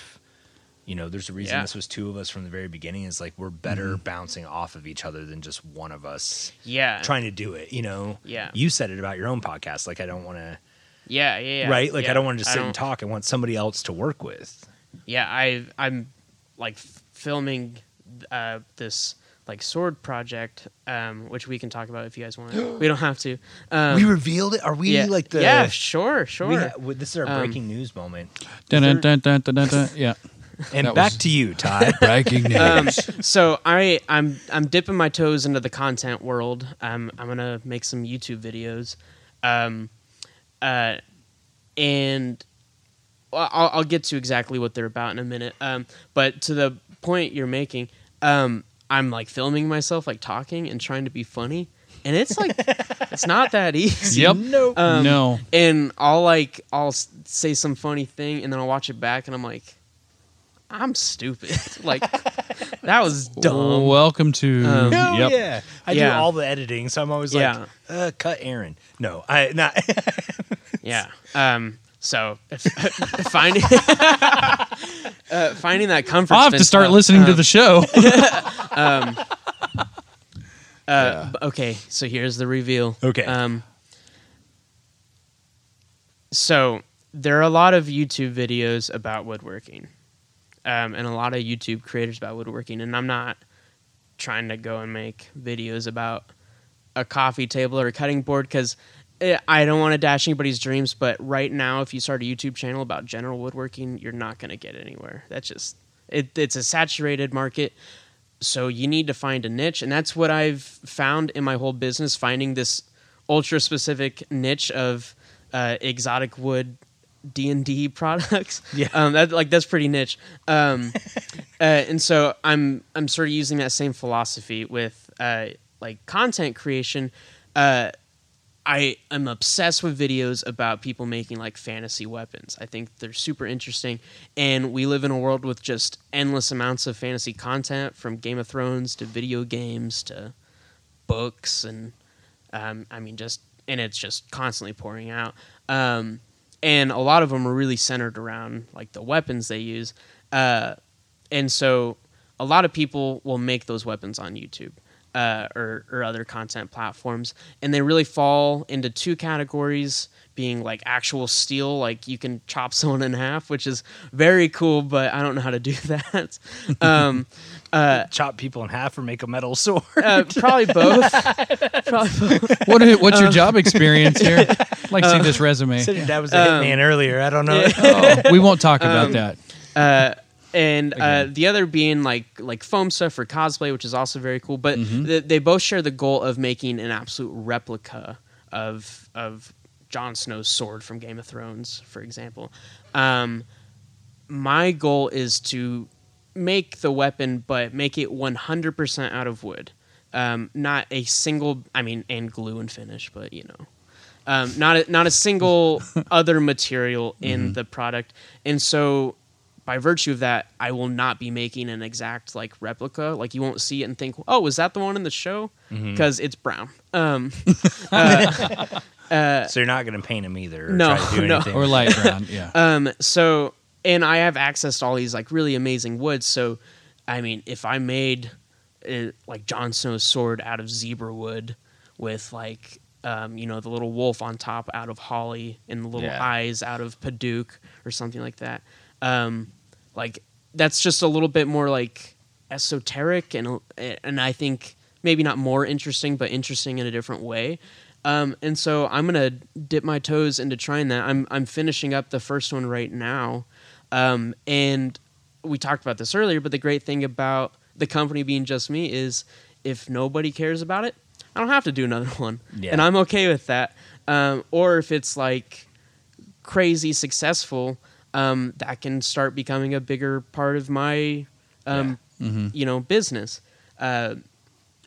[SPEAKER 1] You know, there's a reason
[SPEAKER 3] Yeah. Mm-hmm.
[SPEAKER 1] this was two of us from the very beginning. Is like we're better bouncing off of each other than just one of us
[SPEAKER 3] yeah,
[SPEAKER 1] trying to do it. You know,
[SPEAKER 3] Uh, Yeah.
[SPEAKER 1] You said it about your own podcast. Like I don't want to,
[SPEAKER 3] yeah, yeah, yeah,
[SPEAKER 1] right? Like
[SPEAKER 3] yeah.
[SPEAKER 1] I don't want to just sit
[SPEAKER 3] don't-
[SPEAKER 1] and talk. I want somebody else to work with.
[SPEAKER 3] yeah i i'm like f- filming uh this like sword project um which we can talk about if
[SPEAKER 1] <gasps>
[SPEAKER 3] you guys want we don't have to um
[SPEAKER 1] we revealed it. Are we
[SPEAKER 3] yeah,
[SPEAKER 1] like the?
[SPEAKER 3] yeah sure sure
[SPEAKER 1] We ha- well, this is our
[SPEAKER 3] Um,
[SPEAKER 1] breaking news
[SPEAKER 3] <laughs>
[SPEAKER 1] moment.
[SPEAKER 2] Dun, dun, dun, dun, dun, dun, dun. Yeah.
[SPEAKER 1] And
[SPEAKER 2] that
[SPEAKER 1] back
[SPEAKER 2] was-
[SPEAKER 1] to you,
[SPEAKER 3] <laughs>
[SPEAKER 1] Todd.
[SPEAKER 2] Breaking news.
[SPEAKER 3] Um, so i i'm i'm dipping my toes into the content world um i'm gonna make some youtube videos um uh and well, I'll, I'll get to exactly what they're about in a minute. Um, but to the point you're making, um, I'm like filming myself, like talking and trying to be funny, and it's like it's not that easy.
[SPEAKER 2] yep. No.
[SPEAKER 3] Um,
[SPEAKER 2] no.
[SPEAKER 3] And I'll like I'll s- say some funny thing, and then I'll watch it back, and I'm like, I'm stupid. <laughs> like that was dumb.
[SPEAKER 2] Welcome to.
[SPEAKER 3] Um,
[SPEAKER 1] Hell
[SPEAKER 2] yep.
[SPEAKER 1] yeah! I
[SPEAKER 3] Yeah.
[SPEAKER 1] do all the editing, so I'm always
[SPEAKER 3] Yeah.
[SPEAKER 1] like, uh, "Cut Aaron." No, I not. <laughs>
[SPEAKER 3] Yeah. Um. So if, <laughs> finding uh, finding that comfort.
[SPEAKER 2] I'll have to
[SPEAKER 3] spot,
[SPEAKER 2] start listening to
[SPEAKER 3] um,
[SPEAKER 2] the
[SPEAKER 3] <laughs>
[SPEAKER 2] show.
[SPEAKER 3] Uh, b- Okay, so here's the reveal.
[SPEAKER 1] Okay.
[SPEAKER 3] Um, so there are a lot of YouTube videos about woodworking, um, and a lot of YouTube creators about woodworking. And I'm not trying to go and make videos about a coffee table or a cutting board because I don't want to dash anybody's dreams. But right now, if you start a YouTube channel about general woodworking, you're not going to get anywhere. That's just it, it's a saturated market so you need to find a niche and that's what i've found in my whole business finding this ultra specific niche of uh, exotic wood d&d <laughs> products
[SPEAKER 1] Yeah.
[SPEAKER 3] um, that, like that's pretty niche um, uh, and so i'm i'm sort of using that same philosophy with uh, like content creation uh, I am obsessed with videos about people making like fantasy weapons. I think they're super interesting. And we live in a world with just endless amounts of fantasy content from Game of Thrones to video games to books. And um, I mean, just, and it's just constantly pouring out. Um, and a lot of them are really centered around like the weapons they use. Uh, and so a lot of people will make those weapons on YouTube uh, or, or other content platforms. And they really fall into two categories being like actual steel, like you can chop <laughs> someone in half, which is very cool, but I don't know how to do <laughs> that. Um,
[SPEAKER 1] Chop people in half or make a metal <laughs> sword.
[SPEAKER 3] uh, probably both. probably both.
[SPEAKER 2] what, are- what's your job experience
[SPEAKER 3] <laughs>
[SPEAKER 2] here? I'd like to
[SPEAKER 3] Um,
[SPEAKER 2] see this resume.
[SPEAKER 1] Said your dad was a hitman earlier. I don't know.
[SPEAKER 2] Oh, we won't talk
[SPEAKER 3] Um,
[SPEAKER 2] about that.
[SPEAKER 3] and uh, the other being like like foam stuff for cosplay, which is also very cool. But th- they both share the goal of making an absolute replica of of Jon Snow's sword from Game of Thrones, for example. Um, my goal is to make the weapon, but make it 100% out of wood. Um, not a single, I mean, and glue and finish, but you know, um, not a, not a single other material in the product. And so, by virtue of that, I will not be making an exact like replica. Like you won't see it and think, oh, was that the one in the show? Because it's brown.
[SPEAKER 1] <laughs>
[SPEAKER 3] Um,
[SPEAKER 1] so you're not going to paint him either. Or
[SPEAKER 3] No,
[SPEAKER 1] try to do
[SPEAKER 3] <laughs> no.
[SPEAKER 1] anything. <laughs>
[SPEAKER 2] Or light brown. Yeah.
[SPEAKER 3] Um, so, and I have access to all these like really amazing woods. So, I mean, if I made uh, like Jon Snow's sword out of zebra wood with like, um, you know, the little wolf on top out of holly and the little
[SPEAKER 4] Yeah.
[SPEAKER 3] eyes out of Paduke or something like that. Um, like that's just a little bit more like esoteric and and I think maybe not more interesting, but interesting in a different way. Um, and so I'm gonna dip my toes into trying that. I'm I'm finishing up the first one right now, um, and we talked about this earlier. But the great thing about the company being just me is if nobody cares about it, I don't have to do another <laughs> one,
[SPEAKER 1] Yeah.
[SPEAKER 3] and I'm okay with that. Um, or if it's like crazy successful, um, that can start becoming a bigger part of my, um,
[SPEAKER 1] Mm-hmm.
[SPEAKER 3] you know, business. Uh,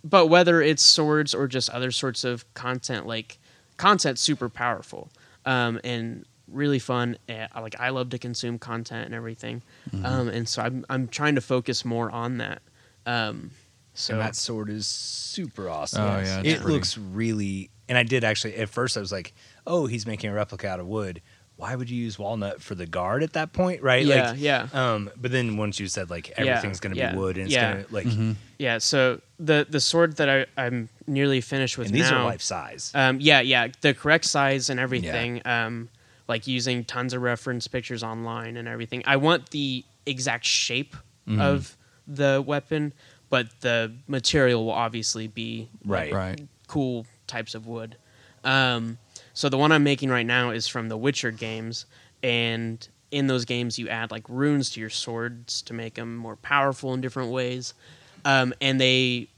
[SPEAKER 3] but whether it's swords or just other sorts of content, like content's super powerful um, and really fun. Eh, I- Like I love to consume
[SPEAKER 1] Mm-hmm.
[SPEAKER 3] content and everything, um, and so I'm I'm trying to focus more on that. Um, So
[SPEAKER 1] and that sword is super awesome.
[SPEAKER 2] Oh, yeah, it's
[SPEAKER 1] it
[SPEAKER 2] pretty.
[SPEAKER 1] looks really. And I did actually at first. I was like, "Oh, he's making a replica out of wood. Why would you use walnut for the guard at that point, right?"
[SPEAKER 3] yeah,
[SPEAKER 1] like,
[SPEAKER 3] yeah.
[SPEAKER 1] Um, but then once you said like everything's gonna
[SPEAKER 3] yeah,
[SPEAKER 1] be wood and it's
[SPEAKER 3] yeah.
[SPEAKER 1] gonna like
[SPEAKER 2] Mm-hmm.
[SPEAKER 3] Yeah, so the the sword that I, I'm nearly finished with
[SPEAKER 1] and these
[SPEAKER 3] now.
[SPEAKER 1] are life size.
[SPEAKER 3] Um, yeah, yeah, the correct size and everything. Um, like using tons of reference pictures online and everything. I want the exact shape of the weapon, but the material will obviously be
[SPEAKER 1] right.
[SPEAKER 2] Right.
[SPEAKER 3] cool types of wood. Um, so the one I'm making right now is from the Witcher games, and in those games you add like runes to your swords to make them more powerful in different ways, um, and they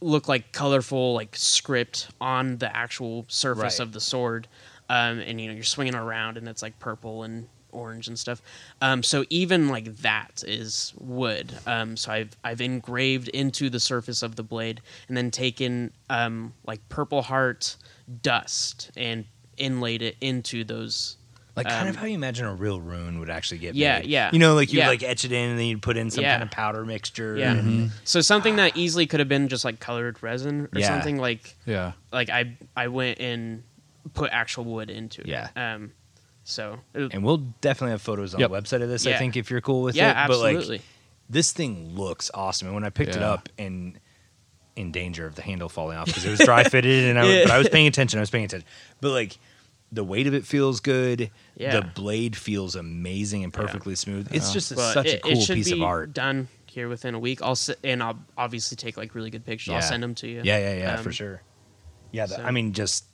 [SPEAKER 3] look like colorful like script on the actual surface
[SPEAKER 1] Right.
[SPEAKER 3] of the sword, um, and you know you're swinging around and it's like purple and orange and stuff. Um, so even like that is wood. Um, so I've I've engraved into the surface of the blade and then taken um, like purple heart dust and inlaid it into those.
[SPEAKER 1] Like kind
[SPEAKER 3] Um,
[SPEAKER 1] of how you imagine a real rune would actually get
[SPEAKER 3] Yeah,
[SPEAKER 1] made.
[SPEAKER 3] yeah.
[SPEAKER 1] You know, like you would
[SPEAKER 3] Yeah.
[SPEAKER 1] like etch it in and then you'd put in some
[SPEAKER 3] Yeah.
[SPEAKER 1] kind of powder mixture.
[SPEAKER 3] Yeah.
[SPEAKER 1] and-
[SPEAKER 2] Mm-hmm.
[SPEAKER 3] So something that easily could have been just like colored resin or
[SPEAKER 1] Mm-hmm. Yeah.
[SPEAKER 3] something like
[SPEAKER 2] Yeah.
[SPEAKER 3] like I I went and put actual wood into it.
[SPEAKER 4] Yeah.
[SPEAKER 3] Um. So it-
[SPEAKER 1] And we'll definitely have photos on
[SPEAKER 2] Yep.
[SPEAKER 1] the website of this, I
[SPEAKER 3] Yeah.
[SPEAKER 1] think, if you're cool with
[SPEAKER 3] yeah,
[SPEAKER 1] it. But
[SPEAKER 3] absolutely.
[SPEAKER 1] like this thing looks awesome. And when I picked it
[SPEAKER 2] Yeah.
[SPEAKER 1] up and in danger of the handle falling off because it was
[SPEAKER 3] <laughs>
[SPEAKER 1] dry fitted and I was, but I was paying attention. I was paying attention. But like the weight of it feels good.
[SPEAKER 3] Yeah.
[SPEAKER 1] The blade feels amazing and perfectly smooth. It's just a-
[SPEAKER 3] But
[SPEAKER 1] such a
[SPEAKER 3] it- it
[SPEAKER 1] cool
[SPEAKER 3] should
[SPEAKER 1] piece of
[SPEAKER 3] be
[SPEAKER 1] art.
[SPEAKER 3] Done here within a week. I'll s- and I'll obviously take like really good pictures. I'll
[SPEAKER 1] Yeah.
[SPEAKER 3] send them to you.
[SPEAKER 1] Yeah, yeah, yeah,
[SPEAKER 3] Um,
[SPEAKER 1] for sure. Yeah, the,
[SPEAKER 3] so-
[SPEAKER 1] I mean, just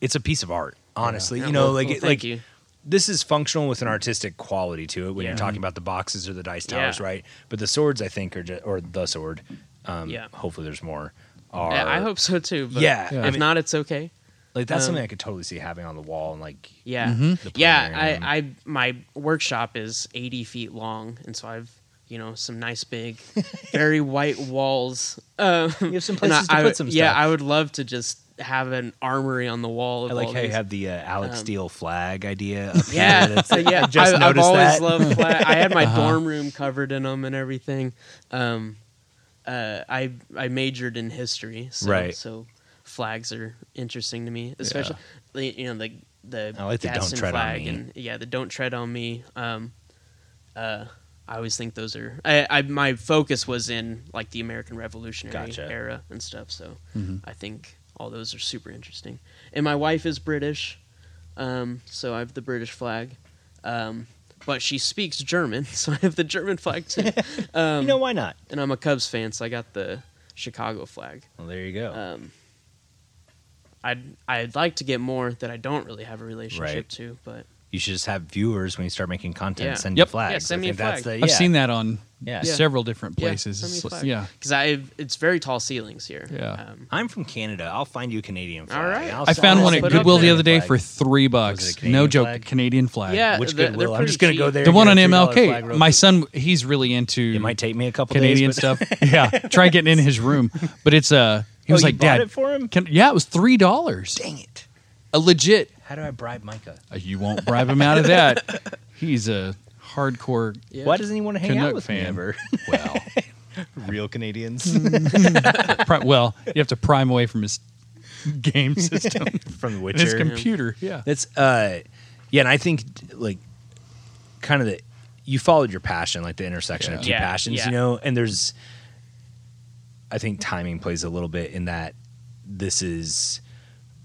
[SPEAKER 1] it's a piece of art, honestly.
[SPEAKER 3] Yeah,
[SPEAKER 1] You know,
[SPEAKER 3] well-
[SPEAKER 1] like
[SPEAKER 3] well,
[SPEAKER 1] it-
[SPEAKER 3] thank
[SPEAKER 1] like
[SPEAKER 3] you.
[SPEAKER 1] this is functional with an artistic quality to it when
[SPEAKER 3] Yeah.
[SPEAKER 1] you're talking about the boxes or the dice towers,
[SPEAKER 3] Yeah.
[SPEAKER 1] right? But the swords, I think, are just, or the sword. Um,
[SPEAKER 3] Yeah.
[SPEAKER 1] Hopefully, there's more. Are
[SPEAKER 3] I, I hope so too. But
[SPEAKER 1] Yeah,
[SPEAKER 2] Yeah.
[SPEAKER 1] I
[SPEAKER 3] If
[SPEAKER 1] mean,
[SPEAKER 3] not, it's okay.
[SPEAKER 1] like that's
[SPEAKER 3] um,
[SPEAKER 1] something I could totally see having on the wall and
[SPEAKER 3] <laughs>
[SPEAKER 1] like
[SPEAKER 3] Yeah.
[SPEAKER 1] The
[SPEAKER 3] Yeah.
[SPEAKER 1] playing room.
[SPEAKER 3] I, I my workshop is 80 feet long, and so I've you know some
[SPEAKER 1] <laughs>
[SPEAKER 3] nice big, very white walls. Um, you
[SPEAKER 1] have some places to put some
[SPEAKER 3] Yeah,
[SPEAKER 1] stuff.
[SPEAKER 3] I would love to just have an armory on the wall. Of
[SPEAKER 1] I like
[SPEAKER 3] all
[SPEAKER 1] how you
[SPEAKER 3] these-
[SPEAKER 1] have the uh, Alex
[SPEAKER 3] um,
[SPEAKER 1] Steele flag idea. Up
[SPEAKER 3] <laughs> Yeah,
[SPEAKER 1] here. That's-
[SPEAKER 3] so yeah.
[SPEAKER 1] I <laughs> just
[SPEAKER 3] have
[SPEAKER 1] noticed
[SPEAKER 3] always
[SPEAKER 1] that. Uh-huh.
[SPEAKER 3] loved flat. I had my dorm room covered in them and everything. Um, uh, I I majored in history, so,
[SPEAKER 1] Right.
[SPEAKER 3] So flags are interesting to me, especially the- you know the the
[SPEAKER 1] I like the don't
[SPEAKER 3] Gadsden
[SPEAKER 1] tread on
[SPEAKER 3] flag
[SPEAKER 1] me.
[SPEAKER 3] and yeah the don't tread on me. Um, uh, I always think those are. I, I my focus was in like the American Revolutionary
[SPEAKER 1] Gotcha.
[SPEAKER 3] era and stuff, so
[SPEAKER 2] Mm-hmm.
[SPEAKER 3] I think all those are super interesting. And my wife is British, um, so I have the British flag. Um, but she speaks German, <laughs> so I have the German
[SPEAKER 2] <laughs>
[SPEAKER 3] flag too.
[SPEAKER 1] <laughs>
[SPEAKER 3] Um,
[SPEAKER 1] you know why not?
[SPEAKER 3] and I'm a Cubs fan, so I got the Chicago flag.
[SPEAKER 1] Well, there you go.
[SPEAKER 3] Um, I'd I'd like to get more that I don't really have a relationship
[SPEAKER 1] Right.
[SPEAKER 3] to, but
[SPEAKER 1] you should just have viewers when you start making content
[SPEAKER 3] Yeah.
[SPEAKER 1] send
[SPEAKER 2] Yep.
[SPEAKER 1] you flags.
[SPEAKER 3] Yeah, send
[SPEAKER 1] I
[SPEAKER 3] me
[SPEAKER 1] think
[SPEAKER 3] a
[SPEAKER 1] that's
[SPEAKER 3] flag.
[SPEAKER 1] the-
[SPEAKER 2] I've
[SPEAKER 1] yeah.
[SPEAKER 2] seen that on
[SPEAKER 1] Yeah. Yeah.
[SPEAKER 2] several different places. It's like- Yeah.
[SPEAKER 3] because I it's very tall ceilings here.
[SPEAKER 2] Yeah.
[SPEAKER 3] Um,
[SPEAKER 1] I'm from Canada. I'll find you a Canadian flag.
[SPEAKER 3] All right.
[SPEAKER 1] I'll
[SPEAKER 2] I
[SPEAKER 1] sell
[SPEAKER 2] found
[SPEAKER 1] it.
[SPEAKER 2] one at
[SPEAKER 3] Put up
[SPEAKER 2] Goodwill the
[SPEAKER 3] there.
[SPEAKER 2] other day
[SPEAKER 1] Flag.
[SPEAKER 2] for three
[SPEAKER 1] Was it
[SPEAKER 2] bucks.
[SPEAKER 1] a
[SPEAKER 2] No
[SPEAKER 1] Canadian
[SPEAKER 2] joke,
[SPEAKER 1] flag?
[SPEAKER 2] Canadian flag.
[SPEAKER 3] Yeah.
[SPEAKER 1] Which
[SPEAKER 3] They're-
[SPEAKER 1] Goodwill?
[SPEAKER 3] they're
[SPEAKER 1] I'm just
[SPEAKER 3] pretty
[SPEAKER 1] gonna go
[SPEAKER 3] cheap.
[SPEAKER 1] there.
[SPEAKER 2] The
[SPEAKER 1] and
[SPEAKER 2] one
[SPEAKER 1] get
[SPEAKER 2] on
[SPEAKER 1] a $3 flag
[SPEAKER 2] MLK.
[SPEAKER 1] real
[SPEAKER 2] My
[SPEAKER 1] quick.
[SPEAKER 2] son, he's really into
[SPEAKER 1] It might take me a couple
[SPEAKER 2] Canadian
[SPEAKER 1] days. <laughs> but-
[SPEAKER 2] stuff. yeah, try getting in
[SPEAKER 1] <laughs>
[SPEAKER 2] his room. But it's uh, he
[SPEAKER 1] Oh,
[SPEAKER 2] was
[SPEAKER 1] you
[SPEAKER 2] like,
[SPEAKER 1] bought
[SPEAKER 2] "Dad,
[SPEAKER 1] it for him?
[SPEAKER 2] Can, yeah, it was three dollars.
[SPEAKER 1] Dang it!
[SPEAKER 2] A legit.
[SPEAKER 1] How do I bribe Micah?
[SPEAKER 2] Uh, You won't bribe him out
[SPEAKER 1] <laughs>
[SPEAKER 2] of that. He's a hardcore.
[SPEAKER 3] yeah.
[SPEAKER 1] Why doesn't he want to hang
[SPEAKER 2] Canuck
[SPEAKER 1] out with me
[SPEAKER 2] fan.
[SPEAKER 1] ever?
[SPEAKER 2] Well,
[SPEAKER 1] <laughs> Real <laughs> Canadians
[SPEAKER 2] pri- well, you have to prime away from his
[SPEAKER 1] <laughs>
[SPEAKER 2] game system,
[SPEAKER 1] from The
[SPEAKER 2] and his
[SPEAKER 1] Witcher.
[SPEAKER 2] computer. Yeah,
[SPEAKER 1] That's uh, yeah, and I think like kind of the you followed your passion, like the intersection of
[SPEAKER 2] Yeah.
[SPEAKER 1] two
[SPEAKER 3] Yeah,
[SPEAKER 1] passions,
[SPEAKER 3] yeah.
[SPEAKER 1] you know. And there's, I think timing plays a little bit in that. This is,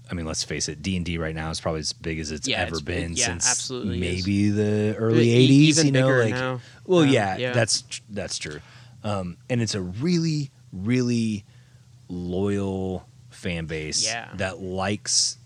[SPEAKER 1] I mean, let's face it, D and D right now is probably as big as it's
[SPEAKER 3] Yeah,
[SPEAKER 1] ever
[SPEAKER 3] it's big.
[SPEAKER 1] been
[SPEAKER 3] Yeah,
[SPEAKER 1] since
[SPEAKER 3] absolutely is.
[SPEAKER 1] maybe the early
[SPEAKER 3] E-
[SPEAKER 1] '80s.
[SPEAKER 3] even
[SPEAKER 1] you know,
[SPEAKER 3] bigger
[SPEAKER 1] like
[SPEAKER 3] now.
[SPEAKER 1] well,
[SPEAKER 3] Um,
[SPEAKER 1] yeah,
[SPEAKER 3] yeah.
[SPEAKER 1] that's tr- that's true. Um, and it's a really, really loyal fan base
[SPEAKER 3] Yeah.
[SPEAKER 1] that likes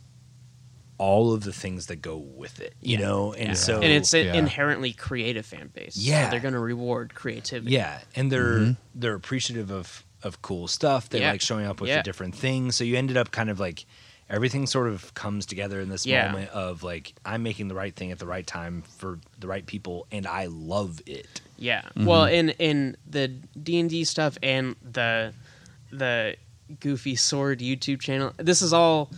[SPEAKER 1] all of the things that go with it, you
[SPEAKER 3] Yeah.
[SPEAKER 1] know? And
[SPEAKER 3] Yeah.
[SPEAKER 1] so,
[SPEAKER 3] and it's an
[SPEAKER 2] Yeah.
[SPEAKER 3] inherently creative fan base. so
[SPEAKER 1] Yeah.
[SPEAKER 3] they're going to reward creativity.
[SPEAKER 1] yeah. And they're,
[SPEAKER 2] Mm-hmm.
[SPEAKER 1] they're appreciative of, of cool stuff. They
[SPEAKER 3] Yeah.
[SPEAKER 1] like showing up with
[SPEAKER 3] Yeah.
[SPEAKER 1] the different things. So you ended up kind of like everything sort of comes together in this
[SPEAKER 3] Yeah.
[SPEAKER 1] moment of like, I'm making the right thing at the right time for the right people. And I love it.
[SPEAKER 3] Yeah.
[SPEAKER 2] Mm-hmm.
[SPEAKER 3] Well, in in the D and D stuff and the the goofy sword YouTube channel, this is all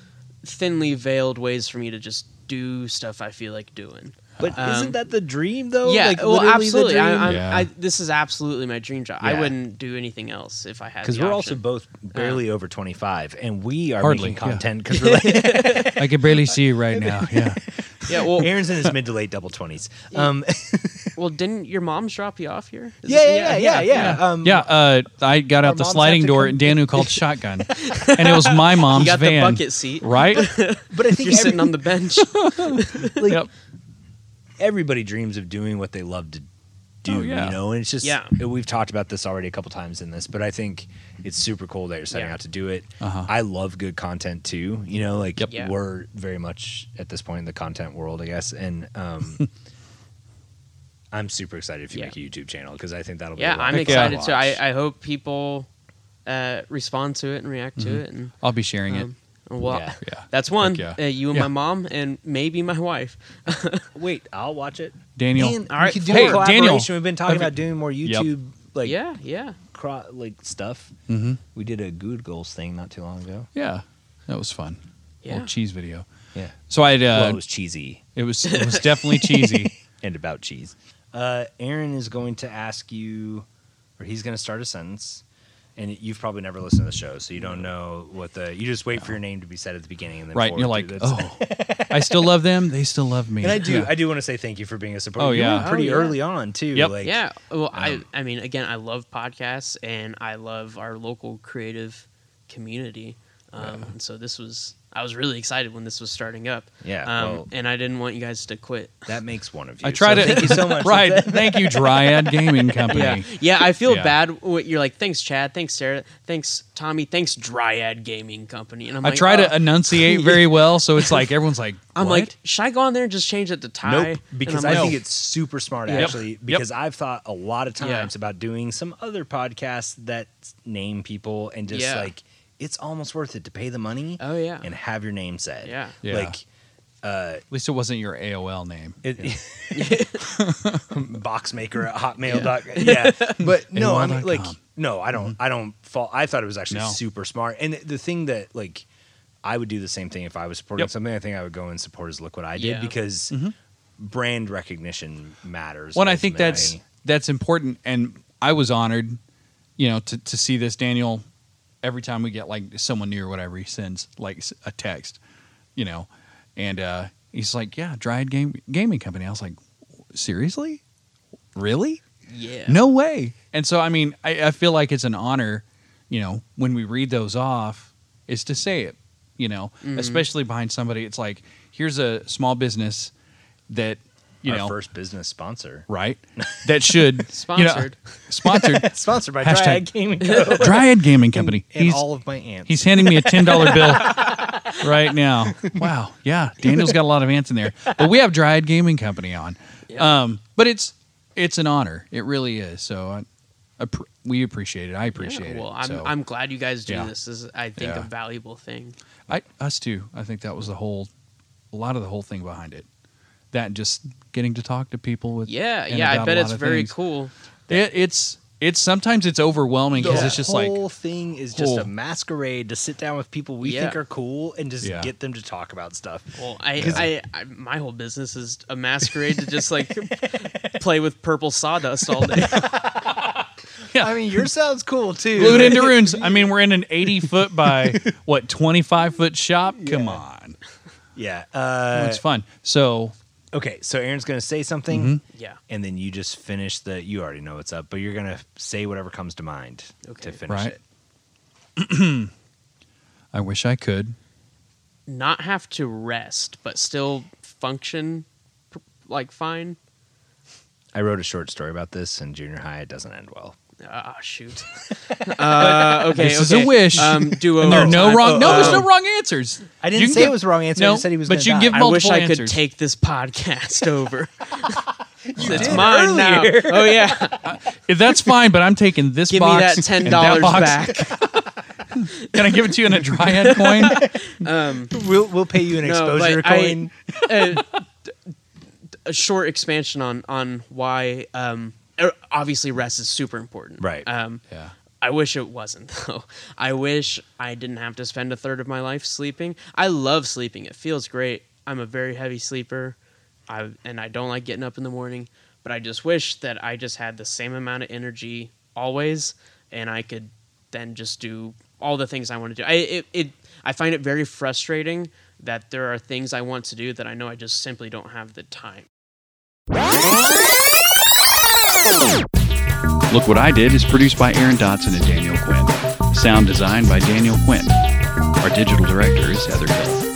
[SPEAKER 3] thinly veiled ways for me to just do stuff I feel like doing.
[SPEAKER 1] But
[SPEAKER 3] Um,
[SPEAKER 1] isn't that the dream though?
[SPEAKER 3] yeah,
[SPEAKER 1] Oh, Like,
[SPEAKER 3] well,
[SPEAKER 1] literally the
[SPEAKER 3] absolutely.
[SPEAKER 1] dream?
[SPEAKER 3] I, I'm,
[SPEAKER 2] Yeah.
[SPEAKER 3] I, this is absolutely my dream job. I
[SPEAKER 1] Yeah.
[SPEAKER 3] wouldn't do anything else if I had.
[SPEAKER 1] because
[SPEAKER 3] Because
[SPEAKER 1] we're also both
[SPEAKER 3] Uh.
[SPEAKER 1] barely over 25 and we are
[SPEAKER 2] Hardly,
[SPEAKER 1] making
[SPEAKER 2] yeah.
[SPEAKER 1] content because we're like
[SPEAKER 3] <laughs>
[SPEAKER 2] I can barely see
[SPEAKER 1] <laughs>
[SPEAKER 2] you right now. Yeah.
[SPEAKER 3] yeah. Well,
[SPEAKER 1] aaron's in his mid to late double 20s um <laughs>
[SPEAKER 3] well, didn't your moms drop you off here? Is
[SPEAKER 1] yeah,
[SPEAKER 3] it-
[SPEAKER 1] yeah yeah yeah um
[SPEAKER 2] yeah, uh, I got out the
[SPEAKER 1] moms have
[SPEAKER 2] sliding
[SPEAKER 1] to
[SPEAKER 2] door
[SPEAKER 1] come-
[SPEAKER 2] and
[SPEAKER 1] <laughs>
[SPEAKER 2] Danu called shotgun. and it was my mom's
[SPEAKER 3] You got
[SPEAKER 2] van.
[SPEAKER 3] the bucket
[SPEAKER 1] <laughs>
[SPEAKER 3] seat.
[SPEAKER 2] Right?
[SPEAKER 1] but i think
[SPEAKER 3] You're
[SPEAKER 1] every,
[SPEAKER 3] sitting on the
[SPEAKER 1] <laughs>
[SPEAKER 3] bench.
[SPEAKER 1] like,
[SPEAKER 2] yep.
[SPEAKER 1] everybody dreams of doing what they love to do
[SPEAKER 2] Oh, yeah.
[SPEAKER 1] you know and it's just
[SPEAKER 3] Yeah.
[SPEAKER 1] we've talked about this already a couple times in this but i think it's super cool that you're setting
[SPEAKER 3] Yeah.
[SPEAKER 1] out to do it
[SPEAKER 2] Uh-huh.
[SPEAKER 1] i love good content too you know like
[SPEAKER 2] Yep.
[SPEAKER 3] Yeah.
[SPEAKER 1] we're very much at this point in the content world i guess and
[SPEAKER 2] <laughs>
[SPEAKER 1] um i'm super excited if you
[SPEAKER 3] Yeah.
[SPEAKER 1] make a youtube channel because i think that'll be a
[SPEAKER 3] yeah,
[SPEAKER 1] lot
[SPEAKER 3] I'm
[SPEAKER 1] of fun to
[SPEAKER 3] excited too.
[SPEAKER 1] watch.
[SPEAKER 3] I, I hope people uh, respond to it and react to it. And
[SPEAKER 2] I'll be sharing
[SPEAKER 3] um, well,
[SPEAKER 1] Mm-hmm. Yeah.
[SPEAKER 2] Yeah.
[SPEAKER 3] <laughs> that's one.
[SPEAKER 2] Heck yeah.
[SPEAKER 3] Uh, you and
[SPEAKER 2] Yeah.
[SPEAKER 3] my mom, and maybe my wife.
[SPEAKER 1] Wait, I'll watch it.
[SPEAKER 2] it. Daniel.
[SPEAKER 1] And
[SPEAKER 3] All right,
[SPEAKER 1] we could do a
[SPEAKER 2] hey, Daniel.
[SPEAKER 1] collaboration. We've been talking
[SPEAKER 2] Okay.
[SPEAKER 1] about doing more
[SPEAKER 2] Yep.
[SPEAKER 1] YouTube like
[SPEAKER 3] yeah, yeah.
[SPEAKER 1] cro- like stuff.
[SPEAKER 2] hmm
[SPEAKER 1] We did a Good Goals thing not too long ago.
[SPEAKER 2] Yeah. That was fun.
[SPEAKER 3] Yeah.
[SPEAKER 2] Little cheese video.
[SPEAKER 1] Yeah,
[SPEAKER 2] So I'd, uh,
[SPEAKER 1] well, it was cheesy
[SPEAKER 2] it was it was definitely cheesy.
[SPEAKER 1] <laughs> and about cheese. Uh, Aaron is going to ask you, or he's going to start a sentence. And you've probably never listened to the show, so you don't know what the. You just wait for your name to be said at the beginning, and then
[SPEAKER 2] Right. And you're
[SPEAKER 1] forward
[SPEAKER 2] like,
[SPEAKER 1] through this.
[SPEAKER 2] oh, I still love them. They still love me.
[SPEAKER 1] And I do,
[SPEAKER 2] Yeah.
[SPEAKER 1] I do want to say thank you for being a supporter.
[SPEAKER 2] Oh,
[SPEAKER 1] You were
[SPEAKER 2] yeah.
[SPEAKER 1] pretty
[SPEAKER 3] Oh, yeah.
[SPEAKER 1] early on too.
[SPEAKER 2] Yep.
[SPEAKER 1] like,
[SPEAKER 3] yeah. Well, I
[SPEAKER 1] um,
[SPEAKER 3] I mean, again, I love podcasts and I love our local creative community. Um, And so this was, I was really excited when this was starting up.
[SPEAKER 1] Yeah,
[SPEAKER 3] Um,
[SPEAKER 1] well-
[SPEAKER 3] and I didn't want you guys to quit.
[SPEAKER 1] that makes one of you.
[SPEAKER 2] I try
[SPEAKER 1] so
[SPEAKER 2] to.
[SPEAKER 1] Thank you
[SPEAKER 2] <laughs>
[SPEAKER 1] so much.
[SPEAKER 2] Right. Thank you,
[SPEAKER 1] <laughs>
[SPEAKER 2] Dryad Gaming Company.
[SPEAKER 3] Yeah. Yeah. I feel
[SPEAKER 2] Yeah.
[SPEAKER 3] bad. What you're like, thanks, Chad. Thanks, Sarah. Thanks, Tommy. Thanks, Dryad Gaming Company. And I'm
[SPEAKER 2] I
[SPEAKER 3] like,
[SPEAKER 2] try
[SPEAKER 3] oh.
[SPEAKER 2] to enunciate very well, so it's like
[SPEAKER 1] <laughs>
[SPEAKER 2] everyone's like,
[SPEAKER 3] I'm
[SPEAKER 2] "What?"
[SPEAKER 3] like, should I go on there and just change it to tie?
[SPEAKER 1] Nope,
[SPEAKER 3] And
[SPEAKER 1] because
[SPEAKER 3] I'm
[SPEAKER 1] I
[SPEAKER 3] like,
[SPEAKER 1] think it's super smart
[SPEAKER 2] Yep.
[SPEAKER 1] actually.
[SPEAKER 2] Yep.
[SPEAKER 1] Because I've thought a lot of
[SPEAKER 3] Yeah.
[SPEAKER 1] times about doing some other podcasts that name people and just
[SPEAKER 3] Yeah.
[SPEAKER 1] like it's almost worth it to pay the money.
[SPEAKER 3] Oh, yeah.
[SPEAKER 1] and have your name said.
[SPEAKER 3] Yeah.
[SPEAKER 2] Yeah.
[SPEAKER 1] like
[SPEAKER 2] at least it wasn't your AOL name.
[SPEAKER 1] it, <laughs> boxmaker at hotmail dot yeah.
[SPEAKER 2] <laughs>
[SPEAKER 1] But no, I mean like
[SPEAKER 2] AOL.com.
[SPEAKER 1] no, I don't. I don't fall. I thought it was actually
[SPEAKER 2] Mm-hmm. No.
[SPEAKER 1] super smart. And the thing that like I would do the same thing if I was supporting
[SPEAKER 2] Yep. Mm-hmm.
[SPEAKER 1] something. I think I would go and support is look what I did
[SPEAKER 3] Yeah.
[SPEAKER 1] because. Brand recognition matters.
[SPEAKER 2] Well, and I think that's
[SPEAKER 1] ultimately.
[SPEAKER 2] that's important, and I was honored, you know, to to see this, Daniel. Every time we get like someone new or whatever, he sends like s- a text, you know, and uh, he's like, "Yeah, Dryad Game Gaming Company." I was like, "Seriously, really?"
[SPEAKER 3] yeah.
[SPEAKER 2] No way. And so, I mean, I, I feel like it's an honor, you know, when we read those off, is to say it, you know,
[SPEAKER 1] Mm-hmm.
[SPEAKER 2] especially behind somebody. It's like, here's a small business that, you
[SPEAKER 1] our
[SPEAKER 2] know,
[SPEAKER 1] first business sponsor.
[SPEAKER 2] right? That
[SPEAKER 3] <laughs>
[SPEAKER 2] should, you
[SPEAKER 3] Sponsored.
[SPEAKER 2] know,
[SPEAKER 3] <laughs>
[SPEAKER 2] sponsored.
[SPEAKER 1] Sponsored by
[SPEAKER 2] Hashtag-
[SPEAKER 1] Triad Gaming
[SPEAKER 2] <laughs>
[SPEAKER 1] Co.
[SPEAKER 2] Dryad Gaming Company.
[SPEAKER 1] and
[SPEAKER 2] he's,
[SPEAKER 1] all of my ants.
[SPEAKER 2] he's handing me a $10
[SPEAKER 3] <laughs>
[SPEAKER 2] bill right now. Wow. Yeah. Daniel's got a lot of ants in there, but we have Dryad Gaming Company on.
[SPEAKER 3] Yeah.
[SPEAKER 2] Um, but it's, it's an honor. It really is. So I, appre- we appreciate it. I appreciate
[SPEAKER 3] Yeah,
[SPEAKER 2] it.
[SPEAKER 3] well, I'm,
[SPEAKER 2] So-
[SPEAKER 3] I'm glad you guys do
[SPEAKER 2] Yeah.
[SPEAKER 3] this. This is, I think,
[SPEAKER 2] Yeah.
[SPEAKER 3] a valuable thing.
[SPEAKER 2] I us too. I think that was the whole, a lot of the whole thing behind it. That and just getting to talk to people with
[SPEAKER 3] Yeah,
[SPEAKER 2] and
[SPEAKER 3] yeah. I
[SPEAKER 2] about a
[SPEAKER 3] bet
[SPEAKER 2] lot
[SPEAKER 3] it's
[SPEAKER 2] of
[SPEAKER 3] very
[SPEAKER 2] things.
[SPEAKER 3] cool.
[SPEAKER 2] It, it's it's sometimes it's overwhelming because
[SPEAKER 1] The
[SPEAKER 2] it's just
[SPEAKER 1] whole
[SPEAKER 2] like oh.
[SPEAKER 1] thing is just
[SPEAKER 2] whole-
[SPEAKER 1] a masquerade to sit down with people we
[SPEAKER 3] Yeah.
[SPEAKER 1] think are cool and just
[SPEAKER 2] Yeah.
[SPEAKER 1] get them to talk about stuff.
[SPEAKER 3] Well,
[SPEAKER 2] <laughs>
[SPEAKER 3] I, I, I, my whole business is a masquerade to
[SPEAKER 2] <laughs>
[SPEAKER 3] just like play with purple sawdust all day. <laughs>
[SPEAKER 1] <laughs> I mean, yours sounds cool too. <laughs>
[SPEAKER 2] glued into runes. I mean, we're in an eighty foot by <laughs> what twenty five foot shop. Come on, Oh,
[SPEAKER 1] yeah. Uh,
[SPEAKER 2] it's fun. So
[SPEAKER 1] okay, so Aaron's gonna say something,
[SPEAKER 2] Mm-hmm.
[SPEAKER 3] Yeah.
[SPEAKER 1] and then you just finish the. You already know what's up, but you're gonna say whatever comes to mind
[SPEAKER 3] Okay.
[SPEAKER 1] to finish
[SPEAKER 2] right,
[SPEAKER 1] it.
[SPEAKER 2] I wish I could.
[SPEAKER 3] Not have to rest, but still function pr- like fine.
[SPEAKER 1] I wrote a short story about this in junior high. It doesn't end well.
[SPEAKER 3] Ah,
[SPEAKER 2] <laughs>
[SPEAKER 3] shoot. Uh, okay,
[SPEAKER 2] This is
[SPEAKER 3] okay.
[SPEAKER 2] a wish.
[SPEAKER 3] Um, do
[SPEAKER 2] And there are no
[SPEAKER 3] overtime.
[SPEAKER 2] wrong. No, there's
[SPEAKER 3] Um,
[SPEAKER 2] no wrong answers.
[SPEAKER 1] Oh, I
[SPEAKER 2] You
[SPEAKER 1] didn't
[SPEAKER 2] can
[SPEAKER 1] say
[SPEAKER 2] give-
[SPEAKER 1] it was the wrong answer.
[SPEAKER 2] No,
[SPEAKER 1] I just said he was.
[SPEAKER 2] but
[SPEAKER 1] gonna
[SPEAKER 2] you
[SPEAKER 1] die.
[SPEAKER 2] give
[SPEAKER 3] I wish
[SPEAKER 2] multiple
[SPEAKER 3] I could
[SPEAKER 2] answers.
[SPEAKER 3] take this
[SPEAKER 2] <laughs>
[SPEAKER 3] podcast over. it's
[SPEAKER 1] did
[SPEAKER 3] mine
[SPEAKER 1] earlier.
[SPEAKER 3] now. Oh yeah,
[SPEAKER 2] If that's fine, but I'm
[SPEAKER 1] <laughs>
[SPEAKER 2] taking this
[SPEAKER 3] give me
[SPEAKER 2] box
[SPEAKER 3] that
[SPEAKER 2] and <laughs>
[SPEAKER 3] ten dollars
[SPEAKER 2] box.
[SPEAKER 3] back.
[SPEAKER 2] <laughs> Can I give it to you in a dryad coin?
[SPEAKER 1] <laughs> We'll, we'll pay you an
[SPEAKER 3] <laughs> No,
[SPEAKER 1] exposure
[SPEAKER 3] but I-
[SPEAKER 1] coin.
[SPEAKER 3] Uh, a short expansion on on why um er, obviously rest is super important
[SPEAKER 1] Right.
[SPEAKER 3] um
[SPEAKER 2] Yeah.
[SPEAKER 3] i wish it wasn't <laughs> though i wish i didn't have to spend a third of my life sleeping i love sleeping it feels great i'm a very heavy sleeper I and I don't like getting up in the morning, but I just wish that I just had the same amount of energy always, and I could then just do all the things I want to do. I it, it I find it very frustrating that there are things I want to do that I know I just simply don't have the time.
[SPEAKER 4] Look What I Did is produced by Aaron Dotson and Daniel Quinn. Sound design by Daniel Quinn. Our digital director is Heather Hill.